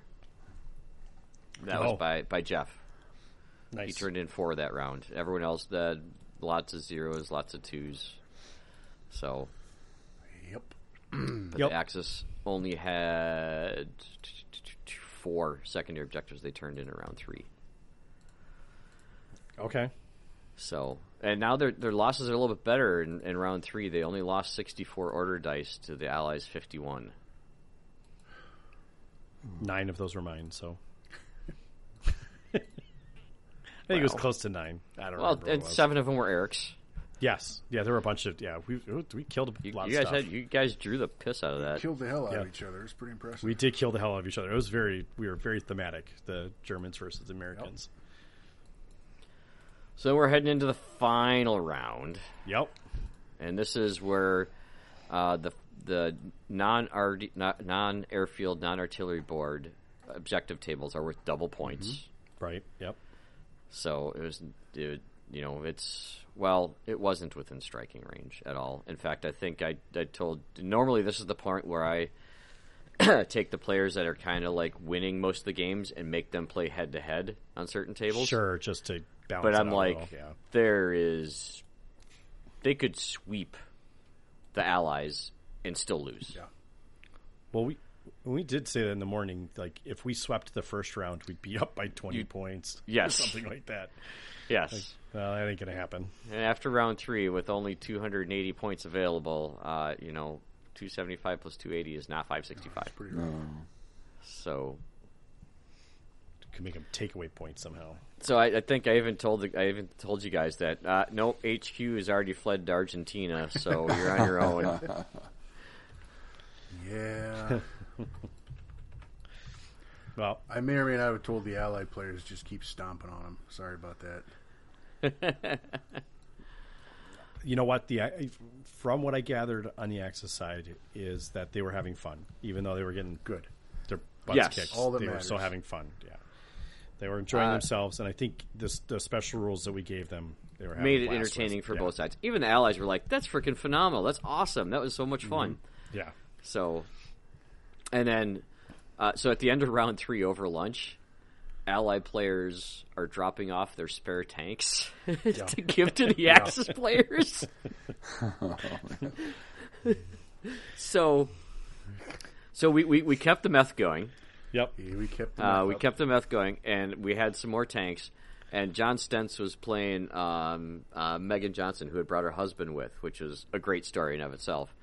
Speaker 1: That
Speaker 2: Oh.
Speaker 1: was by by Jeff. He
Speaker 2: Nice.
Speaker 1: turned in four that round. Everyone else, the lots of zeros, lots of twos. So,
Speaker 3: Yep.
Speaker 1: but
Speaker 2: Yep.
Speaker 1: the Axis only had four secondary objectives they turned in in round three.
Speaker 2: Okay.
Speaker 1: So, and now their their losses are a little bit better in, in round three. They only lost sixty four order dice to the Allies fifty one.
Speaker 2: Nine of those were mine. So. I think it was close to nine. I don't
Speaker 1: Well,
Speaker 2: remember. what
Speaker 1: and
Speaker 2: it was.
Speaker 1: seven of them were Eric's.
Speaker 2: Yes. Yeah, there were a bunch of yeah. We we killed a
Speaker 1: You,
Speaker 2: lot
Speaker 1: you
Speaker 2: of
Speaker 1: guys
Speaker 2: stuff.
Speaker 1: had you guys drew the piss out of that.
Speaker 3: Killed the hell out of
Speaker 2: Yeah.
Speaker 3: each other. It's pretty impressive.
Speaker 2: we did kill the hell out of each other. It was very we were very thematic. The Germans versus the Americans.
Speaker 1: So we're heading into the final round,
Speaker 2: Yep.
Speaker 1: and this is where uh, the the non non airfield non artillery board objective tables are worth double points.
Speaker 2: Right. Yep.
Speaker 1: So it was, it, you know, it's well, it wasn't within striking range at all. In fact, I think I I told normally this is the point where I take the players that are kind of like winning most of the games and make them play head to head on certain tables.
Speaker 2: Sure. Just to balance.
Speaker 1: But
Speaker 2: it
Speaker 1: I'm
Speaker 2: out a
Speaker 1: like,
Speaker 2: little, yeah.
Speaker 1: there is. They could sweep the allies and still lose.
Speaker 3: Yeah.
Speaker 2: Well, we we did say that in the morning. Like, if we swept the first round, we'd be up by twenty points.
Speaker 1: Yes.
Speaker 2: or something like that.
Speaker 1: Yes.
Speaker 2: Well, that ain't gonna happen.
Speaker 1: and after round three, with only 280 points available, uh, you know, 275 plus 280 is not 565. So,
Speaker 2: Could make them takeaway points somehow.
Speaker 1: so I, I think I even told the, I even told you guys that uh, no HQ has already fled to Argentina, so you're on your own.
Speaker 3: Yeah.
Speaker 2: Well,
Speaker 3: I may or may not have told the allied players just keep stomping on them. Sorry about that.
Speaker 2: you know what the from what I gathered on the Axis side is that they were having fun, even though they were getting good. Their butts
Speaker 1: Yes.
Speaker 2: kicked.
Speaker 3: All that
Speaker 2: they were
Speaker 3: matters.
Speaker 2: still having fun. Yeah, they were enjoying
Speaker 1: Uh,
Speaker 2: themselves, and I think this the special rules that we gave them they were having
Speaker 1: made it
Speaker 2: a blast
Speaker 1: entertaining
Speaker 2: with.
Speaker 1: for
Speaker 2: Yeah.
Speaker 1: both sides. Even the allies were like, "That's freaking phenomenal! That's awesome! That was so much fun!"
Speaker 2: Yeah,
Speaker 1: So, and then, uh, so at the end of round three, over lunch, Allied players are dropping off their spare tanks to give to the Axis players. so, so we, we, we kept the meth going.
Speaker 2: yep.
Speaker 3: Yeah, we kept them
Speaker 1: Uh,
Speaker 3: up.
Speaker 1: we kept the meth going, and we had some more tanks. And John Stentz was playing um, uh, Megan Johnson, who had brought her husband with, which is a great story in of itself.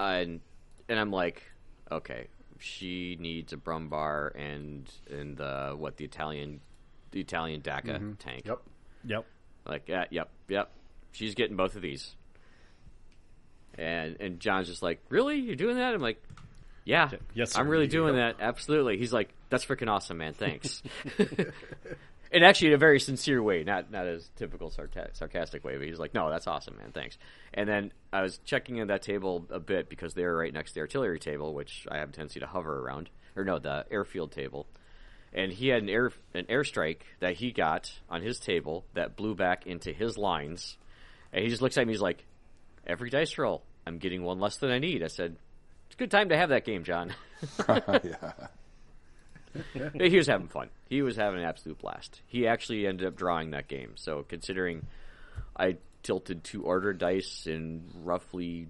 Speaker 1: and and I'm like, okay, she needs a Brumbar and and the what the Italian the Italian DACA tank.
Speaker 3: Yep.
Speaker 2: Yep.
Speaker 1: Like, yeah, yep, yep. She's getting both of these. And and John's just like, really, you're doing that? I'm like, yeah,
Speaker 2: Yes, sir.
Speaker 1: I'm really doing that. Absolutely. He's like, that's freaking awesome, man. Thanks. and actually, in a very sincere way, not not as typical sarta- sarcastic way, but he's like, no, that's awesome, man. Thanks. And then I was checking in that table a bit because they were right next to the artillery table, which I have a tendency to hover around, or no, the airfield table and he had an air an airstrike that he got on his table that blew back into his lines, and he just looks at me. He's like, "Every dice roll, I'm getting one less than I need." I said, "It's a good time to have that game, John."
Speaker 4: yeah.
Speaker 1: he was having fun. He was having an absolute blast. He actually ended up drawing that game. So considering I tilted two order dice in roughly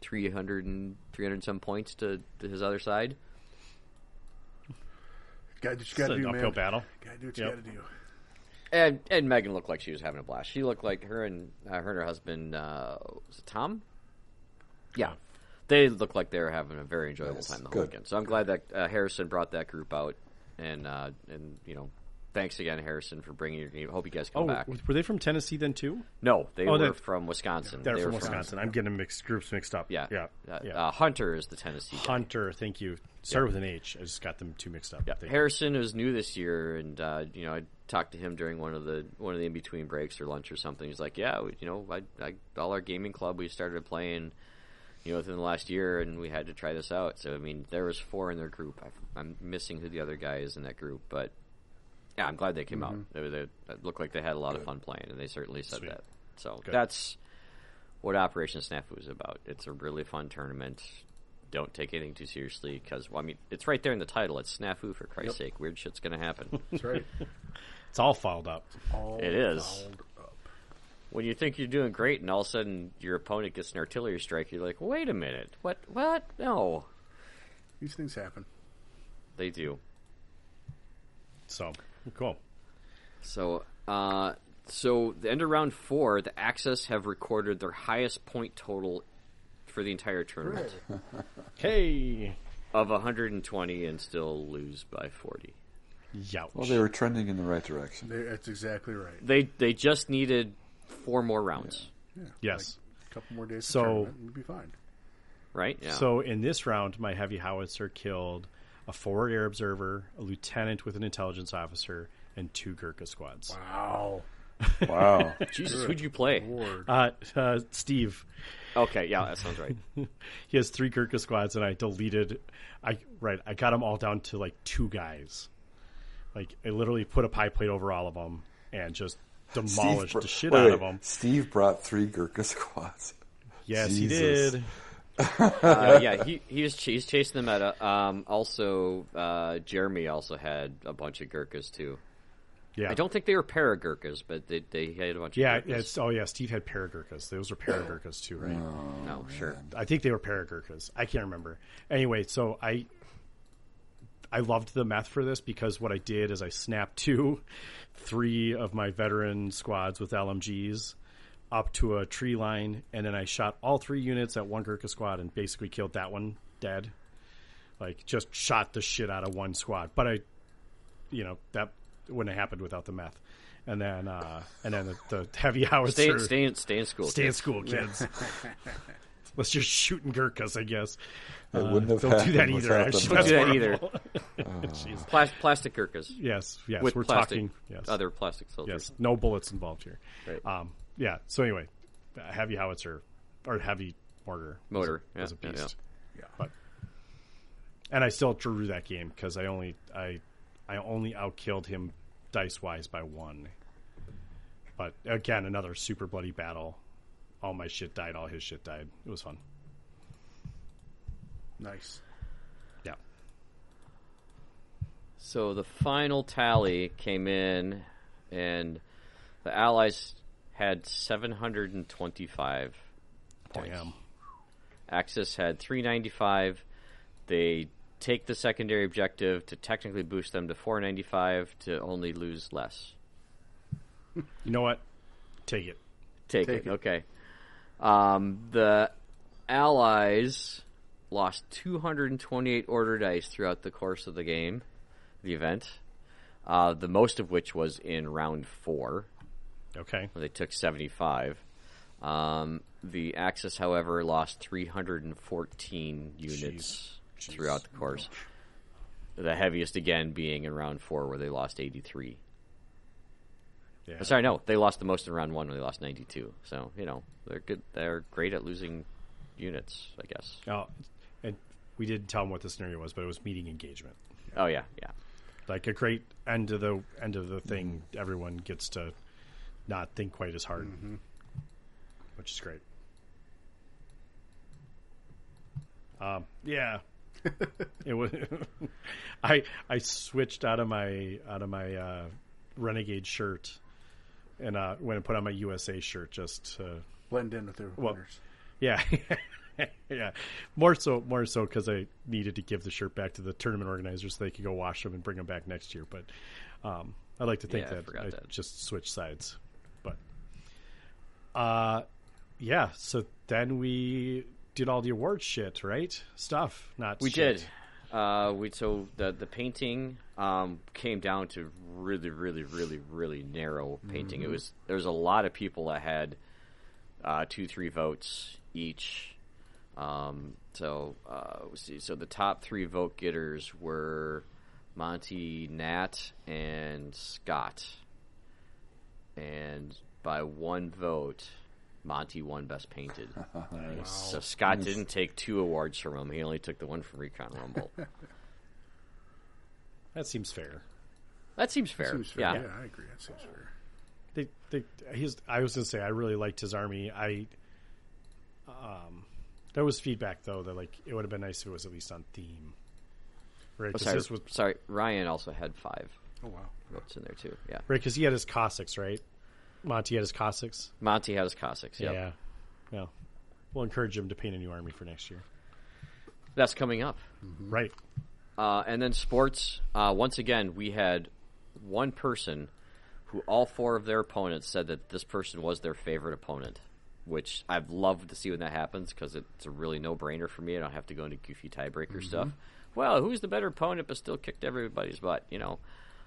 Speaker 1: 300 and 300 and some points to, to his other side.
Speaker 3: Got what you
Speaker 2: It's
Speaker 3: got to
Speaker 2: an
Speaker 3: do,
Speaker 2: uphill
Speaker 3: man.
Speaker 2: battle.
Speaker 3: Got to do what you
Speaker 2: Yep.
Speaker 3: got to do.
Speaker 1: And and Megan looked like she was having a blast. She looked like her and uh, her and her husband uh, was it Tom. Yeah, they looked like they were having a very enjoyable
Speaker 4: Nice.
Speaker 1: time the whole
Speaker 4: Good.
Speaker 1: weekend. So I'm glad that uh, Harrison brought that group out, and uh, and you know, thanks again, Harrison, for bringing your. Hope you guys come
Speaker 2: Oh,
Speaker 1: back.
Speaker 2: w- were they from Tennessee then too?
Speaker 1: No, they
Speaker 2: Oh,
Speaker 1: were
Speaker 2: they're-
Speaker 1: from Wisconsin.
Speaker 2: They're
Speaker 1: They
Speaker 2: from
Speaker 1: were
Speaker 2: Wisconsin. I'm getting mixed groups mixed up.
Speaker 1: yeah,
Speaker 2: yeah,
Speaker 1: Uh,
Speaker 2: yeah.
Speaker 1: Uh, Hunter is the Tennessee. guy.
Speaker 2: Hunter, thank you. Started with an H. I just got them two mixed up.
Speaker 1: Yeah,
Speaker 2: Thank you.
Speaker 1: Harrison was new this year, and uh, you know I talked to him during one of the one of the in between breaks or lunch or something. He's like, "Yeah, we, you know, I, I, all our gaming club we started playing, you know, within the last year, and we had to try this out." So I mean, there was four in their group. I, I'm missing who the other guy is in that group, but yeah, I'm glad they came out. They, they, it looked like they had a lot of fun playing, and they certainly said that. So that's what Operation Snafu is about. It's a really fun tournament. Don't take anything too seriously because, well, I mean, it's right there in the title. It's Snafu, for Christ's sake. Weird shit's going to happen.
Speaker 3: That's right.
Speaker 2: It's all fouled up.
Speaker 3: All
Speaker 1: It is.
Speaker 3: fouled up.
Speaker 1: when you think you're doing great and all of a sudden your opponent gets an artillery strike, you're like, wait a minute. What? What? No.
Speaker 3: These things happen.
Speaker 1: They do.
Speaker 2: So cool.
Speaker 1: So, uh, so the end of round four, the Axis have recorded their highest point total for the entire tournament
Speaker 2: Hey,
Speaker 1: of 120 and still lose by 40.
Speaker 2: youch.
Speaker 4: Well, they were trending in the right direction.
Speaker 3: They- That's exactly right.
Speaker 1: They they just needed four more rounds,
Speaker 2: yes.
Speaker 3: A couple more days.
Speaker 2: So-
Speaker 3: So tournament, we'll be fine.
Speaker 1: right? Yeah.
Speaker 2: So in this round, my heavy howitzer killed a forward air observer, a lieutenant with an intelligence officer, and two Gurkha squads.
Speaker 3: Wow.
Speaker 4: Wow.
Speaker 1: Jesus, who'd you play?
Speaker 3: Lord.
Speaker 2: Uh, uh, Steve,
Speaker 1: Okay, yeah, that sounds right.
Speaker 2: he has three Gurkha squads, and I deleted. I right, I got them all down to like two guys. Like I literally put a pie plate over all of them and just demolished
Speaker 4: br-
Speaker 2: the shit
Speaker 4: wait,
Speaker 2: out
Speaker 4: wait.
Speaker 2: of them.
Speaker 4: Steve brought three Gurkha squads.
Speaker 2: Yes,
Speaker 4: Jesus.
Speaker 2: he did.
Speaker 1: Uh, yeah, he he was ch- he's chasing the meta. Um, also, uh, Jeremy also had a bunch of Gurkhas too.
Speaker 2: Yeah,
Speaker 1: I don't think they were para Gurkhas, but they they had a bunch.
Speaker 2: Yeah,
Speaker 1: of Gurkhas.
Speaker 2: it's, oh yeah, Steve had Paragurkas. Those were Paragurkas too, right?
Speaker 1: no, sure.
Speaker 2: I think they were Paragurkas. I can't remember. Anyway, so I I loved the meth for this because what I did is I snapped two, three of my veteran squads with LMGs up to a tree line, and then I shot all three units at one Gurkha squad and basically killed that one dead. Like just shot the shit out of one squad, but I, you know, that wouldn't have happened without the meth. And then, uh, and then the, the heavy howitzer.
Speaker 1: Stay, stay in stay in school.
Speaker 2: Stay in
Speaker 1: kids.
Speaker 2: school, kids. Let's just shoot in Gurkhas, I guess. Uh,
Speaker 4: It wouldn't have
Speaker 2: Don't do that
Speaker 4: happened
Speaker 2: either.
Speaker 4: without
Speaker 2: Actually,
Speaker 1: Don't
Speaker 4: them.
Speaker 2: that's
Speaker 1: do that either.
Speaker 2: horrible. Jeez.
Speaker 1: Plas- plastic Gurkhas
Speaker 2: Yes, yes.
Speaker 1: with
Speaker 2: we're
Speaker 1: plastic
Speaker 2: talking. Yes,
Speaker 1: other plastic soldiers.
Speaker 2: yes. No bullets involved here.
Speaker 1: Right.
Speaker 2: Um, yeah. So anyway, a heavy howitzer or heavy mortar as a-
Speaker 1: Motor, yeah,
Speaker 2: as a
Speaker 1: yeah,
Speaker 2: piece. yeah. But and I still drew that game because I only I I only outkilled him dice wise by one. But again, another super bloody battle. All my shit died. All his shit died. It was fun.
Speaker 6: Nice.
Speaker 2: Yeah.
Speaker 1: So the final tally came in, and the Allies had 725 points.
Speaker 2: Damn.
Speaker 1: Axis had 395. They take the secondary objective to technically boost them to 495 to only lose less.
Speaker 2: You know what? Take it.
Speaker 1: Take,
Speaker 3: Take
Speaker 1: it.
Speaker 3: it.
Speaker 1: Okay. Um, the Allies lost 228 order dice throughout the course of the game, the event. Uh, the most of which was in round four.
Speaker 2: Okay.
Speaker 1: where They took 75. Um, the Axis, however, lost 314 units throughout the course. The heaviest, again, being in round four, where they lost 83.
Speaker 2: Yeah.
Speaker 1: Uh, Sorry, no, they lost the most in round one when they lost 92. So you know they're good. They're great at losing units, I guess.
Speaker 2: Oh, and we didn't tell them what the scenario was, but it was meeting engagement.
Speaker 1: Oh yeah, yeah,
Speaker 2: Like a great end of the end of the thing. Everyone gets to not think quite as hard, which is great. Um, yeah, it was. I I switched out of my out of my uh, renegade shirt, and uh, went and put on my USA shirt just to
Speaker 6: Blend in with the
Speaker 2: Well-
Speaker 6: winners.
Speaker 2: Yeah. yeah. More so more so cuz I needed to give the shirt back to the tournament organizers so they could go wash them and bring them back next year, but um I like to think
Speaker 1: Yeah, I
Speaker 2: that
Speaker 1: forgot
Speaker 2: I,
Speaker 1: that.
Speaker 2: just switched sides. But uh yeah, so then we did all the award shit, right? Stuff, not
Speaker 1: we
Speaker 2: shit.
Speaker 1: did. Uh, we so the the painting um, came down to really, really, really, really narrow painting. It was there was a lot of people that had uh, two, three votes each. Um, so uh, let's see, so the top three vote getters were Monty, Nat, and Scott. And by one vote, Monty won Best Painted. So Scott didn't take two awards from him. He only took the one from Recon Rumble.
Speaker 2: That seems fair.
Speaker 1: that seems fair.
Speaker 6: Seems fair.
Speaker 1: yeah.
Speaker 6: yeah, I agree. That seems fair.
Speaker 2: They, they, his, I was gonna say I really liked his army. I, um, there was feedback though that like it would have been nice if it was at least on theme, right?
Speaker 1: Oh,
Speaker 2: Because
Speaker 1: sorry,
Speaker 2: this was
Speaker 1: sorry, Ryan also had five
Speaker 6: Oh wow.
Speaker 1: votes in there too. Yeah,
Speaker 2: right because he had his Cossacks, right? Monty had his Cossacks.
Speaker 1: Monty had his Cossacks. Yep.
Speaker 2: Yeah, well, we'll encourage him to paint a new army for next year,
Speaker 1: that's coming up.
Speaker 2: right?
Speaker 1: Uh, and then sports. Uh, once again, we had one person who all four of their opponents said that this person was their favorite opponent, which I've loved to see when that happens because it's a really no brainer for me. I don't have to go into goofy tiebreaker stuff. Well, who's the better opponent, but still kicked everybody's butt, you know?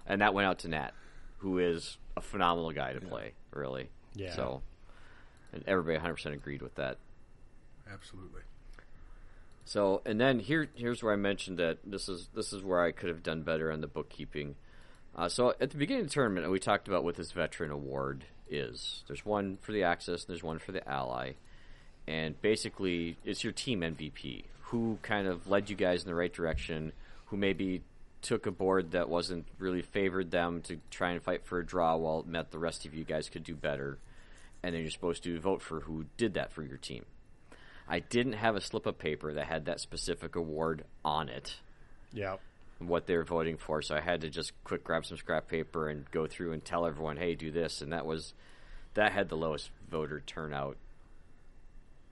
Speaker 1: And that went out to Nat, who is a phenomenal guy to play, really.
Speaker 2: Yeah.
Speaker 1: So, and everybody 100% agreed with that.
Speaker 6: Absolutely.
Speaker 1: So, and then here, here's where I mentioned that this is this is where I could have done better on the bookkeeping. Uh, so, at the beginning of the tournament, we talked about what this veteran award is. There's one for the Axis, and there's one for the Ally, and basically, it's your team MVP who kind of led you guys in the right direction, who maybe took a board that wasn't really favored them to try and fight for a draw while it meant the rest of you guys could do better, and then you're supposed to vote for who did that for your team. I didn't have a slip of paper that had that specific award on it,
Speaker 2: Yeah,
Speaker 1: and what they were voting for. So I had to just quick grab some scrap paper and go through and tell everyone, "Hey, do this." And that was that had the lowest voter turnout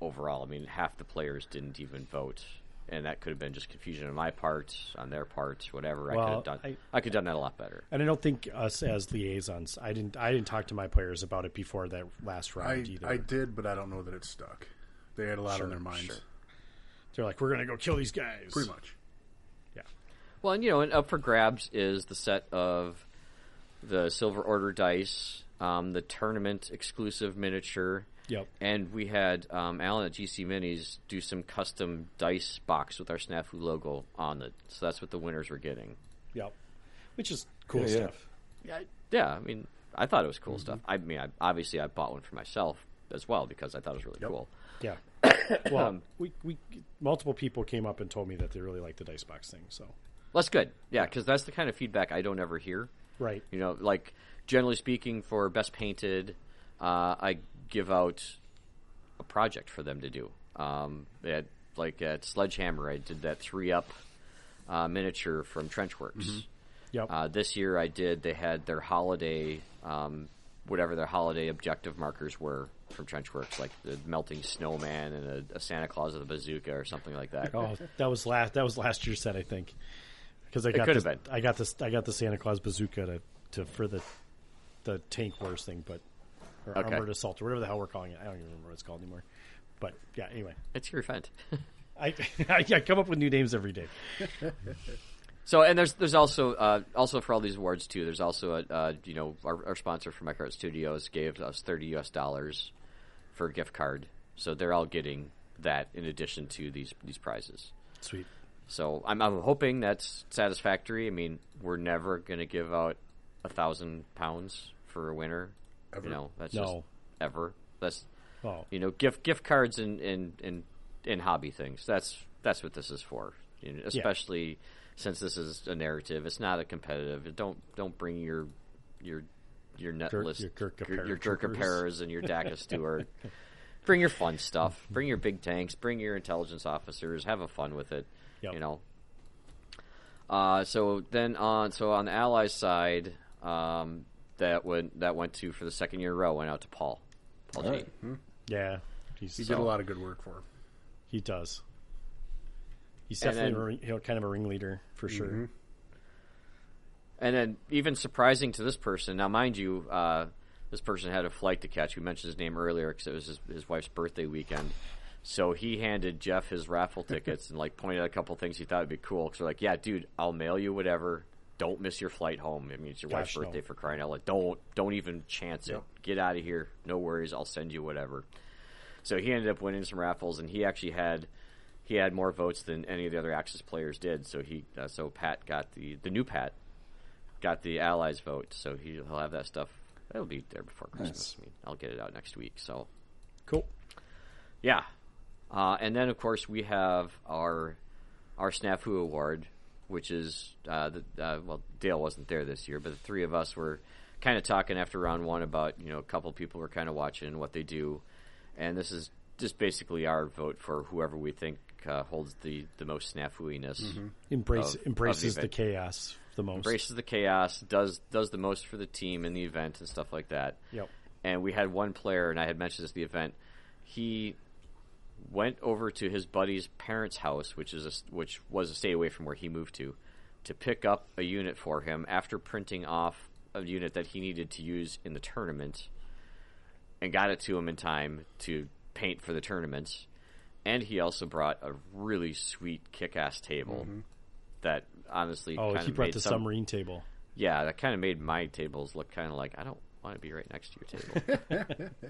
Speaker 1: overall. I mean, half the players didn't even vote, and that could have been just confusion on my part, on their part, whatever. I could
Speaker 2: Well,
Speaker 1: have done.
Speaker 2: I-
Speaker 1: I, could have done that a lot better.
Speaker 2: and I don't think us as liaisons, I didn't, I didn't talk to my players about it before that last
Speaker 6: I
Speaker 2: round either.
Speaker 6: I did, but I don't know that it stuck. They had a lot on their minds.
Speaker 2: They're like, we're gonna go kill these guys.
Speaker 6: Pretty much.
Speaker 2: Yeah.
Speaker 1: Well, and you know, and up for grabs is the set of the Silver Order dice, um, the tournament exclusive miniature.
Speaker 2: Yep.
Speaker 1: And we had um, Alan at GC Minis do some custom dice box with our Snafu logo on it. So that's what the winners were getting.
Speaker 2: Yep. Which is cool
Speaker 4: yeah.
Speaker 2: stuff.
Speaker 1: Yeah, I mean, I thought it was cool stuff. I mean, I, obviously, I bought one for myself, as well because I thought it was really cool.
Speaker 2: Yeah. Well,
Speaker 1: Um,
Speaker 2: we, we multiple people came up and told me that they really liked the dice box thing. So
Speaker 1: Well, that's good. Yeah, because that's the kind of feedback I don't ever hear.
Speaker 2: right,
Speaker 1: You know, like generally speaking, for best painted, uh, I give out a project for them to do. Um, at like at Sledgehammer, I did that three up uh, miniature from Trenchworks.
Speaker 2: yep,
Speaker 1: Uh, this year I did. They had their holiday, um, whatever their holiday objective markers were from Trenchworks, like the melting snowman and a, a Santa Claus with a bazooka or something like that.
Speaker 2: Oh, that was last. That was last year's set, I think. Because I got
Speaker 1: could have
Speaker 2: this-
Speaker 1: been.
Speaker 2: I got this. I got the Santa Claus bazooka to, to for the the tank wars thing, but or
Speaker 1: Okay.
Speaker 2: armored assault or whatever the hell we're calling it. I don't even remember what it's called anymore. But yeah, anyway,
Speaker 1: It's your event.
Speaker 2: I I, come up with new names every day.
Speaker 1: So and there's there's also uh, also for all these awards too. There's also a uh, you know our, our sponsor for MicroArt Studios gave us thirty U.S. dollars for a gift card. So they're all getting that in addition to these these prizes.
Speaker 2: Sweet.
Speaker 1: So I'm I'm hoping that's satisfactory. I mean, we're never gonna give out a thousand pounds for a winner. Ever. You know that's just
Speaker 2: No.
Speaker 1: ever. That's
Speaker 2: Oh,
Speaker 1: you know gift gift cards and and and, and hobby things that's that's what this is for you know, especially since this is a narrative it's not a competitive don't don't bring your your your net
Speaker 2: Gir-
Speaker 1: list
Speaker 2: your Gurkha
Speaker 1: your, your
Speaker 2: paratroopers.
Speaker 1: Paras and your DACA steward bring your fun stuff bring your big tanks bring your intelligence officers have a fun with it
Speaker 2: Yep.
Speaker 1: you know uh, so then on so on the ally side um, that went that went to for the second year in a row went out to Paul Paul G.
Speaker 2: yeah,
Speaker 3: He
Speaker 2: he's,
Speaker 3: did a lot of good work for him.
Speaker 2: he does. He's
Speaker 1: And
Speaker 2: definitely
Speaker 1: then- Mm-hmm.
Speaker 2: a ring, you know, kind of a ringleader for sure.
Speaker 1: And then, even surprising to this person, now mind you, uh, this person had a flight to catch. We mentioned his name earlier because it was his, his wife's birthday weekend. So he handed Jeff his raffle tickets and like pointed out a couple things he thought would be cool. Because we're like, yeah, dude, I'll mail you whatever. Don't miss your flight home. I mean, it's your wife's
Speaker 2: Gosh, no.
Speaker 1: birthday for crying out loud. Don't don't even chance it. Get out of here. No worries. I'll send you whatever. So he ended up winning some raffles, and he actually had he had more votes than any of the other Axis players did. So he uh, so Pat got the the new Pat got the allies vote, so he- he'll have that stuff. It'll be there before Christmas. I mean, I'll get it out next week. So
Speaker 2: Cool.
Speaker 1: yeah, uh, and then of course we have our our snafu award, which is uh, the, uh, well Dale wasn't there this year, but the three of us were kind of talking after round one about you know a couple people were kind of watching what they do, and this is just basically our vote for whoever we think uh, holds the the most snafu-iness.
Speaker 2: Embrace
Speaker 1: Of- of the
Speaker 2: embraces the
Speaker 1: event.
Speaker 2: chaos the most.
Speaker 1: Embraces the chaos, does does the most for the team and the event and stuff like that.
Speaker 2: Yep.
Speaker 1: and we had one player, and I had mentioned this at the event. He went over to his buddy's parents' house, which is a, which was a stay away from where he moved to, to pick up a unit for him after printing off a unit that he needed to use in the tournament, and got it to him in time to paint for the tournaments. And he also brought a really sweet kick-ass table that honestly
Speaker 2: Mm-hmm. Oh,
Speaker 1: kind
Speaker 2: he
Speaker 1: of
Speaker 2: brought
Speaker 1: made
Speaker 2: the
Speaker 1: some-
Speaker 2: submarine table.
Speaker 1: yeah, that kind of made my tables look kind of like I don't want to be right next to your table.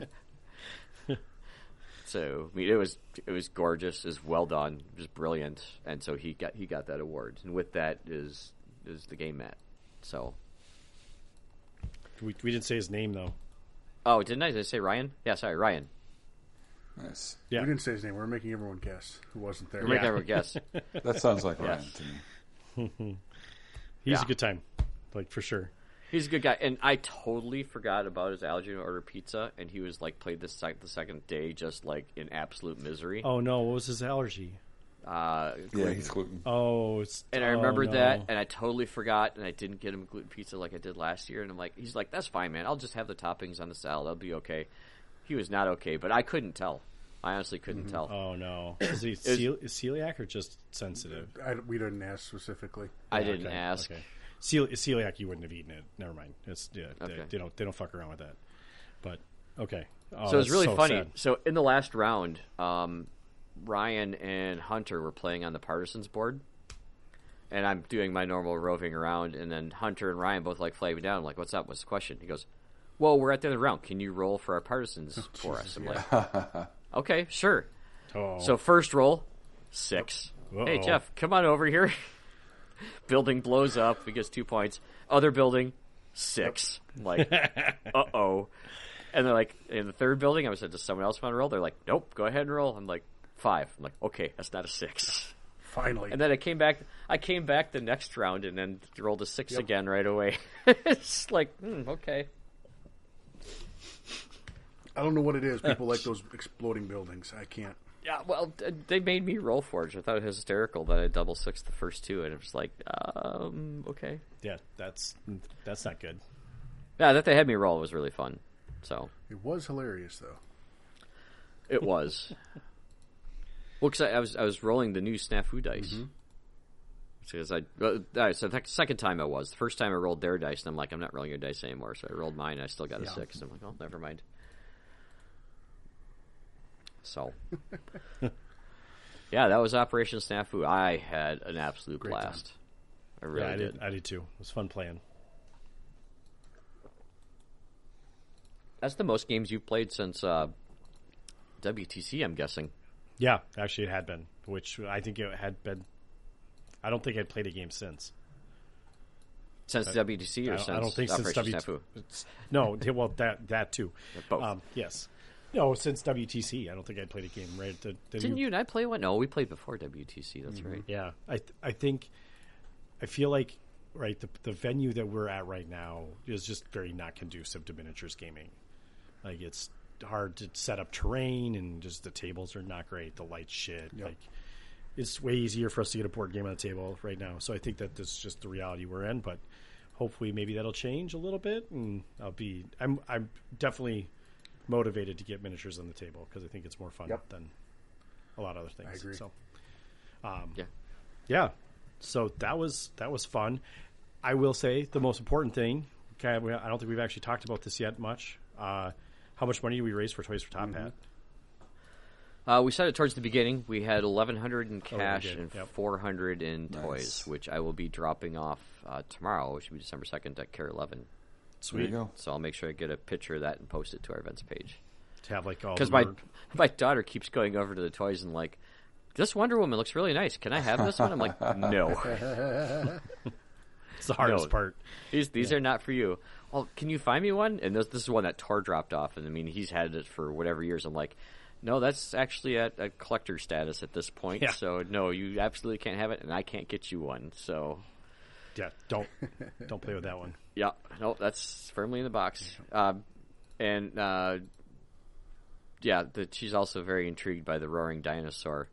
Speaker 1: so I mean, it was it was gorgeous, it was well done, it was brilliant, and so he got he got that award, and with that is is the game mat. So
Speaker 2: We, we didn't say his name though.
Speaker 1: oh, didn't I, did I say Ryan? Yeah, sorry, Ryan.
Speaker 4: Nice.
Speaker 2: Yeah.
Speaker 3: We didn't say his name. We're making everyone guess who wasn't there.
Speaker 1: You're making everyone guess.
Speaker 4: That sounds like Ryan
Speaker 1: Yes.
Speaker 4: to me.
Speaker 2: He's
Speaker 1: Yeah.
Speaker 2: a good time, like for sure.
Speaker 1: He's a good guy, and I totally forgot about his allergy to order pizza, and he was like played the sec- the second day just like in absolute misery.
Speaker 2: Oh no, what was his allergy?
Speaker 1: Uh,
Speaker 4: Yeah, he's gluten.
Speaker 2: Oh, it's
Speaker 1: And I
Speaker 2: oh,
Speaker 1: remembered that,
Speaker 2: no.
Speaker 1: and I totally forgot, and I didn't get him gluten pizza like I did last year. And I'm like, he's like, that's fine, man. I'll just have the toppings on the salad. I'll be okay. He was not okay, but I couldn't tell. I honestly couldn't tell.
Speaker 2: Oh no, is he cel- is celiac or just sensitive?
Speaker 3: I, we didn't ask specifically.
Speaker 1: I didn't
Speaker 2: Okay,
Speaker 1: ask.
Speaker 2: Okay. Cel- celiac, you wouldn't have eaten it. Never mind. It's yeah, they-
Speaker 1: Okay.
Speaker 2: they, don't they don't fuck around with that. But okay, oh,
Speaker 1: So it was
Speaker 2: that's
Speaker 1: really funny.
Speaker 2: sad.
Speaker 1: So in the last round, um, Ryan and Hunter were playing on the partisans board, and I'm doing my normal roving around, and then Hunter and Ryan both like flag me down. I'm like, what's up? What's the question? He goes, well, we're at the end of the round. Can you roll for our partisans for us? I'm like, okay, sure.
Speaker 2: Oh,
Speaker 1: So first roll, 6 Hey
Speaker 2: Uh-oh.
Speaker 1: Jeff, come on over here. building blows up. He gets two points. Other building, six. Like, uh oh. And they're like, in the third building, I was like, does someone else want to roll? They're like, nope, go ahead and roll. I'm like, five. I'm like, okay, that's not a six.
Speaker 6: Finally.
Speaker 1: And then I came back. I came back the next round and then rolled a six again right away. it's like, hmm, okay.
Speaker 6: I don't know what it is. People like those exploding buildings. I can't.
Speaker 1: Yeah, well, th- they made me roll for it. I thought it was hysterical that I double six the first two, and it was like, um, okay.
Speaker 2: Yeah, that's that's not good.
Speaker 1: Yeah, that they had me roll was really fun. So
Speaker 6: It was hilarious though.
Speaker 1: it was. well, 'cause I, I was I was rolling the new snafu dice.
Speaker 2: Mm-hmm.
Speaker 1: Because I, well, all right, so the second time I was. The first time I rolled their dice, and I'm like, I'm not rolling your dice anymore. So I rolled mine, and I still got a six. I'm like, oh, never mind. So, yeah, that was Operation Snafu. I had an absolute blast. I really
Speaker 2: yeah, I
Speaker 1: did.
Speaker 2: did. I did too. It was fun playing.
Speaker 1: That's the most games you've played since uh, WTC, I'm guessing.
Speaker 2: Yeah, actually, it had been, which I think it had been. I don't think I'd played a game since.
Speaker 1: Since WTC or
Speaker 2: I
Speaker 1: since
Speaker 2: don't, I don't think since
Speaker 1: Operation
Speaker 2: W.
Speaker 1: Snafu.
Speaker 2: it's- No, d- well that that too.
Speaker 1: Both.
Speaker 2: Um, yes. No, since WTC, I don't think I played a game right. at The, the
Speaker 1: Didn't
Speaker 2: new-
Speaker 1: you and I play one? No, we played before WTC. That's right.
Speaker 2: Yeah, I th- I think I feel like right the the venue that we're at right now is just very not conducive to miniatures gaming. Like it's hard to set up terrain and just the tables are not great. The light shit. Like it's way easier for us to get a board game on the table right now. So I think that that's just the reality we're in. But hopefully, maybe that'll change a little bit, and I'll be I'm I'm definitely motivated to get miniatures on the table because I think it's more fun than a lot of other things. I
Speaker 6: agree.
Speaker 2: So.
Speaker 1: Yeah.
Speaker 2: Yeah. So that was that was fun. I will say the most important thing. Okay, we- I don't think we've actually talked about this yet much. Uh, how much money do we raise for Toys for
Speaker 1: Mm-hmm.
Speaker 2: Top Hat?
Speaker 1: Uh, we said it towards the beginning. We had 1,100 in
Speaker 2: Oh, we
Speaker 1: cash
Speaker 2: did,
Speaker 1: and
Speaker 2: yep.
Speaker 1: 400 in toys, which I will be dropping off uh, tomorrow, which will be December 2nd at Care 11.
Speaker 4: There you go.
Speaker 1: So I'll make sure I get a picture of that and post it to our events page.
Speaker 2: To have like all
Speaker 1: Because
Speaker 2: the
Speaker 1: my,
Speaker 2: mer-
Speaker 1: my daughter keeps going over to the toys and like, this Wonder Woman looks really nice. Can I have this one? I'm like, no.
Speaker 2: it's the hardest
Speaker 1: No.
Speaker 2: part.
Speaker 1: These these are not for you. Well, can you find me one? And this this is one that Tar dropped off, and I mean he's had it for whatever years. I'm like, no, that's actually at a collector status at this point.
Speaker 2: Yeah.
Speaker 1: So no, you absolutely can't have it, and I can't get you one. So
Speaker 2: Yeah, don't don't play with that one.
Speaker 1: yeah, no, that's firmly in the box. Um, and uh, yeah, the, she's also very intrigued by the roaring dinosaur.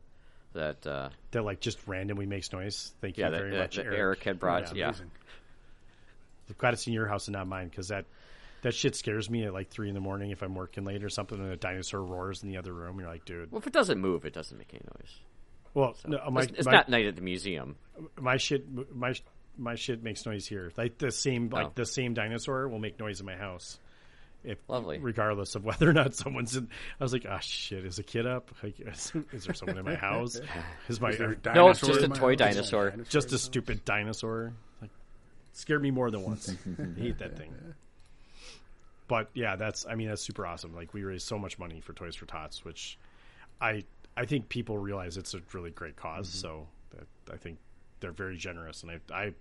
Speaker 1: That uh,
Speaker 2: That like just randomly makes noise. Thank
Speaker 1: yeah,
Speaker 2: you
Speaker 1: that,
Speaker 2: very
Speaker 1: that-
Speaker 2: much,
Speaker 1: that
Speaker 2: Eric.
Speaker 1: Eric. had brought. Yeah,
Speaker 6: Amazing.
Speaker 2: I'm glad it's in your house and not mine because that that shit scares me at like three in the morning if I'm working late or something and a dinosaur roars in the other room. You're like, dude.
Speaker 1: well, if it doesn't move, it doesn't make any noise.
Speaker 2: Well, no, my,
Speaker 1: it's it's
Speaker 2: my-
Speaker 1: not night at the museum.
Speaker 2: my shit my my shit makes noise here like the same like
Speaker 1: Oh.
Speaker 2: the same dinosaur will make noise in my house if
Speaker 1: Lovely.
Speaker 2: regardless of whether or not someone's in i was like ah shit is a kid up like is, is there someone in my house is my er,
Speaker 1: No, it's just
Speaker 6: in
Speaker 1: a
Speaker 6: my
Speaker 1: toy
Speaker 6: house?
Speaker 1: dinosaur.
Speaker 2: just a stupid dinosaur like scared me more than once i hate that thing but yeah that's i mean that's super awesome like we raised so much money for toys for tots which i i think people realize it's a really great because so that, i think they're very generous and i i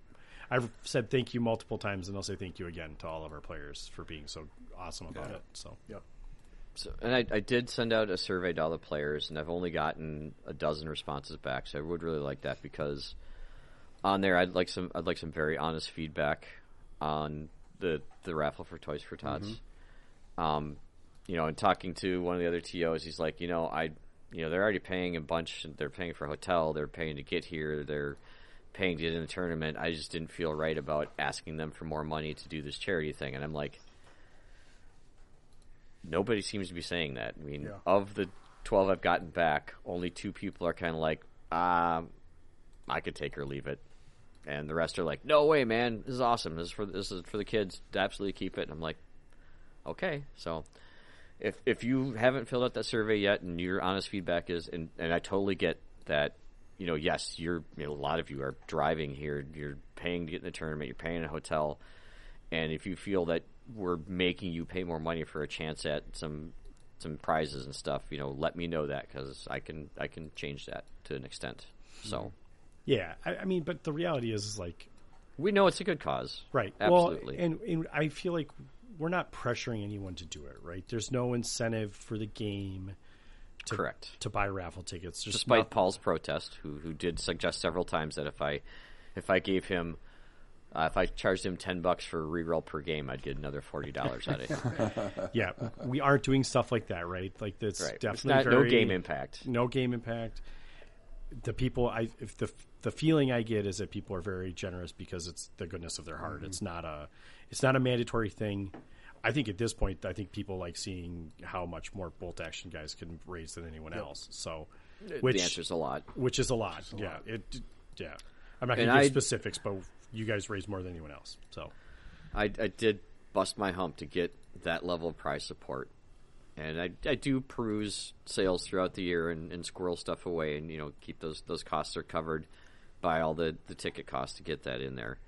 Speaker 2: i've said thank you multiple times and i'll say thank you again to all of our players for being so awesome about it so
Speaker 6: Yep.
Speaker 1: So, and I, I did send out a survey to all the players, and I've only gotten a dozen responses back. So I would really like that because on there, I'd like some, I'd like some very honest feedback on the the raffle for Toys for Tots. Um, you know, and talking to one of the other tos, he's like, you know, I, you know, they're already paying a bunch. They're paying for a hotel. They're paying to get here. They're paying to get in the tournament. I just didn't feel right about asking them for more money to do this charity thing. And I'm like, nobody seems to be saying that. I mean, of the 12 I've gotten back, only two people are kind of like, um, I could take or leave it. And the rest are like, no way, man. This is awesome. This is for, this is for the kids. Absolutely keep it. And I'm like, okay. So if, if you haven't filled out that survey yet and your honest feedback is, and, and I totally get that, you know, yes, you're, you know, a lot of you are driving here. You're paying to get in the tournament. You're paying a hotel. And if you feel that we're making you pay more money for a chance at some some prizes and stuff, you know, let me know that because I can I can change that to an extent. So
Speaker 2: yeah i, I mean but the reality is is like
Speaker 1: we know it's a good cause,
Speaker 2: Right.
Speaker 1: Absolutely.
Speaker 2: Well, and, and I feel like we're not pressuring anyone to do it, right? There's no incentive for the game to,
Speaker 1: Correct.
Speaker 2: to buy raffle tickets. There's
Speaker 1: despite
Speaker 2: noth-
Speaker 1: Paul's protest, who who did suggest several times that if I if I gave him uh, if I charged him ten bucks for a reroll per game, I'd get another forty dollars out of him.
Speaker 2: yeah, we aren't doing stuff like that, right? Like that's
Speaker 1: Right?
Speaker 2: definitely
Speaker 1: It's not no
Speaker 2: very-
Speaker 1: game impact.
Speaker 2: no game impact. The people, I if the the feeling I get is that people are very generous because it's the goodness of their heart. It's
Speaker 1: Mm-hmm.
Speaker 2: not a it's not a mandatory thing. I think at this point, I think people like seeing how much more bolt action guys can raise than anyone else. So, which
Speaker 1: the answer's a lot.
Speaker 2: which is a lot. yeah, it yeah. I'm not going
Speaker 1: And
Speaker 2: to give
Speaker 1: I-
Speaker 2: specifics, but you guys raised more than anyone else. So
Speaker 1: I, I did bust my hump to get that level of prize support. And I, I do peruse sales throughout the year and, and squirrel stuff away and, you know, keep those those costs are covered by all the, the ticket costs to get that in there.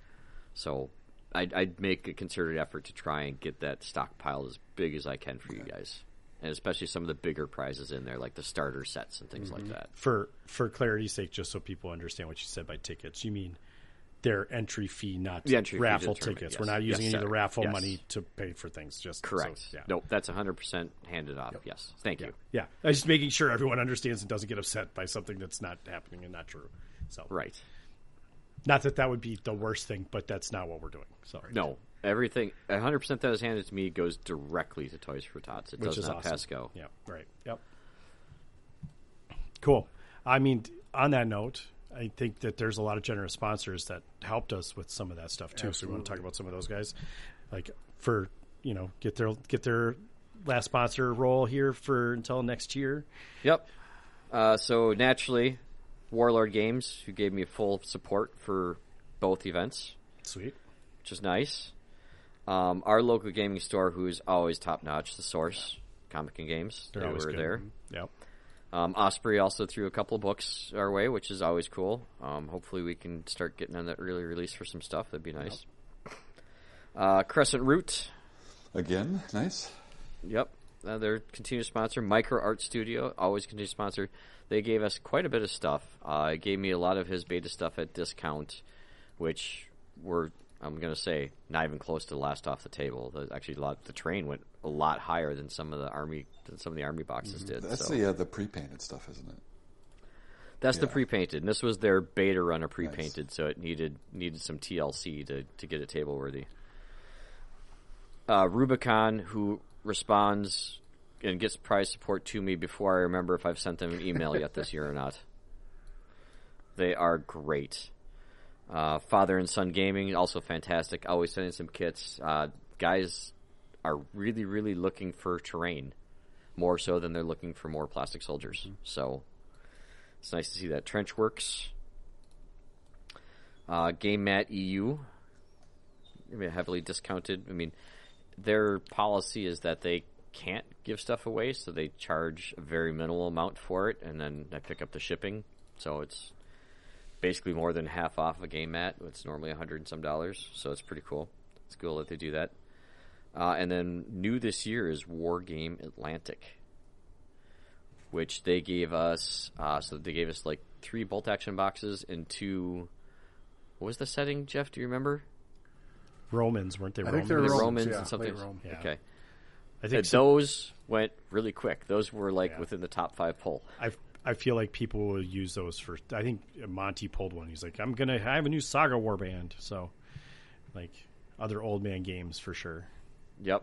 Speaker 1: So I'd, I'd make a concerted effort to try and get that stockpiled as big as I can for you guys. And especially some of the bigger prizes in there, like the starter sets and things
Speaker 2: Mm-hmm.
Speaker 1: like that.
Speaker 2: for for clarity's sake, just so people understand what you said by tickets, you mean their entry fee, not
Speaker 1: The entry fee
Speaker 2: raffle
Speaker 1: determined,
Speaker 2: tickets.
Speaker 1: yes.
Speaker 2: We're not using
Speaker 1: Yes,
Speaker 2: any of the
Speaker 1: sir.
Speaker 2: raffle
Speaker 1: Yes.
Speaker 2: money to pay for things. Just so,
Speaker 1: Correct.
Speaker 2: yeah.
Speaker 1: Nope, that's 100% handed off. Yes. Thank you.
Speaker 2: Yeah. I'm just making sure everyone understands and doesn't get upset by something that's not happening and not true. So
Speaker 1: Right.
Speaker 2: not that that would be the worst thing, but that's not what we're doing. Sorry.
Speaker 1: No, everything 100% that is handed to me goes directly to Toys for Tots. It
Speaker 2: which
Speaker 1: does
Speaker 2: is
Speaker 1: not E
Speaker 2: awesome.
Speaker 1: pass go.
Speaker 2: Yeah, right. Yep. Cool. I mean, on that note, I think that there's a lot of generous sponsors that helped us with some of that stuff too. So we want to talk about some of those guys, like for you know get their get their last sponsor role here for until next year.
Speaker 1: Yep. Uh, so naturally, Warlord Games, who gave me full support for both events,
Speaker 2: Sweet.
Speaker 1: which is nice. Um, our local gaming store, who is always top notch, the Source Comic and Games, they
Speaker 2: always
Speaker 1: were
Speaker 2: good. Mm-hmm.
Speaker 1: there.
Speaker 2: Yep.
Speaker 1: Um, Osprey also threw a couple of books our way, which is always cool. Um, hopefully, we can start getting on that early release for some stuff. That'd be nice. Uh, Crescent Root,
Speaker 4: Again, nice.
Speaker 1: Yep. Uh, their continued sponsor, Micro Art Studio, always continued sponsor. They gave us quite a bit of stuff. Uh, it gave me a lot of his beta stuff at discount, which were I'm gonna say not even close to the last off the table. The, actually, a lot the train went a lot higher than some of the army than some of the army boxes did.
Speaker 4: That's
Speaker 1: so
Speaker 4: the uh, the pre-painted stuff, isn't it?
Speaker 1: that's the
Speaker 4: yeah.
Speaker 1: pre-painted. And this was their beta run of pre-painted, so it needed needed some TLC to to get it table worthy. uh, Rubicon who responds and gets prize support to me before I remember if I've sent them an email yet this year or not. They are great. Uh, Father and Son Gaming also fantastic. Always sending some kits. Uh, guys are really, really looking for terrain more so than they're looking for more plastic soldiers. So it's nice to see that. Trenchworks, uh, Game Mat EU, I mean, heavily discounted. I mean, their policy is that they can't give stuff away, so they charge a very minimal amount for it, and then I pick up the shipping. So it's basically more than half off a game mat. It's normally a hundred and some dollars, so it's pretty cool. It's cool that they do that. Uh, and then new this year is War Game Atlantic, which they gave us. Uh, so they gave us like three bolt action boxes and two. What was the setting, Jeff? Do you remember?
Speaker 2: Romans weren't they?
Speaker 3: I
Speaker 2: Romans?
Speaker 3: think they're
Speaker 1: The
Speaker 3: Romans,
Speaker 1: Romans
Speaker 3: yeah,
Speaker 1: and something.
Speaker 3: late Rome.
Speaker 2: Yeah.
Speaker 1: Okay.
Speaker 2: I
Speaker 1: And
Speaker 2: think so.
Speaker 1: those went really quick. Those were like
Speaker 2: Yeah.
Speaker 1: within the top five poll.
Speaker 2: I I feel like people will use those for. I think Monty pulled one. He's like, I'm gonna. I have a new Saga Warband. So, like other old man games for sure.
Speaker 1: Yep.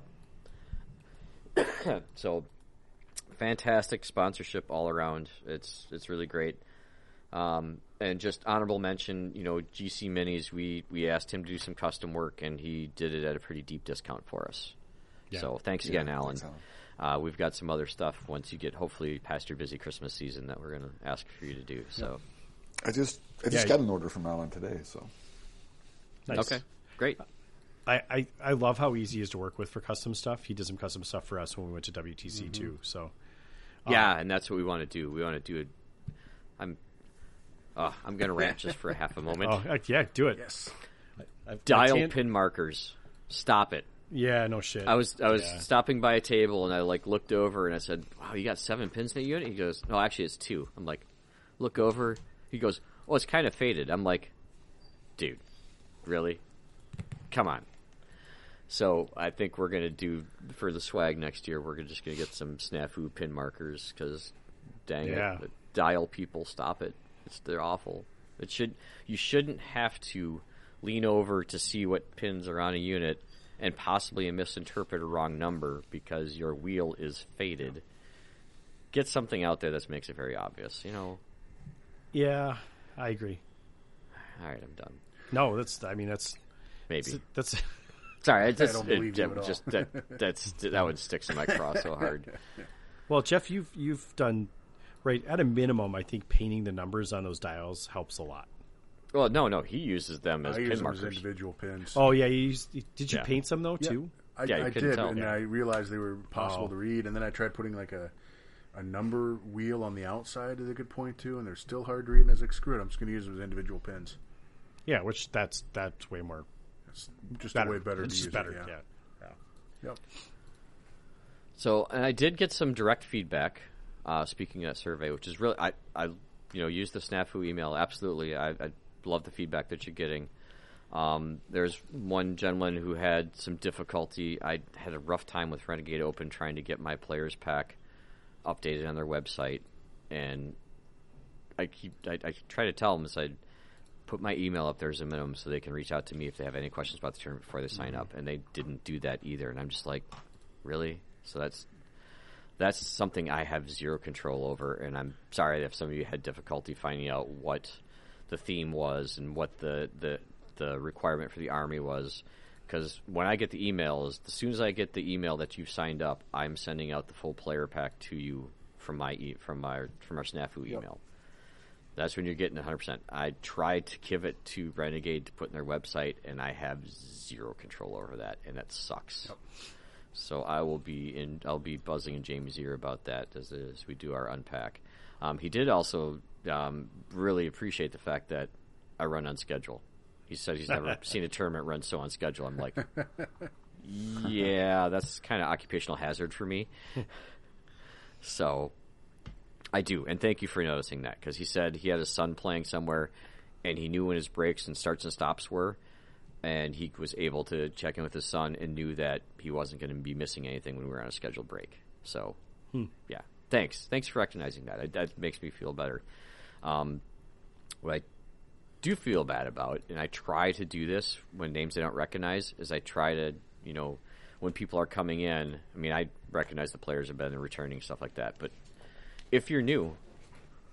Speaker 1: so, fantastic sponsorship all around. It's it's really great. Um, and just honorable mention, you know, GC Minis. We we asked him to do some custom work, and he did it at a pretty deep discount for us. So thanks again, Alan.
Speaker 4: thanks,
Speaker 1: Uh, we've got some other stuff once you get hopefully past your busy Christmas season that we're going to ask for you to do. So
Speaker 4: I just I just
Speaker 2: Yeah,
Speaker 4: got an order from Alan today, so
Speaker 2: Nice. Uh,
Speaker 1: okay, great.
Speaker 2: I, I, I love how easy he is to work with for custom stuff. He did some custom stuff for us when we went to WTC too. So
Speaker 1: Yeah, and that's what we want to do. We want to do it. I'm, uh, I'm going to rant just for a half a moment.
Speaker 2: oh heck yeah, do it.
Speaker 3: Yes.
Speaker 2: I've- I
Speaker 1: Dial
Speaker 2: can't-
Speaker 1: pin markers. Stop it.
Speaker 2: Yeah, no shit.
Speaker 1: I was I was
Speaker 2: Yeah.
Speaker 1: stopping by a table and I like looked over and I said, "Wow, you got seven pins in that unit." He goes, "No, actually, it's two. I'm like, "Look over." He goes, "Oh, it's kind of faded." I'm like, "Dude, really? Come on." So I think we're going to do for the swag next year. We're gonna- just going to get some snafu pin markers because, dang
Speaker 2: Yeah.
Speaker 1: it, the dial people stop it. It's they're awful. It should you shouldn't have to lean over to see what pins are on a unit and possibly misinterpret a wrong number because your wheel is faded. Get something out there that makes it very obvious. You know,
Speaker 2: Yeah, I agree.
Speaker 1: all right, I'm done.
Speaker 2: No, that's. I mean, that's
Speaker 1: Maybe
Speaker 2: that's.
Speaker 1: sorry. I just
Speaker 3: don't
Speaker 1: it-
Speaker 3: believe you
Speaker 1: it
Speaker 3: at all.
Speaker 1: just that that's that one sticks in my craw so hard.
Speaker 2: Well, Jeff, you've you've done right at a minimum. I think painting the numbers on those dials helps a lot.
Speaker 1: Well, no, no, he uses them as
Speaker 3: I use
Speaker 1: pin
Speaker 3: them as
Speaker 1: markers.
Speaker 3: individual pins.
Speaker 2: Oh yeah, you used, did you
Speaker 1: Yeah.
Speaker 2: paint some though too?
Speaker 3: I,
Speaker 1: Yeah, you
Speaker 3: I
Speaker 1: couldn't
Speaker 3: did,
Speaker 1: tell.
Speaker 3: and
Speaker 1: Yeah.
Speaker 3: I realized they were impossible
Speaker 2: Oh.
Speaker 3: to read. And then I tried putting like a a number wheel on the outside that they could point to, and they're still hard to read. And I was like, screw it, I'm just going to use them as individual pins.
Speaker 2: Yeah, which that's that's way more
Speaker 3: It's just
Speaker 2: better.
Speaker 3: a way better.
Speaker 2: It's
Speaker 3: to
Speaker 2: just
Speaker 3: use
Speaker 2: better.
Speaker 3: It,
Speaker 2: yeah.
Speaker 3: Yep.
Speaker 1: So, and I did get some direct feedback. Uh, speaking of that survey, which is really, I, I, you know, use the snafu email. Absolutely, I, I love the feedback that you're getting. Um, there's one gentleman who had some difficulty. I had a rough time with Renegade Open trying to get my players pack updated on their website, and I keep I, I try to tell them is I put my email up there as a minimum so they can reach out to me if they have any questions about the tournament before they sign up, and they didn't do that either. And I'm just like, really? So that's that's something I have zero control over, and I'm sorry if some of you had difficulty finding out what the theme was and what the the, the requirement for the army was. Because when I get the emails, as soon as I get the email that you've signed up, I'm sending out the full player pack to you from my e- from my from our snafu email. That's when you're getting 100. percent I tried to give it to Renegade to put in their website, and I have zero control over that, and that sucks. So I will be in. I'll be buzzing in James' ear about that as, as we do our unpack. Um, he did also um, really appreciate the fact that I run on schedule. He said he's never seen a tournament run so on schedule. I'm like, yeah, that's kind of occupational hazard for me. so I do, and thank you for noticing that because he said he had his son playing somewhere, and he knew when his breaks and starts and stops were, and he was able to check in with his son and knew that he wasn't going to be missing anything when we were on a scheduled break. So, yeah, thanks, thanks for recognizing that. It, that makes me feel better. Um, what I do feel bad about, and I try to do this when names I don't recognize, is I try to, you know, when people are coming in. I mean, I recognize the players have been returning stuff like that, but if you're new,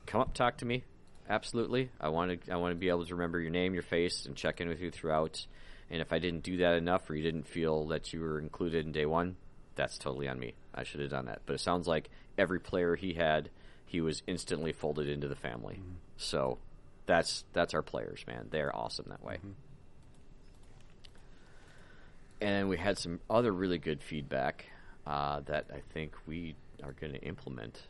Speaker 1: come up talk to me. Absolutely, I want to. I want to be able to remember your name, your face, and check in with you throughout. And if I didn't do that enough, or you didn't feel that you were included in day one, that's totally on me. I should have done that. But it sounds like every player he had, he was instantly folded into the family. So that's that's our players, man. They're awesome that way and we had some other really good feedback uh, that I think we are going to implement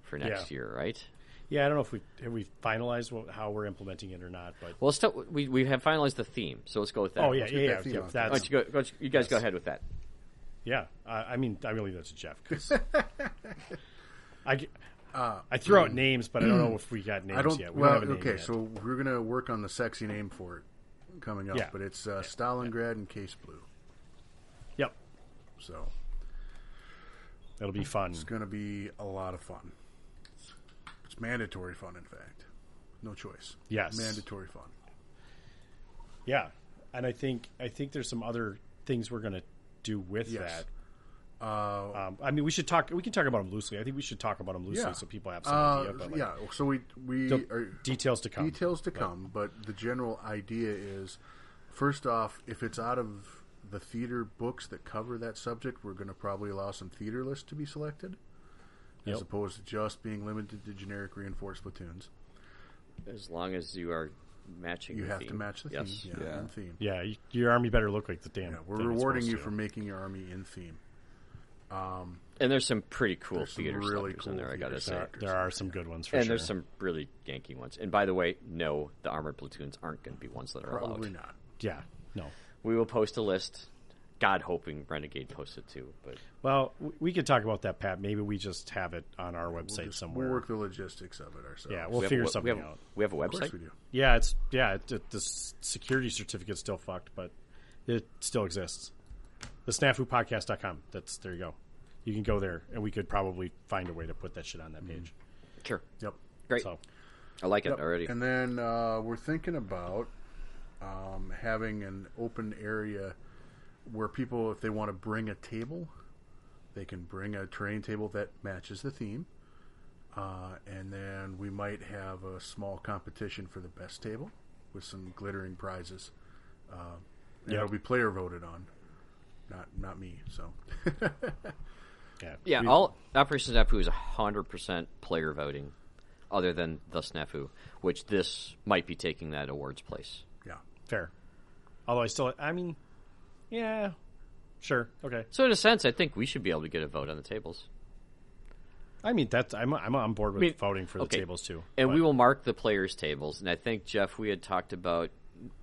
Speaker 1: for next
Speaker 2: Yeah.
Speaker 1: year, right?
Speaker 2: Yeah, I don't know if we have we finalized what, how we're implementing it or not, but
Speaker 1: Well, still, we we have finalized the theme, so let's go with that.
Speaker 2: oh yeah,
Speaker 1: Why
Speaker 2: yeah, yeah,
Speaker 3: theme
Speaker 2: yeah,
Speaker 3: out.
Speaker 1: don't
Speaker 2: that's
Speaker 1: you, go, why don't you- you guys go ahead with that.
Speaker 2: yeah. I, I mean, I'm gonna leave that to Jeff 'cause I g- I throw out names, but I don't know if we got names
Speaker 3: Uh, mm. I don't.
Speaker 2: yet. We
Speaker 3: well,
Speaker 2: don't have a name
Speaker 3: okay,
Speaker 2: yet.
Speaker 3: so we're going to work on the sexy name for it coming up,
Speaker 2: Yeah.
Speaker 3: but it's uh, Stalingrad and Case Blue.
Speaker 2: yep,
Speaker 3: So
Speaker 2: it'll be fun.
Speaker 3: it's going to be a lot of fun. It's mandatory fun, in fact. No choice.
Speaker 2: Yes.
Speaker 3: Mandatory fun.
Speaker 2: Yeah, and I think I think there's some other things we're gonna do with
Speaker 3: Yes. Uh,
Speaker 2: that. Um, I mean, we should talk. We can talk about them loosely. I think we should talk about them loosely
Speaker 3: Yeah.
Speaker 2: so people have some
Speaker 3: Uh,
Speaker 2: idea. But like,
Speaker 3: yeah, so we we
Speaker 2: the
Speaker 3: are
Speaker 2: details to come.
Speaker 3: details to come, but the general idea is first off, if it's out of the theater books that cover that subject, we're going to probably allow some theater lists to be selected
Speaker 2: Yep.
Speaker 3: as opposed to just being limited to generic reinforced platoons.
Speaker 1: As long as you are matching,
Speaker 3: You
Speaker 1: the
Speaker 3: have
Speaker 1: theme.
Speaker 3: to match the
Speaker 1: yes.
Speaker 3: theme. Yeah,
Speaker 4: Yeah.
Speaker 3: in theme.
Speaker 2: Yeah, y your army better look like the damn.
Speaker 3: Yeah, we're
Speaker 2: thing it's
Speaker 3: rewarding
Speaker 2: supposed
Speaker 3: you
Speaker 2: to.
Speaker 3: for making your army in theme.
Speaker 1: And there's some pretty cool
Speaker 3: There's some
Speaker 1: theater
Speaker 3: really
Speaker 1: stuff in
Speaker 3: cool
Speaker 1: there. I gotta
Speaker 3: theater
Speaker 1: say,
Speaker 2: There,
Speaker 3: factors.
Speaker 2: there are some good ones for
Speaker 1: and
Speaker 2: sure.
Speaker 1: there's some really ganky ones. And by the way, no, the armored platoons aren't going to be ones that are
Speaker 3: Probably
Speaker 1: allowed.
Speaker 3: not.
Speaker 2: Yeah, no.
Speaker 1: We will post a list. God, hoping Renegade posts it too, but
Speaker 2: Well, w- we could talk about that, Pat. Maybe we just have it on our website
Speaker 3: Just-
Speaker 2: somewhere.
Speaker 3: We'll work the logistics of it ourselves.
Speaker 2: yeah,
Speaker 1: we
Speaker 2: we'll
Speaker 1: have a
Speaker 2: figure
Speaker 1: we-
Speaker 2: something
Speaker 1: we have,
Speaker 2: out.
Speaker 1: We have a
Speaker 3: Of
Speaker 1: website.
Speaker 3: course we do.
Speaker 2: Yeah, it's yeah. It, it, the s- security certificate's still fucked, but it still exists. the snafupodcast.com. That's there you go. You can go there, and we could probably find a way to put that shit on that page.
Speaker 1: Sure.
Speaker 2: Yep.
Speaker 1: Mm-hmm. Great.
Speaker 2: So
Speaker 1: I like it already.
Speaker 3: And then uh, we're thinking about um, having an open area where people, if they want to bring a table, they can bring a terrain table that matches the theme. Uh, and then we might have a small competition for the best table with some glittering prizes. Uh, and
Speaker 2: Yep.
Speaker 3: It'll be player voted on, not not me. So
Speaker 2: yeah,
Speaker 1: Yeah, all Operation Snafu is hundred percent player voting, other than the Snafu, which this might be taking that awards place.
Speaker 3: yeah,
Speaker 2: fair. Although I still, I mean, yeah, sure, okay.
Speaker 1: So in a sense, I think we should be able to get a vote on the tables,
Speaker 2: I mean, that's I'm I'm on board with
Speaker 1: mean,
Speaker 2: voting for the
Speaker 1: okay.
Speaker 2: tables too.
Speaker 1: and
Speaker 2: but-
Speaker 1: we will mark the players' tables. And I think Jeff, we had talked about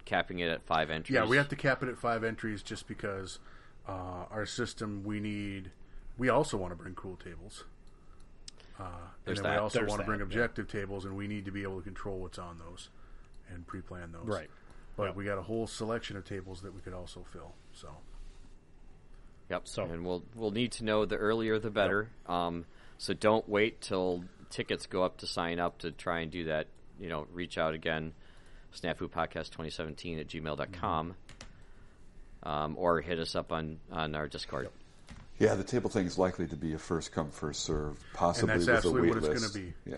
Speaker 1: capping it at five entries.
Speaker 3: yeah. We have to cap it at five entries just because uh, our system we need. We also want to bring cool tables. Uh,
Speaker 1: There's
Speaker 3: and then
Speaker 1: that.
Speaker 3: we also
Speaker 2: There's
Speaker 3: want to
Speaker 2: that,
Speaker 3: bring
Speaker 2: yeah.
Speaker 3: objective tables, and we need to be able to control what's on those and pre-plan those.
Speaker 2: Right.
Speaker 3: But
Speaker 2: Yep.
Speaker 3: we got a whole selection of tables that we could also fill. So
Speaker 1: Yep.
Speaker 2: So-
Speaker 1: and we'll we'll need to know the earlier the better. Um, so don't wait till tickets go up to sign up to try and do that. You know, reach out again, snafu podcast 2017 at gmail.com, um, or hit us up on on our Discord.
Speaker 4: Yeah, the table thing is likely to be a first come first serve, possibly with a
Speaker 3: absolutely
Speaker 4: wait
Speaker 3: what it's gonna
Speaker 4: list.
Speaker 3: be.
Speaker 4: Yeah.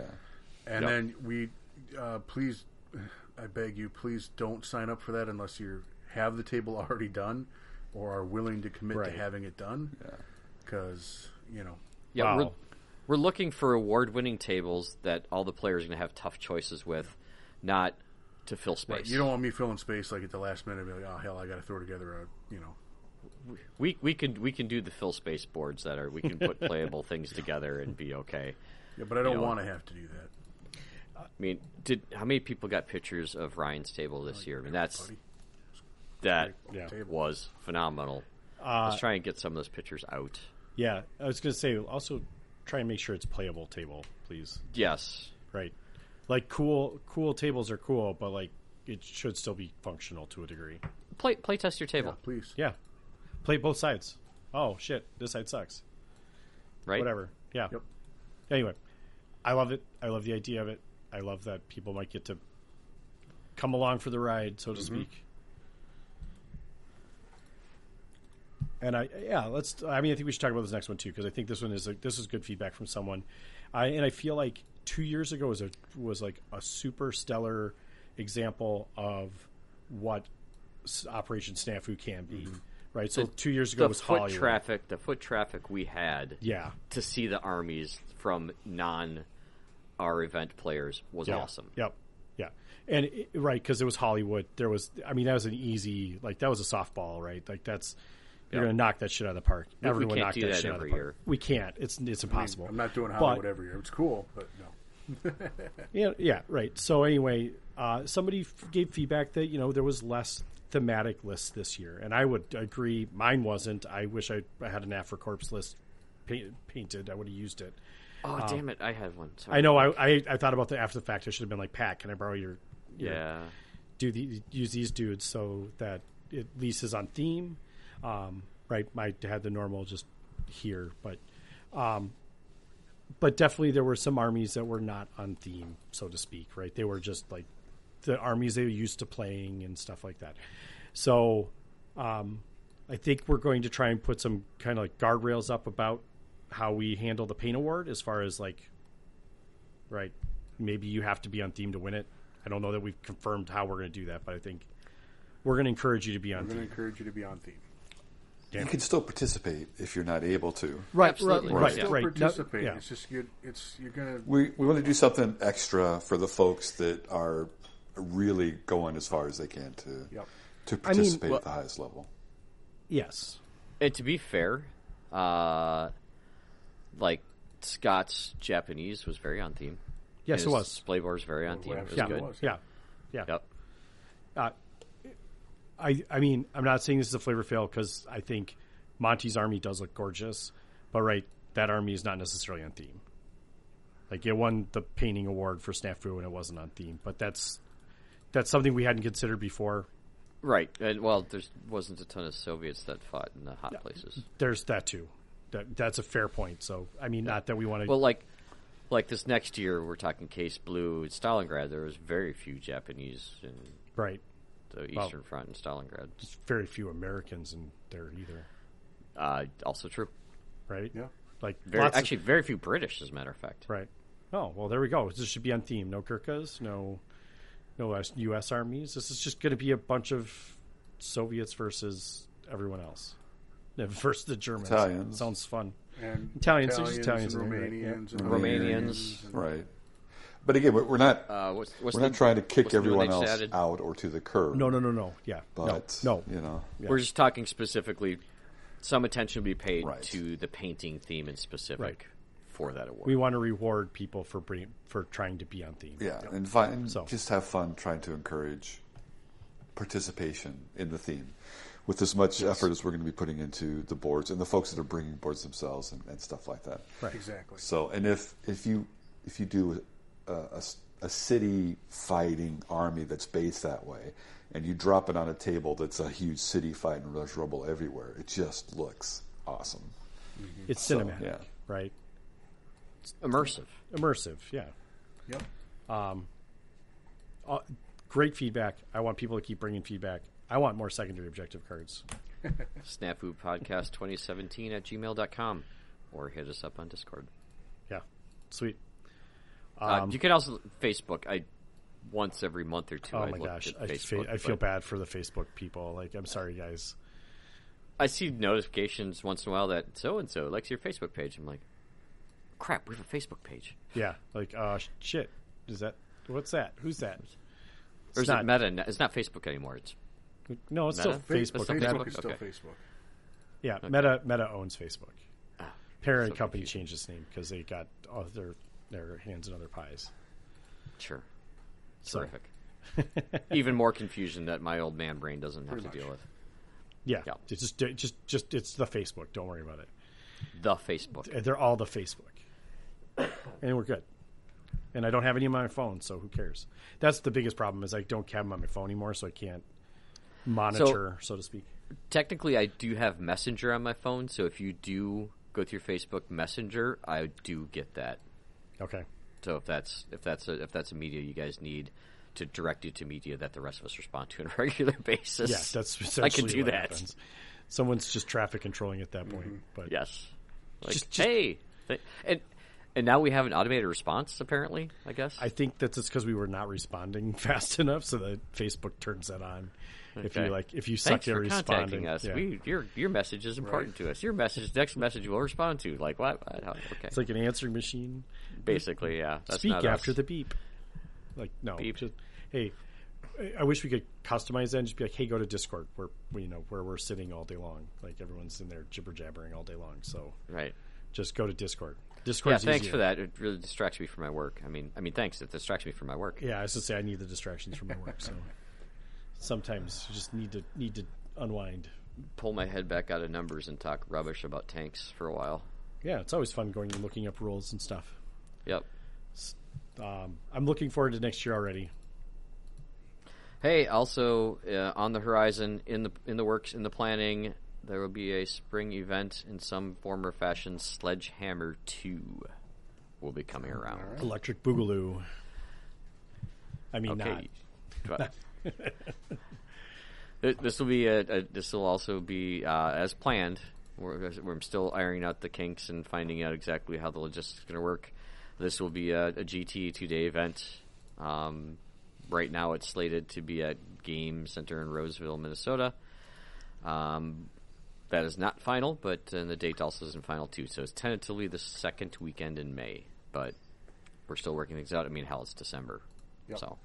Speaker 3: and
Speaker 1: Yep.
Speaker 3: then we uh, please, I beg you, please don't sign up for that unless you have the table already done or are willing to commit
Speaker 2: Right.
Speaker 3: to having it done. Because you know,
Speaker 1: Yeah, we're
Speaker 2: Wow.
Speaker 1: we're looking for award winning tables that all the players are going to have tough choices with, not to fill space.
Speaker 3: you don't want me filling space like at the last minute, be like, oh hell, I got to throw together a you know.
Speaker 1: we we can we can do the fill space boards that are we can put playable things together and be okay.
Speaker 3: Yeah, but I don't
Speaker 1: Yeah.
Speaker 3: want to have to do that.
Speaker 1: I mean, did how many people got pictures of Ryan's table this year? I mean, that's
Speaker 3: buddy.
Speaker 1: that
Speaker 2: Yeah.
Speaker 3: Table.
Speaker 1: was phenomenal.
Speaker 2: Uh,
Speaker 1: Let's try and get some of those pictures out.
Speaker 2: yeah, I was gonna say also try and make sure it's playable table, please.
Speaker 1: Yes,
Speaker 2: Right, like cool cool tables are cool, but like it should still be functional to a degree.
Speaker 1: play play test your table,
Speaker 3: Please,
Speaker 2: Yeah, play both sides. Oh shit, this side sucks.
Speaker 1: right?
Speaker 2: Whatever. Yeah.
Speaker 3: Yep.
Speaker 2: Anyway, I love it. I love the idea of it. I love that people might get to come along for the ride, so to
Speaker 1: Mm-hmm.
Speaker 2: speak. And I yeah, let's. I mean, I think we should talk about this next one too because I think this one is like this is good feedback from someone. I and I feel like two years ago was a was like a super stellar example of what s- Operation Snafu can be. Right, so two years ago
Speaker 1: Mm-hmm. The
Speaker 2: was
Speaker 1: foot
Speaker 2: Hollywood.
Speaker 1: traffic, the foot traffic we had
Speaker 2: Yeah,
Speaker 1: to see the armies from non our event players was
Speaker 2: Yeah.
Speaker 1: awesome.
Speaker 2: Yep. Yeah. And it, right because it was Hollywood. There was, I mean, that was an easy, like that was a softball, right? Like that's you're
Speaker 1: Yeah.
Speaker 2: gonna knock that shit out of the park. Everyone
Speaker 1: can't
Speaker 2: knocked
Speaker 1: do
Speaker 2: that,
Speaker 1: that
Speaker 2: shit out of the
Speaker 1: every
Speaker 2: park.
Speaker 1: year.
Speaker 2: We can't. It's it's impossible.
Speaker 3: I'm not doing
Speaker 2: But-
Speaker 3: Hollywood every year. It's cool, but no.
Speaker 2: yeah, yeah, right. So anyway, uh, somebody f- gave feedback that you know there was less thematic lists this year, and I would agree. Mine wasn't. I wish I, I had an Afrocorps list pa- painted. I would have used it.
Speaker 1: Oh damn it! I had one. Sorry.
Speaker 2: Um, I know. I, I I thought about that after the fact. I should have been like, Pat, can I borrow your
Speaker 1: Yeah,
Speaker 2: do the, use these dudes so that it at least is on theme. Um, right, might have the normal just here, but um, but definitely there were some armies that were not on theme, so to speak. Right, they were just like the armies they were used to playing and stuff like that. So um, I think we're going to try and put some kind of like guardrails up about how we handle the paint award as far as like right? Maybe you have to be on theme to win it. I don't know that we've confirmed how we're going to do that, but I think we're going to encourage you to be on
Speaker 3: I'm going
Speaker 2: theme.
Speaker 3: to encourage you to be on theme.
Speaker 4: You can still participate if you're not able to.
Speaker 2: Right,
Speaker 1: Absolutely.
Speaker 2: right,
Speaker 1: Yeah.
Speaker 2: right,
Speaker 3: Still
Speaker 2: right. No-
Speaker 3: participate.
Speaker 2: yeah.
Speaker 3: It's just good. It's you're gonna.
Speaker 4: We, we want to do something extra for the folks that are really going as far as they can to
Speaker 3: Yep.
Speaker 4: to participate
Speaker 2: well-
Speaker 4: at the highest level.
Speaker 2: Yes.
Speaker 1: and to be fair, uh, like Scott's Japanese was very on theme.
Speaker 2: Yes,
Speaker 1: His
Speaker 2: it was.
Speaker 1: Display board was very on theme. It was
Speaker 3: yeah,
Speaker 2: Yeah.
Speaker 1: good.
Speaker 3: was.
Speaker 2: Yeah. Yeah.
Speaker 1: Yep.
Speaker 2: I, I mean, I'm not saying this is a flavor fail because I think Monty's army does look gorgeous, but right, that army is not necessarily on theme. Like it won the painting award for Snafu and it wasn't on theme, but that's that's something we hadn't considered before.
Speaker 1: Right. And, well, there wasn't a ton of Soviets that fought in the hot places.
Speaker 2: There's that too. That, that's a fair point. So I mean, not that we want to.
Speaker 1: Well, like like this next year, we're talking Case Blue in Stalingrad. There was very few Japanese in
Speaker 2: right.
Speaker 1: the Eastern Front in Stalingrad.
Speaker 2: There's very few Americans in there either.
Speaker 1: Uh, also true.
Speaker 2: Right.
Speaker 6: Yeah.
Speaker 2: Like
Speaker 1: Very,
Speaker 2: lots of-
Speaker 1: actually, very few British, as a matter of fact.
Speaker 2: right. Oh well, there we go. This should be on theme. No Gurkhas. No. No US U.S. armies. This is just going to be a bunch of Soviets versus everyone else. No, Versus the Germans.
Speaker 4: Italians.
Speaker 2: Sounds fun.
Speaker 6: And
Speaker 2: Italians, there's Italians in
Speaker 6: and
Speaker 2: there, right? Yeah.
Speaker 6: Romanians, and
Speaker 1: Romanians.
Speaker 4: Right. But again, we're we're not
Speaker 1: Uh, what's, what's
Speaker 4: we're
Speaker 1: the-
Speaker 4: not trying to kick
Speaker 1: what's the new
Speaker 4: everyone
Speaker 1: one they
Speaker 4: else
Speaker 1: just added?
Speaker 4: out or to the curb.
Speaker 2: No, no, no, no. Yeah.
Speaker 4: But
Speaker 2: no. No.
Speaker 4: you know,
Speaker 1: We're just talking specifically. Some attention will be paid
Speaker 4: Right.
Speaker 1: to the painting theme in specific
Speaker 2: Right.
Speaker 1: for that award.
Speaker 2: We want to reward people for bringing, for trying to be on theme.
Speaker 4: yeah, and find
Speaker 2: So-
Speaker 4: just have fun trying to encourage participation in the theme with as much effort as we're going to be putting into the boards and the folks that are bringing boards themselves and, and stuff like that.
Speaker 6: Exactly.
Speaker 4: So, and if if you if you do a, a s- a city fighting army that's based that way, and you drop it on a table that's a huge city fight and there's rubble everywhere, it just looks awesome.
Speaker 2: It's
Speaker 4: So,
Speaker 2: cinematic,
Speaker 4: yeah.
Speaker 2: right?
Speaker 1: Immersive.
Speaker 2: Immersive, yeah.
Speaker 6: Yep.
Speaker 2: Uh, great feedback. I want people to keep bringing feedback. I want more secondary objective cards.
Speaker 1: Snafu Podcast 2017 at gmail.com or hit us up on Discord.
Speaker 2: Yeah, sweet. Um,
Speaker 1: uh, you can also Facebook. I once every month or two.
Speaker 2: Oh
Speaker 1: I
Speaker 2: my
Speaker 1: look
Speaker 2: gosh,
Speaker 1: at
Speaker 2: I,
Speaker 1: Facebook,
Speaker 2: fe- I feel
Speaker 1: but
Speaker 2: bad for the Facebook people. Like, I'm sorry, guys.
Speaker 1: I see notifications once in a while that so and so likes your Facebook page. I'm like, crap, we have a Facebook page.
Speaker 2: Yeah, like, uh, sh- shit. Is that what's that? Who's that?
Speaker 1: Or is
Speaker 2: not-
Speaker 1: it Meta? now? It's not Facebook anymore. It's
Speaker 2: No, it's
Speaker 1: Meta?
Speaker 2: still
Speaker 1: It's
Speaker 2: Facebook.
Speaker 1: still
Speaker 2: Meta-
Speaker 6: Facebook is still
Speaker 1: Okay.
Speaker 6: Facebook.
Speaker 2: Yeah, Meta Meta owns Facebook. Parent
Speaker 1: Ah, so
Speaker 2: company changed its name because they got all their their hands in other pies.
Speaker 1: sure
Speaker 2: So,
Speaker 1: terrific. Even more confusion that my old man brain doesn't have to
Speaker 6: Pretty
Speaker 1: deal
Speaker 6: much.
Speaker 1: with.
Speaker 2: Yeah,
Speaker 1: Yeah.
Speaker 2: it's just just just it's the Facebook. Don't worry about it.
Speaker 1: The Facebook.
Speaker 2: Uh, They're all the Facebook, and we're good. And I don't have any on my phone, so who cares? That's the biggest problem is I don't have them on my phone anymore, so I can't monitor, so, to speak.
Speaker 1: Technically, I do have Messenger on my phone, so if you do go through Facebook Messenger, I do get that.
Speaker 2: Okay,
Speaker 1: So if that's if that's a, if that's a media you guys need to direct you to media that the rest of us respond to on a regular basis.
Speaker 2: yeah, that's essentially
Speaker 1: I can do
Speaker 2: what
Speaker 1: that. Mm-hmm.
Speaker 2: happens. Someone's just traffic controlling at that point, but
Speaker 1: Yes. Like
Speaker 2: Just- just-
Speaker 1: hey, Th- and and now we have an automated response. Apparently, I guess.
Speaker 2: I think that's just because we were not responding fast enough, so that Facebook turns that on. If you
Speaker 1: Okay.
Speaker 2: like, if you
Speaker 1: Thanks
Speaker 2: suck at
Speaker 1: for
Speaker 2: responding,
Speaker 1: contacting us.
Speaker 2: yeah.
Speaker 1: We your your message is important to us. Your message, next message, we'll respond to. Like what? what? How- Okay.
Speaker 2: it's like an answering machine.
Speaker 1: Basically, yeah. That's
Speaker 2: Speak
Speaker 1: not
Speaker 2: after
Speaker 1: us.
Speaker 2: the beep. Like no,
Speaker 1: Beep.
Speaker 2: just hey. I- I wish we could customize that and just be like, hey, go to Discord where we you know where we're sitting all day long. Like everyone's in there jibber jabbering all day long. So
Speaker 1: right.
Speaker 2: just go to Discord.
Speaker 1: Yeah.
Speaker 2: Discord's
Speaker 1: Thanks
Speaker 2: easier.
Speaker 1: for that. It really distracts me from my work. I mean, I mean, thanks. It distracts me from my work.
Speaker 2: Yeah, I was just say I need the distractions from my work. So sometimes you just need to need to unwind.
Speaker 1: Pull my head back out of numbers and talk rubbish about tanks for a while.
Speaker 2: Yeah, it's always fun going and looking up rules and stuff.
Speaker 1: Yep.
Speaker 2: I'm looking forward to next year already.
Speaker 1: Hey, also uh, on the horizon, in the in the works, in the planning, there will be a spring event in some form or fashion. Sledgehammer Two will be coming around.
Speaker 2: Electric Boogaloo. I mean, not
Speaker 1: Okay. Th- this will be a, a this will also be uh, as planned. We're, we're still ironing out the kinks and finding out exactly how the logistics going to work. This will be a, a GT two day event. Um, right now, it's slated to be at Game Center in Roseville, Minnesota. Um, that is not final, but and the date also isn't final too. So it's tentatively the second weekend in May, but we're still working things out. I mean, hell, it's December,
Speaker 6: Yep.
Speaker 1: so.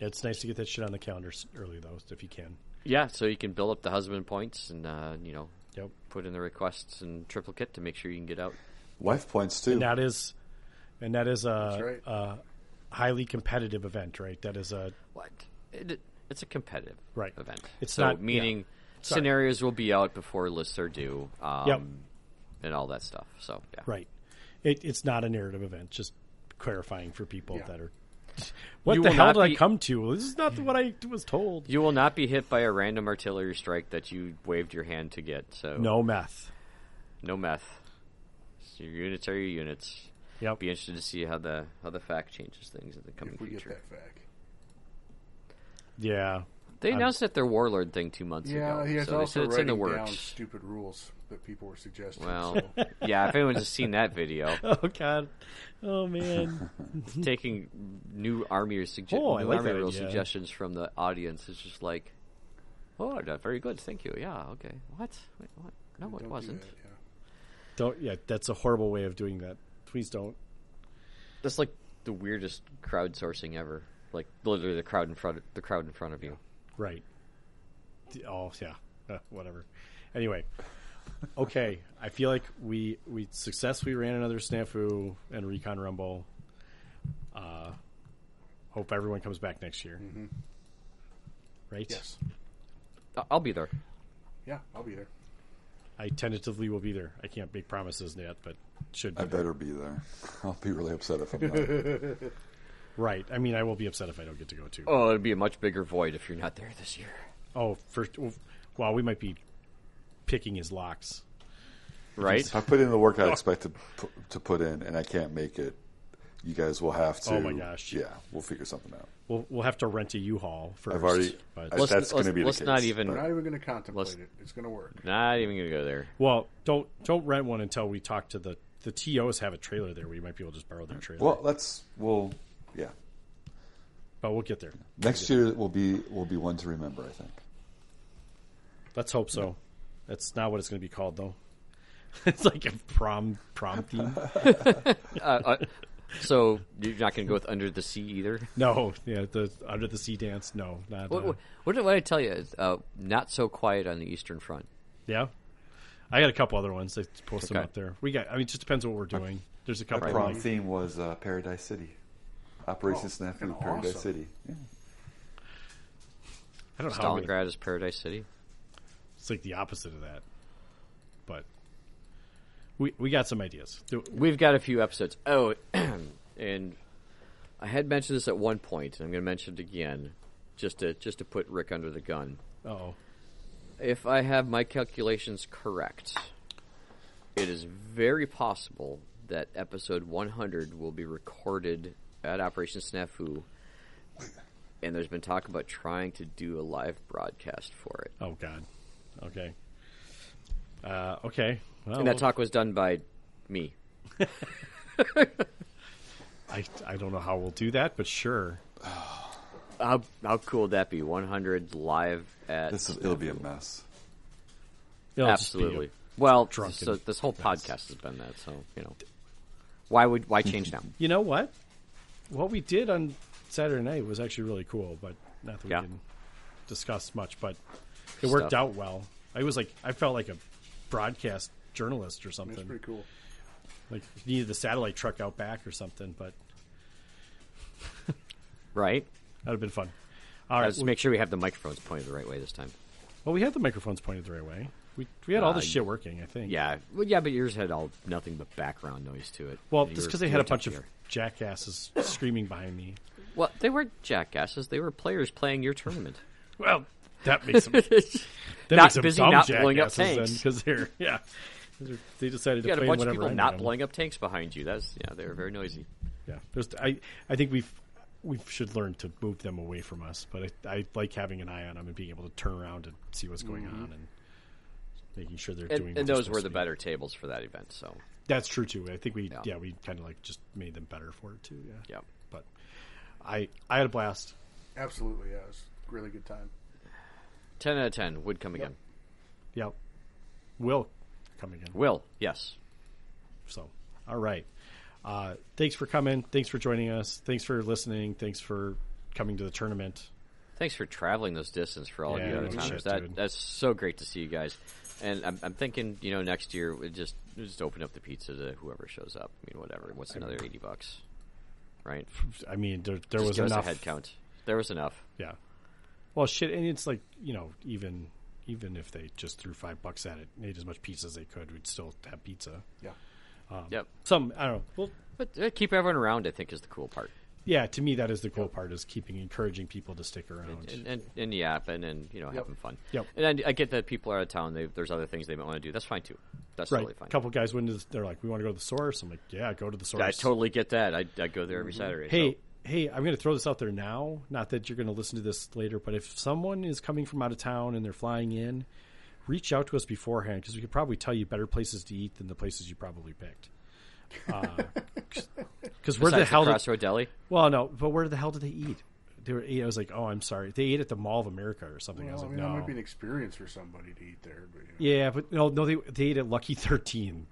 Speaker 2: It's nice to get that shit on the calendar s- early though, if you can.
Speaker 1: Yeah, so you can build up the husband points and uh, you know
Speaker 2: Yep.
Speaker 1: put in the requests and triplicate to make sure you can get out.
Speaker 4: Life points too.
Speaker 2: And that is, and that is a,
Speaker 6: That's right.
Speaker 2: a highly competitive event, right? That is a
Speaker 1: What? It, it's a competitive
Speaker 2: Right.
Speaker 1: event.
Speaker 2: It's
Speaker 1: so
Speaker 2: not-
Speaker 1: meaning
Speaker 2: yeah. Sorry.
Speaker 1: scenarios will be out before lists are due. Um,
Speaker 2: Yep.
Speaker 1: And all that stuff. So yeah.
Speaker 2: right. It, it's not a narrative event. Just clarifying for people
Speaker 6: Yeah.
Speaker 2: that are What
Speaker 1: You
Speaker 2: the
Speaker 1: will
Speaker 2: hell
Speaker 1: not
Speaker 2: did I
Speaker 1: be-
Speaker 2: come to? This is not what I was told.
Speaker 1: You will not be hit by a random artillery strike that you waved your hand to get. So
Speaker 2: No meth.
Speaker 1: no meth. So your units are your units.
Speaker 2: Yep.
Speaker 1: Be interested to see how the how the fact changes things in the coming
Speaker 6: If we
Speaker 1: future.
Speaker 6: get that back.
Speaker 2: Yeah.
Speaker 1: They
Speaker 2: Um,
Speaker 1: announced that their warlord thing two months
Speaker 6: Yeah,
Speaker 1: ago.
Speaker 6: he is
Speaker 1: so they
Speaker 6: also
Speaker 1: said it's in
Speaker 6: writing
Speaker 1: the
Speaker 6: down
Speaker 1: works.
Speaker 6: stupid rules that people were suggesting.
Speaker 1: Well,
Speaker 6: so-
Speaker 1: yeah. If anyone's seen that video,
Speaker 2: Oh God. Oh man.
Speaker 1: taking new army or sugge-
Speaker 2: Oh, I
Speaker 1: new
Speaker 2: like
Speaker 1: army
Speaker 2: that
Speaker 1: rule
Speaker 2: idea.
Speaker 1: suggestions from the audience is just like, oh, that's very good, thank you. Yeah, okay. What? Wait, what? No, it
Speaker 6: Don't do
Speaker 1: wasn't.
Speaker 6: that, yeah.
Speaker 2: don't. Yeah, that's a horrible way of doing that. Please don't.
Speaker 1: That's like the weirdest crowdsourcing ever. Like literally the crowd in front, the crowd in front of you.
Speaker 2: Right. D- Oh yeah. Uh, whatever. Anyway. Okay. I feel like we we successfully ran another snafu and recon rumble. Uh, hope everyone comes back next year. Right.
Speaker 6: Yes.
Speaker 1: I- I'll be there.
Speaker 6: Yeah, I'll be there.
Speaker 2: I tentatively will be there. I can't make promises yet, but should be
Speaker 4: I
Speaker 2: there.
Speaker 4: better be there. I'll be really upset if I'm not.
Speaker 2: Right. I mean, I will be upset if I don't get to go too.
Speaker 1: Oh, it'd be a much bigger void if you're not there this year.
Speaker 2: Oh, first. Well, we might be picking his locks.
Speaker 1: Right?
Speaker 4: I put in the
Speaker 2: Oh.
Speaker 4: work I expect to pu- to put in, and I can't make it. You guys will have to.
Speaker 2: Oh my gosh.
Speaker 4: Yeah, we'll figure something out.
Speaker 2: We'll we'll have to rent a U-Haul 1st
Speaker 4: I've already.
Speaker 2: but-
Speaker 4: I-
Speaker 1: Let's-
Speaker 4: that's going to
Speaker 1: let's-
Speaker 4: be the
Speaker 1: let's
Speaker 4: case.
Speaker 1: not even-
Speaker 6: We're
Speaker 4: but
Speaker 6: not even going to contemplate
Speaker 1: Let's-
Speaker 6: it. It's going to work.
Speaker 1: Not even gonna go there.
Speaker 2: well, don't don't rent one until we talk to the the TOs. Have a trailer there. We might be able to just borrow their trailer.
Speaker 4: well, let's. We'll. Yeah.
Speaker 2: but we'll get there.
Speaker 4: Next year will be will be one to remember. I think.
Speaker 2: Let's hope so. That's not what it's going to be called though. it's like a prom prom theme.
Speaker 1: Uh, So you're not gonna go with Under the Sea either.
Speaker 2: No, yeah, the under the sea dance. No, not.
Speaker 1: What,
Speaker 2: uh,
Speaker 1: what, what did I tell you? It's, Uh, not so quiet on the Eastern Front.
Speaker 2: Yeah, I got a couple other ones. They post them
Speaker 1: Okay.
Speaker 2: up there. We got. I mean, it just depends what we're doing. There's a couple.
Speaker 4: My
Speaker 2: of
Speaker 4: prom
Speaker 2: them.
Speaker 4: theme was uh, Paradise City,
Speaker 2: Oh,
Speaker 4: Operation Snafu,
Speaker 6: fucking
Speaker 4: Paradise
Speaker 6: awesome.
Speaker 4: City. Yeah.
Speaker 2: I don't know how. I'm gonna-
Speaker 1: Stalingrad is Paradise City.
Speaker 2: It's like the opposite of that. But we we got some ideas. Do-
Speaker 1: We've got a few episodes. Oh, and I had mentioned this at one point, and I'm going to mention it again, just to just to put Rick under the gun.
Speaker 2: Oh,
Speaker 1: If I have my calculations correct, it is very possible that episode 100 will be recorded at Operation Snafu, and there's been talk about trying to do a live broadcast for it.
Speaker 2: oh God. Okay. Uh, okay. Well,
Speaker 1: And that talk was done by me.
Speaker 2: I I don't know how we'll do that, but sure.
Speaker 1: How, how cool would that be? 100 live at
Speaker 4: This is, it'll be a mess.
Speaker 2: It'll just be a-
Speaker 1: Absolutely. Well,
Speaker 2: drunken
Speaker 1: so this whole podcast has been that, so you know, why would why change now?
Speaker 2: you know what? What we did on Saturday night was actually really cool, but not that we
Speaker 1: Yeah.
Speaker 2: can discuss much. But it worked
Speaker 1: Stuff.
Speaker 2: out well. I was like, I felt like a broadcast journalist or
Speaker 6: It's
Speaker 2: something.
Speaker 6: pretty cool.
Speaker 2: Like you needed the satellite truck out back or something, but
Speaker 1: Right?
Speaker 2: that'd have been fun. All right,
Speaker 1: Let's make sure we have the microphones pointed the right way this time.
Speaker 2: Well, we had the microphones pointed the right way. We, we had all the
Speaker 1: Uh,
Speaker 2: shit working, I think.
Speaker 1: Yeah, well, yeah, but yours had all nothing but background noise to it.
Speaker 2: Well,
Speaker 1: You
Speaker 2: it's
Speaker 1: were-
Speaker 2: because they
Speaker 1: you
Speaker 2: had
Speaker 1: were
Speaker 2: a bunch
Speaker 1: down
Speaker 2: of
Speaker 1: here.
Speaker 2: jackasses screaming behind me.
Speaker 1: Well, they weren't jackasses; they were players playing your tournament.
Speaker 2: Well, that makes them, that
Speaker 1: Not
Speaker 2: makes them
Speaker 1: busy
Speaker 2: dumb
Speaker 1: not blowing up tanks.
Speaker 2: because they're yeah, 'Cause they're- they decided
Speaker 1: You
Speaker 2: to
Speaker 1: had a
Speaker 2: play
Speaker 1: bunch of
Speaker 2: whatever.
Speaker 1: people
Speaker 2: I
Speaker 1: not
Speaker 2: made 'em.
Speaker 1: blowing up tanks behind you. That's yeah, they were very noisy.
Speaker 2: Yeah, There's, I I think we've we should learn to move them away from us. But I, I like having an eye on them and being able to turn around and see what's going on and making sure they're doing.
Speaker 1: Mm-hmm. And,
Speaker 2: what
Speaker 1: and
Speaker 2: they're
Speaker 1: those
Speaker 2: supposed
Speaker 1: were
Speaker 2: to
Speaker 1: the
Speaker 2: be.
Speaker 1: better tables for that event. So
Speaker 2: That's true too. I think we yeah,
Speaker 1: Yeah.
Speaker 2: we kind of like just made them better for it too. Yeah.
Speaker 1: yeah,
Speaker 2: But I I had a blast.
Speaker 6: Absolutely, yeah. It was a really good time.
Speaker 1: ten out of ten would come again.
Speaker 2: Yep. Will come again.
Speaker 1: Will yes,
Speaker 2: So, all right. Uh, thanks for coming. Thanks for joining us. Thanks for listening. Thanks for coming to the tournament.
Speaker 1: Thanks for traveling those distance for all
Speaker 2: Yeah,
Speaker 1: of you
Speaker 2: no
Speaker 1: out of towners.
Speaker 2: shit, dude.
Speaker 1: That, that's so great to see you guys. And I'm, I'm thinking, you know, next year we just we just open up the pizza to whoever shows up. I mean, whatever. What's another eighty bucks, right?
Speaker 2: I mean, there, there
Speaker 1: Just
Speaker 2: was
Speaker 1: give
Speaker 2: enough.
Speaker 1: us a head count. There was enough.
Speaker 2: Yeah. Well, shit, and it's like you know, even even if they just threw five bucks at it, and ate as much pizza as they could, we'd still have pizza.
Speaker 6: Yeah.
Speaker 1: yep.
Speaker 2: Um, Some I don't know. Well,
Speaker 1: But uh, keep everyone around. I think is the cool part.
Speaker 2: yeah, to me that is the cool part is keeping encouraging people to stick around.
Speaker 1: and and, and yapping and you know having fun.
Speaker 2: Yep.
Speaker 1: And I, I get that people are out of town. They, there's other things they might want to do. That's fine too. That's
Speaker 2: right,
Speaker 1: totally fine.
Speaker 2: a couple guys went to the, they're like, we want to go to the source. I'm like, yeah, go to the source.
Speaker 1: I totally get that. I, I go there every Saturday.
Speaker 2: Mm-hmm. Hey,
Speaker 1: so-
Speaker 2: hey, I'm going to throw this out there now. Not that you're going to listen to this later, but if someone is coming from out of town and they're flying in, reach out to us beforehand because we could probably tell you better places to eat than the places you probably picked. Because where the
Speaker 1: besides
Speaker 2: hell? did-
Speaker 1: Crossroad Deli.
Speaker 2: well, no, but where the hell did they eat? They were. I was like, oh, I'm sorry. They ate at the Mall of America or something. I was
Speaker 6: Well, I
Speaker 2: like,
Speaker 6: mean,
Speaker 2: no.
Speaker 6: that might be an experience for somebody to eat there. But, you know.
Speaker 2: Yeah, but no, no, they they ate at Lucky Thirteen.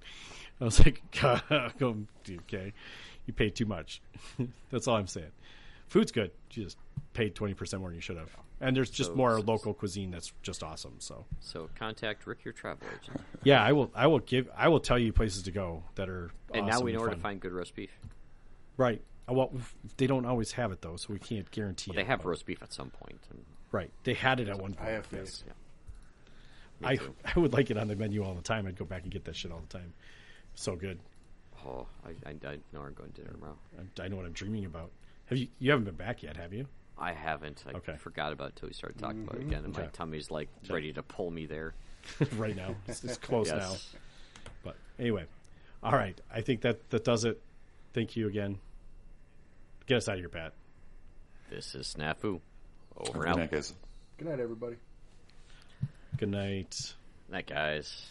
Speaker 2: I was like, go, okay, you paid too much. That's all I'm saying. Food's good. You just paid twenty percent more than you should have, and there's just more local cuisine that's just awesome. So
Speaker 1: So contact Rick, your travel agent.
Speaker 2: yeah, I will I will give I will tell you places to go that are
Speaker 1: And now
Speaker 2: awesome
Speaker 1: we know where to
Speaker 2: fun.
Speaker 1: find good roast beef.
Speaker 2: right. Uh, Well, they don't always have it though, so we can't guarantee
Speaker 1: They
Speaker 2: it.
Speaker 1: have
Speaker 2: but-
Speaker 1: roast beef at some point. And
Speaker 2: right. They had it at one point.
Speaker 6: I have faith.
Speaker 2: I, I would like it on the menu all the time. I'd go back and get that shit all the time. So good.
Speaker 1: oh, I, I, I know I'm going to dinner tomorrow.
Speaker 2: I know what I'm dreaming about. Have you? You haven't been back yet, have you?
Speaker 1: I haven't. I
Speaker 2: Okay.
Speaker 1: forgot about it till we started talking about it again, and my
Speaker 2: Okay.
Speaker 1: tummy's like ready to pull me there.
Speaker 2: right now, it's, it's close now.
Speaker 1: Yes.
Speaker 2: But anyway, all right. I think that that does it. Thank you again. Get us out of here, Pat.
Speaker 1: This is snafu. Over
Speaker 4: Good
Speaker 1: and
Speaker 4: night,
Speaker 1: out.
Speaker 4: guys.
Speaker 6: Good night, everybody.
Speaker 2: Good night.
Speaker 1: Night, guys.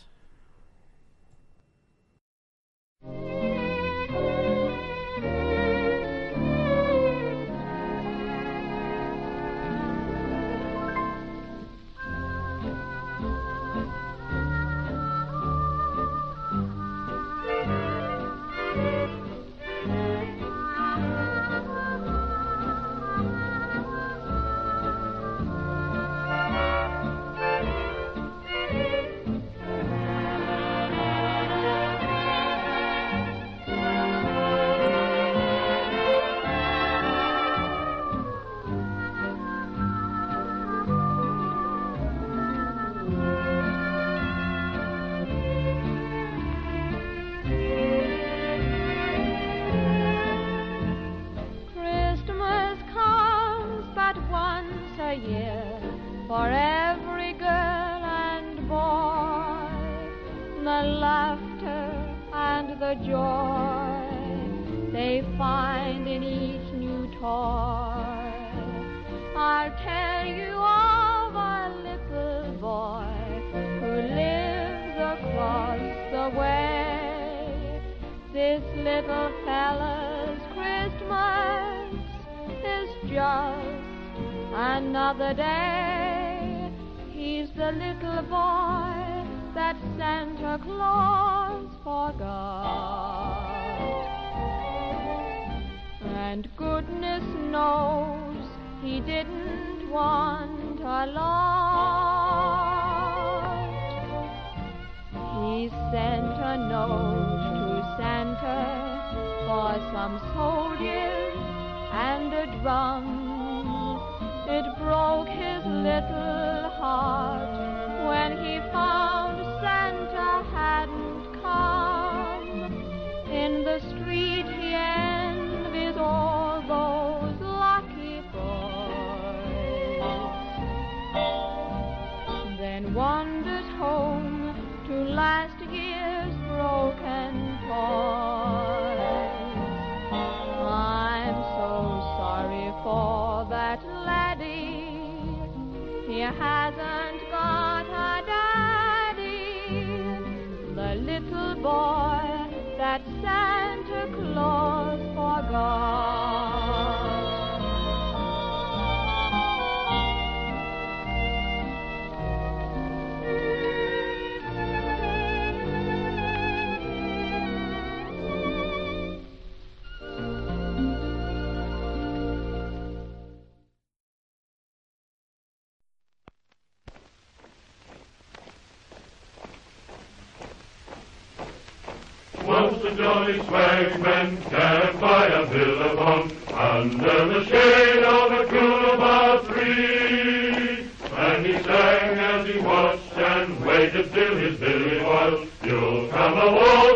Speaker 8: Christmas comes but once a year for every girl and boy. The laughter and the joy they find in each new toy. I'll tell you of a little boy who lives across the way. This little fella's Christmas is just another day. He's the little boy that Santa Claus forgot. And goodness knows he didn't want a lot. He sent a note to Santa for some soldiers and a drum. It broke his little heart when he found Santa hadn't come. In the street he envies all those lucky boys then wandered home to last year's broken toys. I'm so sorry for that laddie. He hasn't got a daddy. The little boy that Santa Claus forgot.
Speaker 9: Once the jolly swagman camped by a billabong under the shade of a coolabah tree. And he sang as he watched and waited till his billy was, You'll come along